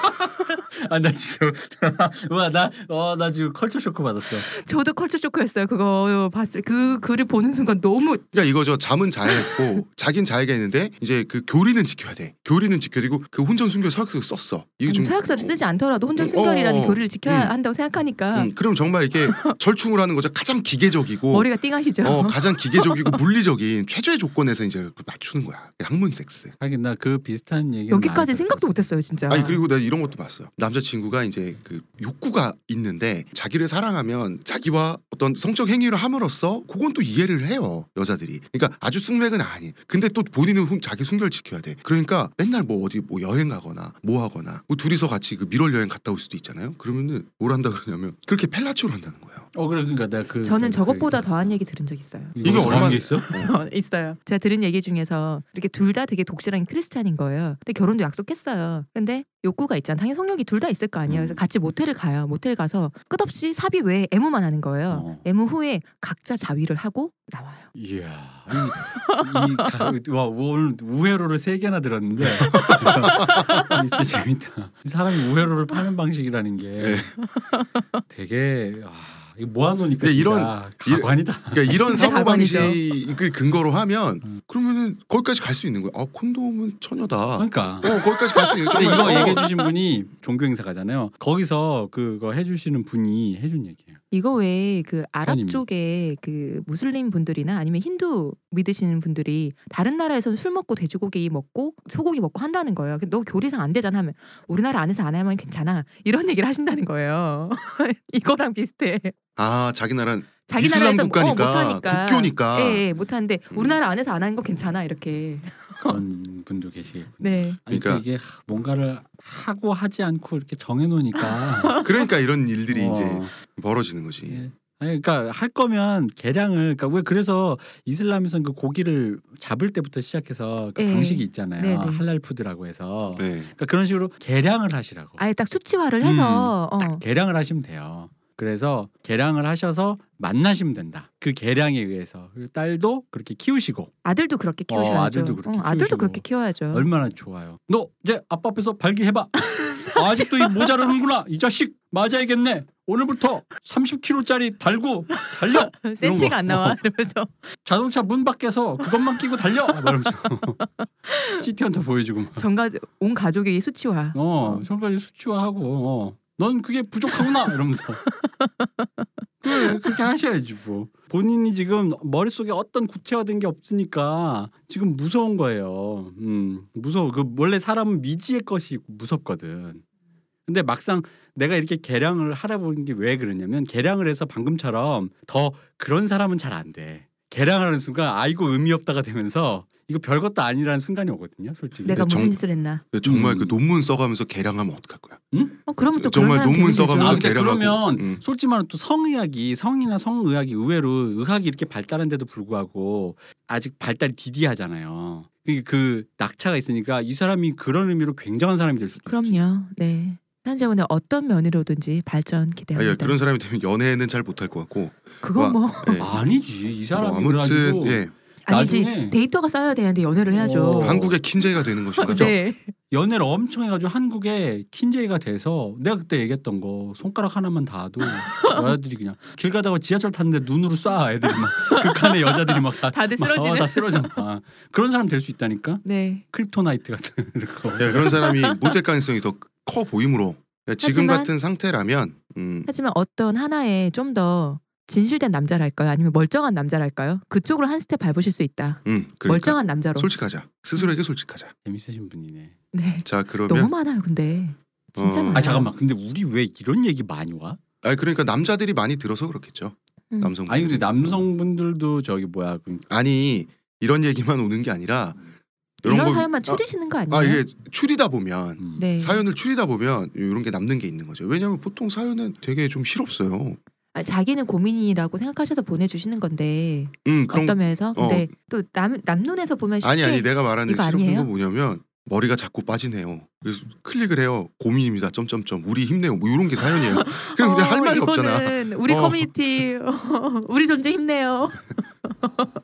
Speaker 2: 아 나 지금 <laughs> 와나어나 지금 컬처 쇼크 받았어.
Speaker 1: 저도 컬처 쇼크였어요. 그거 봤을 그 글을 보는 순간 너무
Speaker 3: 그러니까 이거죠.
Speaker 1: <laughs>
Speaker 3: 잠은 자야했고 자긴 자야가 있는데 이제 그 교리는 지켜야 돼. 교리는 지켜야 되고 그 혼전 순결 서약서 썼어. 이게
Speaker 1: 아니,
Speaker 3: 좀
Speaker 1: 사역사를 쓰지 않더라도 혼전 순결이라는
Speaker 3: 어, 어.
Speaker 1: 교리를 지켜야
Speaker 3: 음.
Speaker 1: 한다고 생각하니까
Speaker 3: 음, 그럼 정말
Speaker 1: <laughs>
Speaker 3: 이게 절충을 하는 거죠. 가장 기계적이고
Speaker 1: 머리가 띵하시죠.
Speaker 3: 어, 가장 기계적이고 물리적인 최저의 조건에서 이제 그걸 맞추는 거야. 항문 섹스.
Speaker 2: 하긴 나 그 비슷한 얘기
Speaker 1: <laughs> 여기까지 생각도 못했어요, 진짜.
Speaker 3: 아니 그리고 내가 이런 것도 봤어요. 남자친구가 이제 그 욕구가 있는데 자기를 사랑하면 자기와 어떤 성적 행위를 함으로써 그건 또 이해를 해요 여자들이. 그러니까 아주 숙맥은 아니. 근데 또 본인은 훔- 자기 순결 지켜야 돼. 그러니까 맨날 뭐 어디 뭐 여행 가거나 뭐 하거나 뭐 둘이서 같이 그 미월 여행 갔다 올 수도 있잖아요. 그러면은 뭘 한다 그러냐면 그렇게 펠라치오를 한다는 거예요.
Speaker 2: 어 그래 그러니까 내가 그
Speaker 1: 저는
Speaker 2: 그
Speaker 1: 저것보다
Speaker 2: 얘기
Speaker 1: 더한 얘기 들은 적 있어요.
Speaker 2: 이거
Speaker 3: 이게
Speaker 2: 더한
Speaker 3: 얼마나-
Speaker 2: 게 있어?
Speaker 1: 있어요. 제가 들은 얘기 중에서 이렇게 둘 다 되게 독실한 크리스찬인 거예요. 근데 결혼도 약속했어요. 근데 욕구가 있잖아. 당연히 성욕이 둘 다 있을 거 아니에요. 그래서 같이 모텔을 가요. 모텔 가서 끝없이 삽입 외에 애무만 하는 거예요.
Speaker 2: 어.
Speaker 1: 애무 후에 각자 자위를 하고 나와요.
Speaker 2: 이야. 이, 이 가, 와 오늘 우회로를 세 개나 들었는데 <laughs> 아니, 진짜 재밌다. 이 사람이 우회로를 파는 방식이라는 게
Speaker 3: 네.
Speaker 2: 되게 아, 이거 모아놓으니까
Speaker 3: 근데
Speaker 2: 진짜
Speaker 3: 이런-
Speaker 2: 가관이다.
Speaker 3: 그러니까 이런
Speaker 1: 진짜
Speaker 3: 사고
Speaker 1: 가관이죠.
Speaker 3: 방식을 근거로 하면
Speaker 2: 음.
Speaker 3: 그러면은 거기까지 갈 수 있는 거야. 아 콘돔은 처녀다. 어
Speaker 2: 그러니까.
Speaker 3: 거기까지 갈 수 있는 거야.
Speaker 2: 근데 <laughs> 이거
Speaker 3: 정말. 어.
Speaker 2: 얘기해 주신 분이 종교 행사가잖아요. 거기서 그거 해주시는 분이 해준 얘기예요.
Speaker 1: 이거 외에 그 아랍
Speaker 2: 선임이.
Speaker 1: 쪽에 그 무슬림 분들이나 아니면 힌두 믿으시는 분들이 다른 나라에서는 술 먹고 돼지고기 먹고 소고기 먹고 한다는 거예요. 근데 너 교리상 안 되잖아 하면 우리나라 안에서 안 하면 괜찮아 이런 얘기를 하신다는 거예요. <laughs> 이거랑 비슷해.
Speaker 3: 아 자기 나라
Speaker 1: 자기
Speaker 3: 이슬람
Speaker 1: 나라에서 어,
Speaker 3: 국가니까,
Speaker 1: 못하니까
Speaker 3: 국교니까.
Speaker 1: 예, 예, 못하는데
Speaker 3: 음.
Speaker 1: 우리나라 안에서 안 하는 거 괜찮아 이렇게.
Speaker 2: 그런 분도 계시겠군요.
Speaker 1: 네.
Speaker 2: 아니,
Speaker 3: 그러니까-
Speaker 2: 그러니까 이게 하- 뭔가를 하고 하지 않고 이렇게 정해놓으니까
Speaker 3: 그러니까 이런 <laughs> 일들이
Speaker 2: 어,
Speaker 3: 이제 벌어지는 거지.
Speaker 2: 예. 아니, 그러니까 할 거면 계량을 그러니까 왜 그래서 이슬람에서는 그 고기를 잡을 때부터 시작해서 그
Speaker 1: 예.
Speaker 2: 방식이 있잖아요
Speaker 1: 네네.
Speaker 2: 할랄 푸드라고 해서
Speaker 3: 네.
Speaker 2: 그러니까 그런 식으로 계량을 하시라고
Speaker 1: 아예 딱 수치화를 해서 어.
Speaker 2: 계량을 하시면 돼요. 그래서 계량을 하셔서 만나시면 된다. 그 계량에 의해서 그리고 딸도 그렇게 키우시고
Speaker 1: 아들도 그렇게
Speaker 2: 어,
Speaker 1: 키우셔야죠.
Speaker 2: 아들도 그렇게
Speaker 1: 아들도
Speaker 2: 키우시고.
Speaker 1: 그렇게 키워야죠.
Speaker 2: 얼마나 좋아요. 너 이제 아빠 앞에서 발기해봐. 아직도 이 모자라는구나. 이 자식 맞아야겠네. 오늘부터 30kg짜리 달고 달려.
Speaker 1: <laughs> 센치가 안 나와 이러면서
Speaker 2: 자동차 문 밖에서 아, 그것만 끼고 달려. 말하면서 <laughs> 시티헌터 보여주고. 막.
Speaker 1: 전가 온 가족의 수치화.
Speaker 2: 어, 저까지 수치화하고. 어. 넌 그게 부족하구나. 이러면서. 네, 그렇게 하셔야지 뭐. 본인이 지금 머릿속에 어떤 구체화된 게 없으니까 지금 무서운 거예요. 음, 무서워. 그 원래 사람은 미지의 것이 무섭거든. 근데 막상 내가 이렇게 계량을 하라보는 게 왜 그러냐면 계량을 해서 방금처럼 더 그런 사람은 잘 안 돼. 계량하는 순간 아이고 의미 없다가 되면서 이거 별것도 아니라는 순간이 오거든요, 솔직히.
Speaker 1: 내가 무슨
Speaker 3: 정-
Speaker 1: 짓을 했나?
Speaker 3: 근데 정말
Speaker 2: 음.
Speaker 3: 그 논문 써가면서 계량하면 어떡할 거야?
Speaker 1: 어 그러면 또 그런
Speaker 3: 정말
Speaker 1: 사람
Speaker 3: 논문
Speaker 1: 되게 되죠.
Speaker 3: 써가면서
Speaker 2: 아 근데
Speaker 3: 계량하고.
Speaker 2: 그러면
Speaker 3: 음.
Speaker 2: 솔직히 말하면 또 성의학이 성이나 성의학이 의외로 의학이 이렇게 발달한데도 불구하고 아직 발달이 디디하잖아요. 그게 그 낙차가 있으니까 이 사람이 그런 의미로 굉장한 사람이 될 수도 있죠.
Speaker 1: 그럼요. 네. 사연자분의 어떤 면으로든지 발전
Speaker 3: 아, 예,
Speaker 1: 기대합니다.
Speaker 3: 그런 사람이 되면 연애는 잘 못할 것 같고.
Speaker 1: 그건
Speaker 3: 와,
Speaker 1: 뭐
Speaker 3: 예.
Speaker 2: 아니지 이 사람이
Speaker 3: 뭐
Speaker 2: 그래가지고
Speaker 3: 아무튼 예,
Speaker 1: 아니지
Speaker 2: 나중에-
Speaker 1: 데이터가 쌓여야 되는데 연애를 해야죠.
Speaker 2: 어.
Speaker 1: <laughs>
Speaker 3: 한국의 킨제이가 되는 것인가? 예,
Speaker 1: 네.
Speaker 2: 연애를 엄청 해가지고 한국에 킨제이가 돼서 내가 그때 얘기했던 거 손가락 하나만 닿아도 여자들이 그냥 길 가다가 지하철 탔는데 눈으로 쏴 애들이 막 극한의 여자들이 막 다,
Speaker 1: 다들
Speaker 2: 막, 어,
Speaker 1: 쓰러지는.
Speaker 2: 다 쓰러져 막. 그런 사람 될 수 있다니까
Speaker 1: 네.
Speaker 2: 크립토나이트 같은 <laughs> 거.
Speaker 3: 예, 그런 사람이 못될 가능성이 더 커 보이므로 예, 지금
Speaker 1: 하지만-
Speaker 3: 같은 상태라면 음,
Speaker 1: 하지만 어떤 하나에 좀 더 진실된 남자랄까요? 아니면 멀쩡한 남자랄까요? 그쪽으로 한 스텝 밟으실 수 있다.
Speaker 3: 음, 그러니까
Speaker 1: 멀쩡한 남자로.
Speaker 3: 솔직하자. 스스로에게 솔직하자.
Speaker 2: 재밌으신 분이네.
Speaker 1: 네.
Speaker 3: 자 그러면
Speaker 1: 너무 많아요, 근데. 진짜
Speaker 3: 어.
Speaker 1: 많아요.
Speaker 2: 아 잠깐만 근데 우리 왜 이런 얘기 많이 와?
Speaker 3: 아 그러니까 남자들이 많이 들어서 그렇겠죠.
Speaker 1: 음.
Speaker 3: 남성
Speaker 2: 아니 근데 남성분들도 저기 뭐야 그
Speaker 3: 아니 이런 얘기만 오는 게 아니라
Speaker 1: 이런
Speaker 3: 거-
Speaker 1: 사연만 추리시는 거
Speaker 3: 아,
Speaker 1: 아니에요?
Speaker 3: 아 이게 추리다 보면
Speaker 2: 음.
Speaker 1: 네.
Speaker 3: 사연을 추리다 보면 이런 게 남는 게 있는 거죠. 왜냐하면 보통 사연은 되게 좀 실없어요.
Speaker 1: 아, 자기는 고민이라고 생각하셔서 보내주시는 건데
Speaker 3: 음 그런
Speaker 1: 어떤 면에서
Speaker 3: 어.
Speaker 1: 근데 또 남 남 눈에서 보면 쉽게
Speaker 3: 아니 아니 내가 말하는
Speaker 1: 이거
Speaker 3: 실없는
Speaker 1: 아니에요?
Speaker 3: 건 뭐냐면 머리가 자꾸 빠지네요. 그래서 클릭을 해요. 고민입니다. 점점점 우리 힘내요. 뭐 이런 게 사연이에요.
Speaker 1: <laughs>
Speaker 3: 그냥 근데 할 말이 없잖아.
Speaker 1: 어, 이거는 우리
Speaker 3: 어.
Speaker 1: 커뮤니티 <laughs> 우리 존재 힘내요.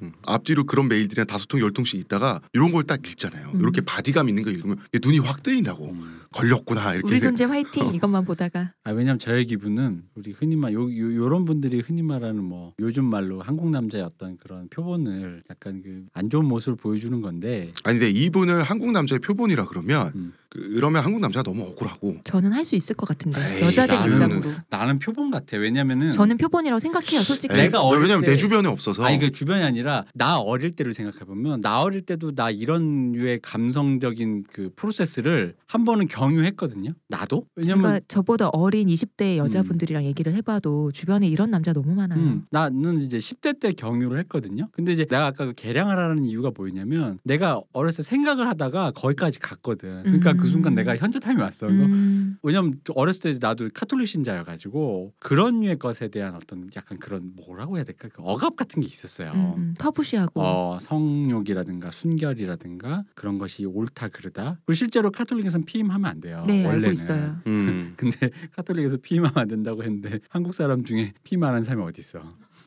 Speaker 3: 음. 앞뒤로 그런 메일들이 한 다섯 통 열 통씩 있다가 이런 걸 딱 읽잖아요.
Speaker 1: 음.
Speaker 3: 이렇게 바디감 있는 거 읽으면 이게 눈이 확 뜨인다고
Speaker 2: 음.
Speaker 3: 걸렸구나 이렇게 어.
Speaker 1: 우리
Speaker 3: 생각-
Speaker 1: 존재 화이팅 이것만 보다가
Speaker 2: 아 왜냐면 저의 기분은 우리 흔히 말 요, 요, 요런 분들이 흔히 말하는 뭐 요즘 말로 한국 남자의 어떤 그런 표본을 약간 그 안 좋은 모습을 보여주는 건데
Speaker 3: 아니 근데 이분을 한국 남자의 표본이라 그러면
Speaker 2: 음. 네.
Speaker 3: 그러면 한국 남자가 너무 억울하고
Speaker 1: 저는 할 수 있을 것 같은데
Speaker 3: 에이, 음.
Speaker 1: 여자들
Speaker 2: 나는-
Speaker 1: 입장으로
Speaker 2: 나는 표본 같아 왜냐면은
Speaker 1: 저는 표본이라고 생각해요 솔직히.
Speaker 2: 내가
Speaker 3: 에이,
Speaker 2: 어릴
Speaker 3: 네. 왜냐면
Speaker 2: 때-
Speaker 3: 내 주변에 없어서
Speaker 2: 아니 그 주변이 아니라 나 어릴 때를 생각해 보면 나 어릴 때도 나 이런 류의 감성적인 그 프로세스를 한 번은 경유했거든요 나도 왜냐면
Speaker 1: 그러니까 저보다 어린 20대 여자분들이랑 얘기를 해봐도 주변에 이런 남자 너무 많아요.
Speaker 2: 음, 나는 이제 10대 때 경유를 했거든요. 근데 이제 내가 아까 그 계량을 하라는 이유가 뭐였냐면 내가 어렸을 때 생각을 하다가 거기까지 갔거든. 그러니까
Speaker 1: 음.
Speaker 2: 그 순간 내가 현자타임이 왔어. 이거
Speaker 1: 음,
Speaker 2: 왜냐면 좀 어렸을 때 이제 나도 카톨릭 신자여가지고 그런 류의 것에 대한 어떤 약간 그런 뭐라고 해야 될까? 그 억압 같은 게 있었어요.
Speaker 1: 음, 음, 터부시하고
Speaker 2: 어, 성욕이라든가 순결이라든가 그런 것이 옳다 그르다. 그리고 실제로 카톨릭에서는 피임하면 안 돼요.
Speaker 1: 네
Speaker 2: 원래는.
Speaker 1: 알고 있어요.
Speaker 2: <laughs>
Speaker 3: 음.
Speaker 2: 근데 카톨릭에서 피임하면 안 된다고 했는데 한국 사람 중에 피임 안 하는 사람이 어디 있어?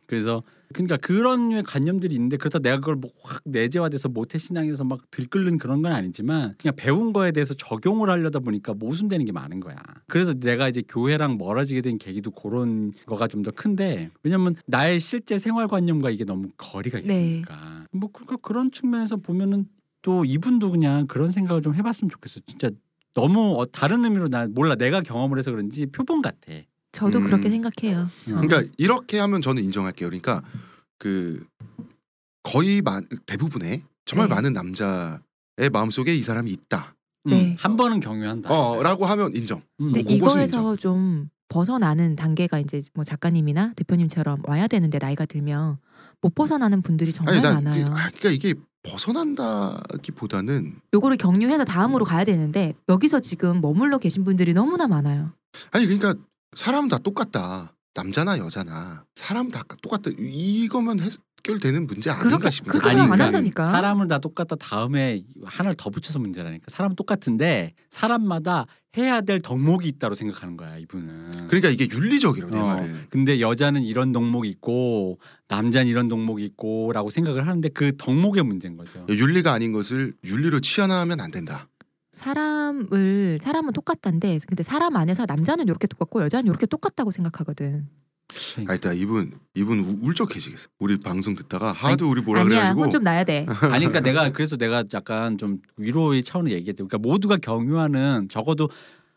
Speaker 2: 그래서 그러니까 그런 류의 관념들이 있는데 그렇다 내가 그걸 뭐확 내재화돼서 모태 신앙에서 막 들끓는 그런 건 아니지만 그냥 배운 거에 대해서 적용을 하려다 보니까 모순되는 게 많은 거야. 그래서 내가 이제 교회랑 멀어지게 된 계기도 그런 거가 좀 더 큰데 왜냐면 나의 실제 생활 관념과 이게 너무 거리가 있으니까 뭐 그러니까 그런 측면에서 보면은 또 이분도 그냥 그런 생각을 좀 해봤으면 좋겠어. 진짜 너무 어, 다른 의미로 나 몰라 내가 경험을 해서 그런지 표본 같아.
Speaker 1: 저도
Speaker 3: 음.
Speaker 1: 그렇게 생각해요. 저는.
Speaker 2: 음,
Speaker 3: 그러니까 이렇게 하면 저는 인정할게요. 그러니까 그 거의 많 대부분의 정말
Speaker 1: 네.
Speaker 3: 많은 남자의 마음속에 이 사람이 있다.
Speaker 1: 네.
Speaker 2: 음, 한 번은 경유한다.
Speaker 3: 어라고 하면 인정.
Speaker 2: 음.
Speaker 1: 근데
Speaker 3: 그것은
Speaker 1: 이거에서 좀 벗어나는 단계가 이제 뭐 작가님이나 대표님처럼 와야 되는데 나이가 들면 못 벗어나는 분들이 정말
Speaker 3: 난
Speaker 1: 많아요.
Speaker 3: 그, 아, 그러니까 이게 벗어난다기보다는
Speaker 1: 요거를 격려해서 다음으로 가야 되는데 여기서 지금 머물러 계신 분들이 너무나 많아요.
Speaker 3: 아니 그러니까 사람 다 똑같다. 남자나 여자나 사람 다 똑같다. 이거면 해결되는 문제 아닌가
Speaker 1: 그렇게-
Speaker 3: 싶은데.
Speaker 1: 그렇게 생각 안 한다니까.
Speaker 2: 그러니까 사람을 다 똑같다 다음에 하나를 더 붙여서 문제라니까. 사람 똑같은데 사람마다 해야 될 덕목이 있다고 생각하는 거야 이분은.
Speaker 3: 그러니까 이게 윤리적이라고 내
Speaker 2: 어.
Speaker 3: 말은.
Speaker 2: 근데 여자는 이런 덕목이 있고 남자는 이런 덕목이 있고라고 생각을 하는데 그 덕목의 문제인 거죠.
Speaker 3: 윤리가 아닌 것을 윤리로 치환하면 안 된다.
Speaker 1: 사람을 사람은 똑같단데 근데 사람 안에서 남자는 이렇게 똑같고 여자는 이렇게 똑같다고 생각하거든.
Speaker 3: 아, 일단 이분 이분 우- 울적해지겠어. 우리 방송 듣다가 하도 우리 뭐라
Speaker 1: 아니야,
Speaker 3: 그래가지고
Speaker 1: 혼 좀 나야
Speaker 3: <laughs>
Speaker 1: 돼.
Speaker 2: 아니 그러니까 내가 그래서 내가 약간 좀 위로의 차원을 얘기했죠. 그러니까 모두가 경유하는 적어도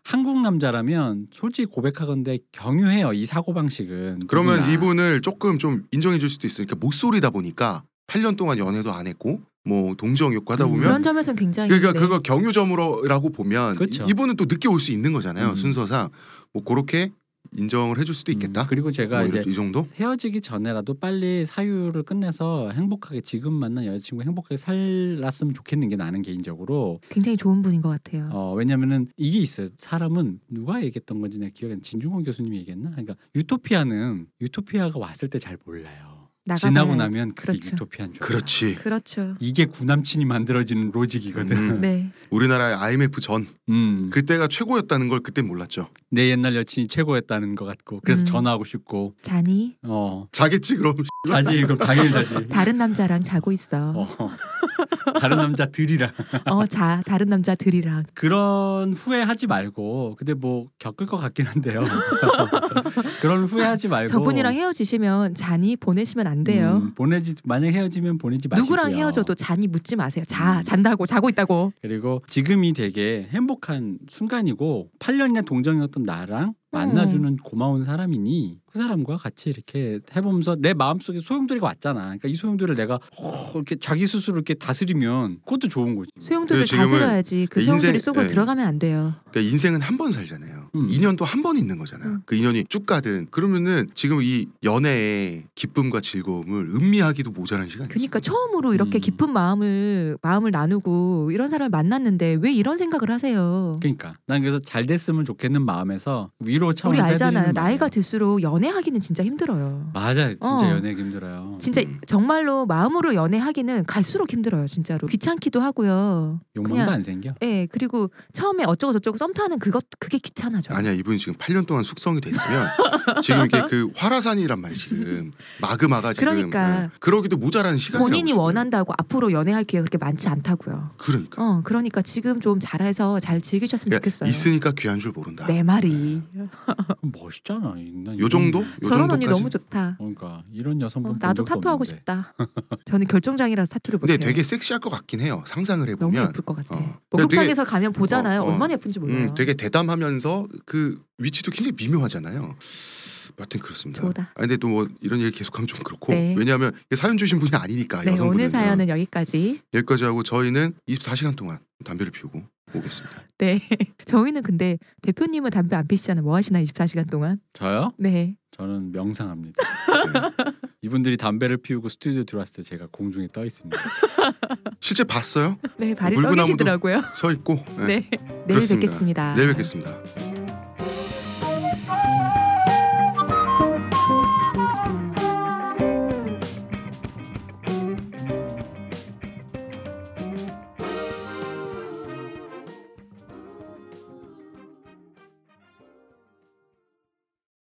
Speaker 2: 한국 남자라면 솔직히 고백하건데 경유해요 이 사고 방식은.
Speaker 3: 그러면 이분을 조금 좀 인정해 줄 수도 있으니까 목소리다 보니까 8년 동안 연애도 안 했고 뭐 동정이었고 하다
Speaker 2: 음,
Speaker 3: 보면
Speaker 1: 그런 점에서는 굉장히
Speaker 3: 그러니까
Speaker 1: 네.
Speaker 3: 그거 경유점으로라고 보면
Speaker 2: 그렇죠.
Speaker 3: 이- 이분은 또 늦게 올 수 있는 거잖아요
Speaker 2: 음.
Speaker 3: 순서상 뭐 그렇게 인정을 해줄 수도 있겠다.
Speaker 2: 음, 그리고 제가
Speaker 3: 뭐
Speaker 2: 그러니까 이제 음.
Speaker 3: 이렇- 이 정도?
Speaker 2: 헤어지기 전에라도 빨리 사유를 끝내서 행복하게 지금 만난 여자친구 행복하게 살았으면 좋겠는 게 나는 개인적으로
Speaker 1: 굉장히 좋은 분인 것 같아요.
Speaker 2: 어 왜냐면은 이게 있어요 사람은 누가 얘기했던 건지 내가 기억에 안- 진중권 교수님이 얘기했나 그러니까 유토피아는 유토피아가 왔을 때 잘 몰라요
Speaker 1: 나가봐야
Speaker 2: 지나고 나면 그게
Speaker 1: 그렇죠.
Speaker 2: 유토피아인 줄 알아요.
Speaker 3: 그렇지.
Speaker 1: 그렇죠.
Speaker 2: 이게 구남친이 만들어지는 로직이거든
Speaker 3: 음.
Speaker 1: 네.
Speaker 3: 우리나라의 IMF 전
Speaker 2: <laughs> 음.
Speaker 3: 그때가 최고였다는 걸 그때 몰랐죠.
Speaker 2: 내 옛날 여친이 최고였다는 것 같고 그래서
Speaker 1: 음.
Speaker 2: 전화하고 싶고
Speaker 1: 자니
Speaker 2: 어
Speaker 3: 자겠지 그럼.
Speaker 2: 자지 그럼 당연히 자지
Speaker 1: <laughs> 다른 남자랑 자고 있어.
Speaker 2: 어. <laughs> 다른 남자 들이라
Speaker 1: 어, 자 다른 남자들이랑
Speaker 2: 그런 후회하지 말고 근데 뭐 겪을 것
Speaker 1: <laughs>
Speaker 2: 같긴 한데요. 그런 후회하지 말고
Speaker 1: 저분이랑 헤어지시면 잔이 보내시면 안 돼요.
Speaker 2: 음, 보내지 만약 헤어지면 보내지 음, 마시고요.
Speaker 1: 누구랑 헤어져도 잔이 묻지 마세요. 자
Speaker 2: 음.
Speaker 1: 잔다고 자고 있다고.
Speaker 2: 그리고 지금이 되게 행복한 순간이고 8년이나 동정이었던 나랑
Speaker 1: 음.
Speaker 2: 만나주는 고마운 사람이니 그 사람과 같이 이렇게 해보면서 내 마음속에 소용돌이가 왔잖아. 그러니까 이 소용돌이를 내가 어, 이렇게 자기 스스로 이렇게 다스리면 그것도 좋은 거지.
Speaker 1: 소용돌이를
Speaker 3: 네, 지금은
Speaker 1: 다스려야지 그
Speaker 3: 인생-
Speaker 1: 소용돌이 속으로
Speaker 3: 예.
Speaker 1: 들어가면 안 돼요.
Speaker 3: 그러니까 인생은 한 번 살잖아요.
Speaker 2: 음.
Speaker 3: 인연도 한 번 있는 거잖아요.
Speaker 1: 음.
Speaker 3: 그 인연이 쭉 가든 그러면은 지금 이 연애의 기쁨과 즐거움을 음미하기도 모자란 시간이죠.
Speaker 1: 그러니까 처음으로 이렇게
Speaker 2: 음.
Speaker 1: 깊은 마음을 마음을 나누고 이런 사람을 만났는데 왜 이런 생각을 하세요?
Speaker 2: 그러니까 난 그래서 잘 됐으면 좋겠는 마음에서 위로
Speaker 1: 우리
Speaker 2: 차원에서
Speaker 1: 알잖아요.
Speaker 2: 해드리는
Speaker 1: 나이가
Speaker 2: 마음이에요.
Speaker 1: 들수록 연애하기는 진짜 힘들어요.
Speaker 2: 맞아요. 진짜
Speaker 1: 어.
Speaker 2: 연애 힘들어요.
Speaker 1: 진짜
Speaker 3: 음.
Speaker 1: 정말로 마음으로 연애하기는 갈수록 힘들어요, 진짜로. 귀찮기도 하고요.
Speaker 2: 욕망도
Speaker 1: 그냥-
Speaker 2: 안 생겨.
Speaker 1: 예, 그리고 처음에 어쩌고 저쩌고 썸 타는 그것 그게 귀찮아져.
Speaker 3: 아니야 이분 지금 8년 동안 숙성이 됐으면 지금 이게 그 화라산이란 말이 지금 마그마가 지금
Speaker 1: 그러니까.
Speaker 3: 예. 그러기도 모자란 시간이라고
Speaker 1: 본인이
Speaker 3: 지금.
Speaker 1: 원한다고 앞으로 연애할 기회가 그렇게 많지 않다고요.
Speaker 3: 그러니까,
Speaker 1: 어, 그러니까 지금 좀 잘해서 잘 즐기셨으면
Speaker 3: 그러니까
Speaker 1: 좋겠어요. 네.
Speaker 3: 있으니까 귀한 줄 모른다.
Speaker 1: 내 말이.
Speaker 2: 멋있잖아. 난
Speaker 3: 요 정도? 요
Speaker 1: 저런 음. 언니
Speaker 3: 정도까지?
Speaker 1: 너무 좋다.
Speaker 2: 그러니까 이런 여성분
Speaker 1: 어,
Speaker 2: 본
Speaker 1: 나도
Speaker 2: 적도
Speaker 1: 타투하고
Speaker 2: 없는데.
Speaker 1: 싶다. <laughs> 저는 결정장이라서 타투를
Speaker 3: 근데
Speaker 1: 못해요.
Speaker 3: 되게 섹시할 것 같긴 해요. 상상을
Speaker 1: 너무
Speaker 3: 해보면
Speaker 1: 예쁠 것 같아.
Speaker 3: 어.
Speaker 1: 목욕탕에서 가면 보잖아요.
Speaker 3: 어, 어.
Speaker 1: 얼마나 예쁜지 몰라요.
Speaker 3: 음, 되게 대담하면서 그 위치도 굉장히 미묘하잖아요. 하여튼 그렇습니다.
Speaker 1: 좋다.
Speaker 3: 아, 근데 또 뭐 이런 얘기 계속하면 좀 그렇고
Speaker 1: 네.
Speaker 3: 왜냐하면 이게 사연 주신 분이 아니니까
Speaker 1: 네,
Speaker 3: 여성분은
Speaker 1: 오늘 사연은 여기까지.
Speaker 3: 여기까지 하고 저희는 24시간 동안 담배를 피우고 오겠습니다.
Speaker 1: 네. <laughs> 저희는 근데 대표님은 담배 안 피시잖아요. 뭐 하시나 24시간 동안?
Speaker 2: 저요?
Speaker 1: 네.
Speaker 2: 저는 명상합니다.
Speaker 3: 네.
Speaker 2: 이분들이 담배를 피우고 스튜디오 들어왔을 때 제가 공중에 떠 있습니다.
Speaker 3: 실제 봤어요?
Speaker 1: 네, 발이
Speaker 3: 물구나무도-
Speaker 1: 썩이시더라고요.
Speaker 3: 서 있고
Speaker 1: <laughs> 네. 내일
Speaker 3: 그렇습니다.
Speaker 1: 뵙겠습니다.
Speaker 3: 내일 뵙겠습니다.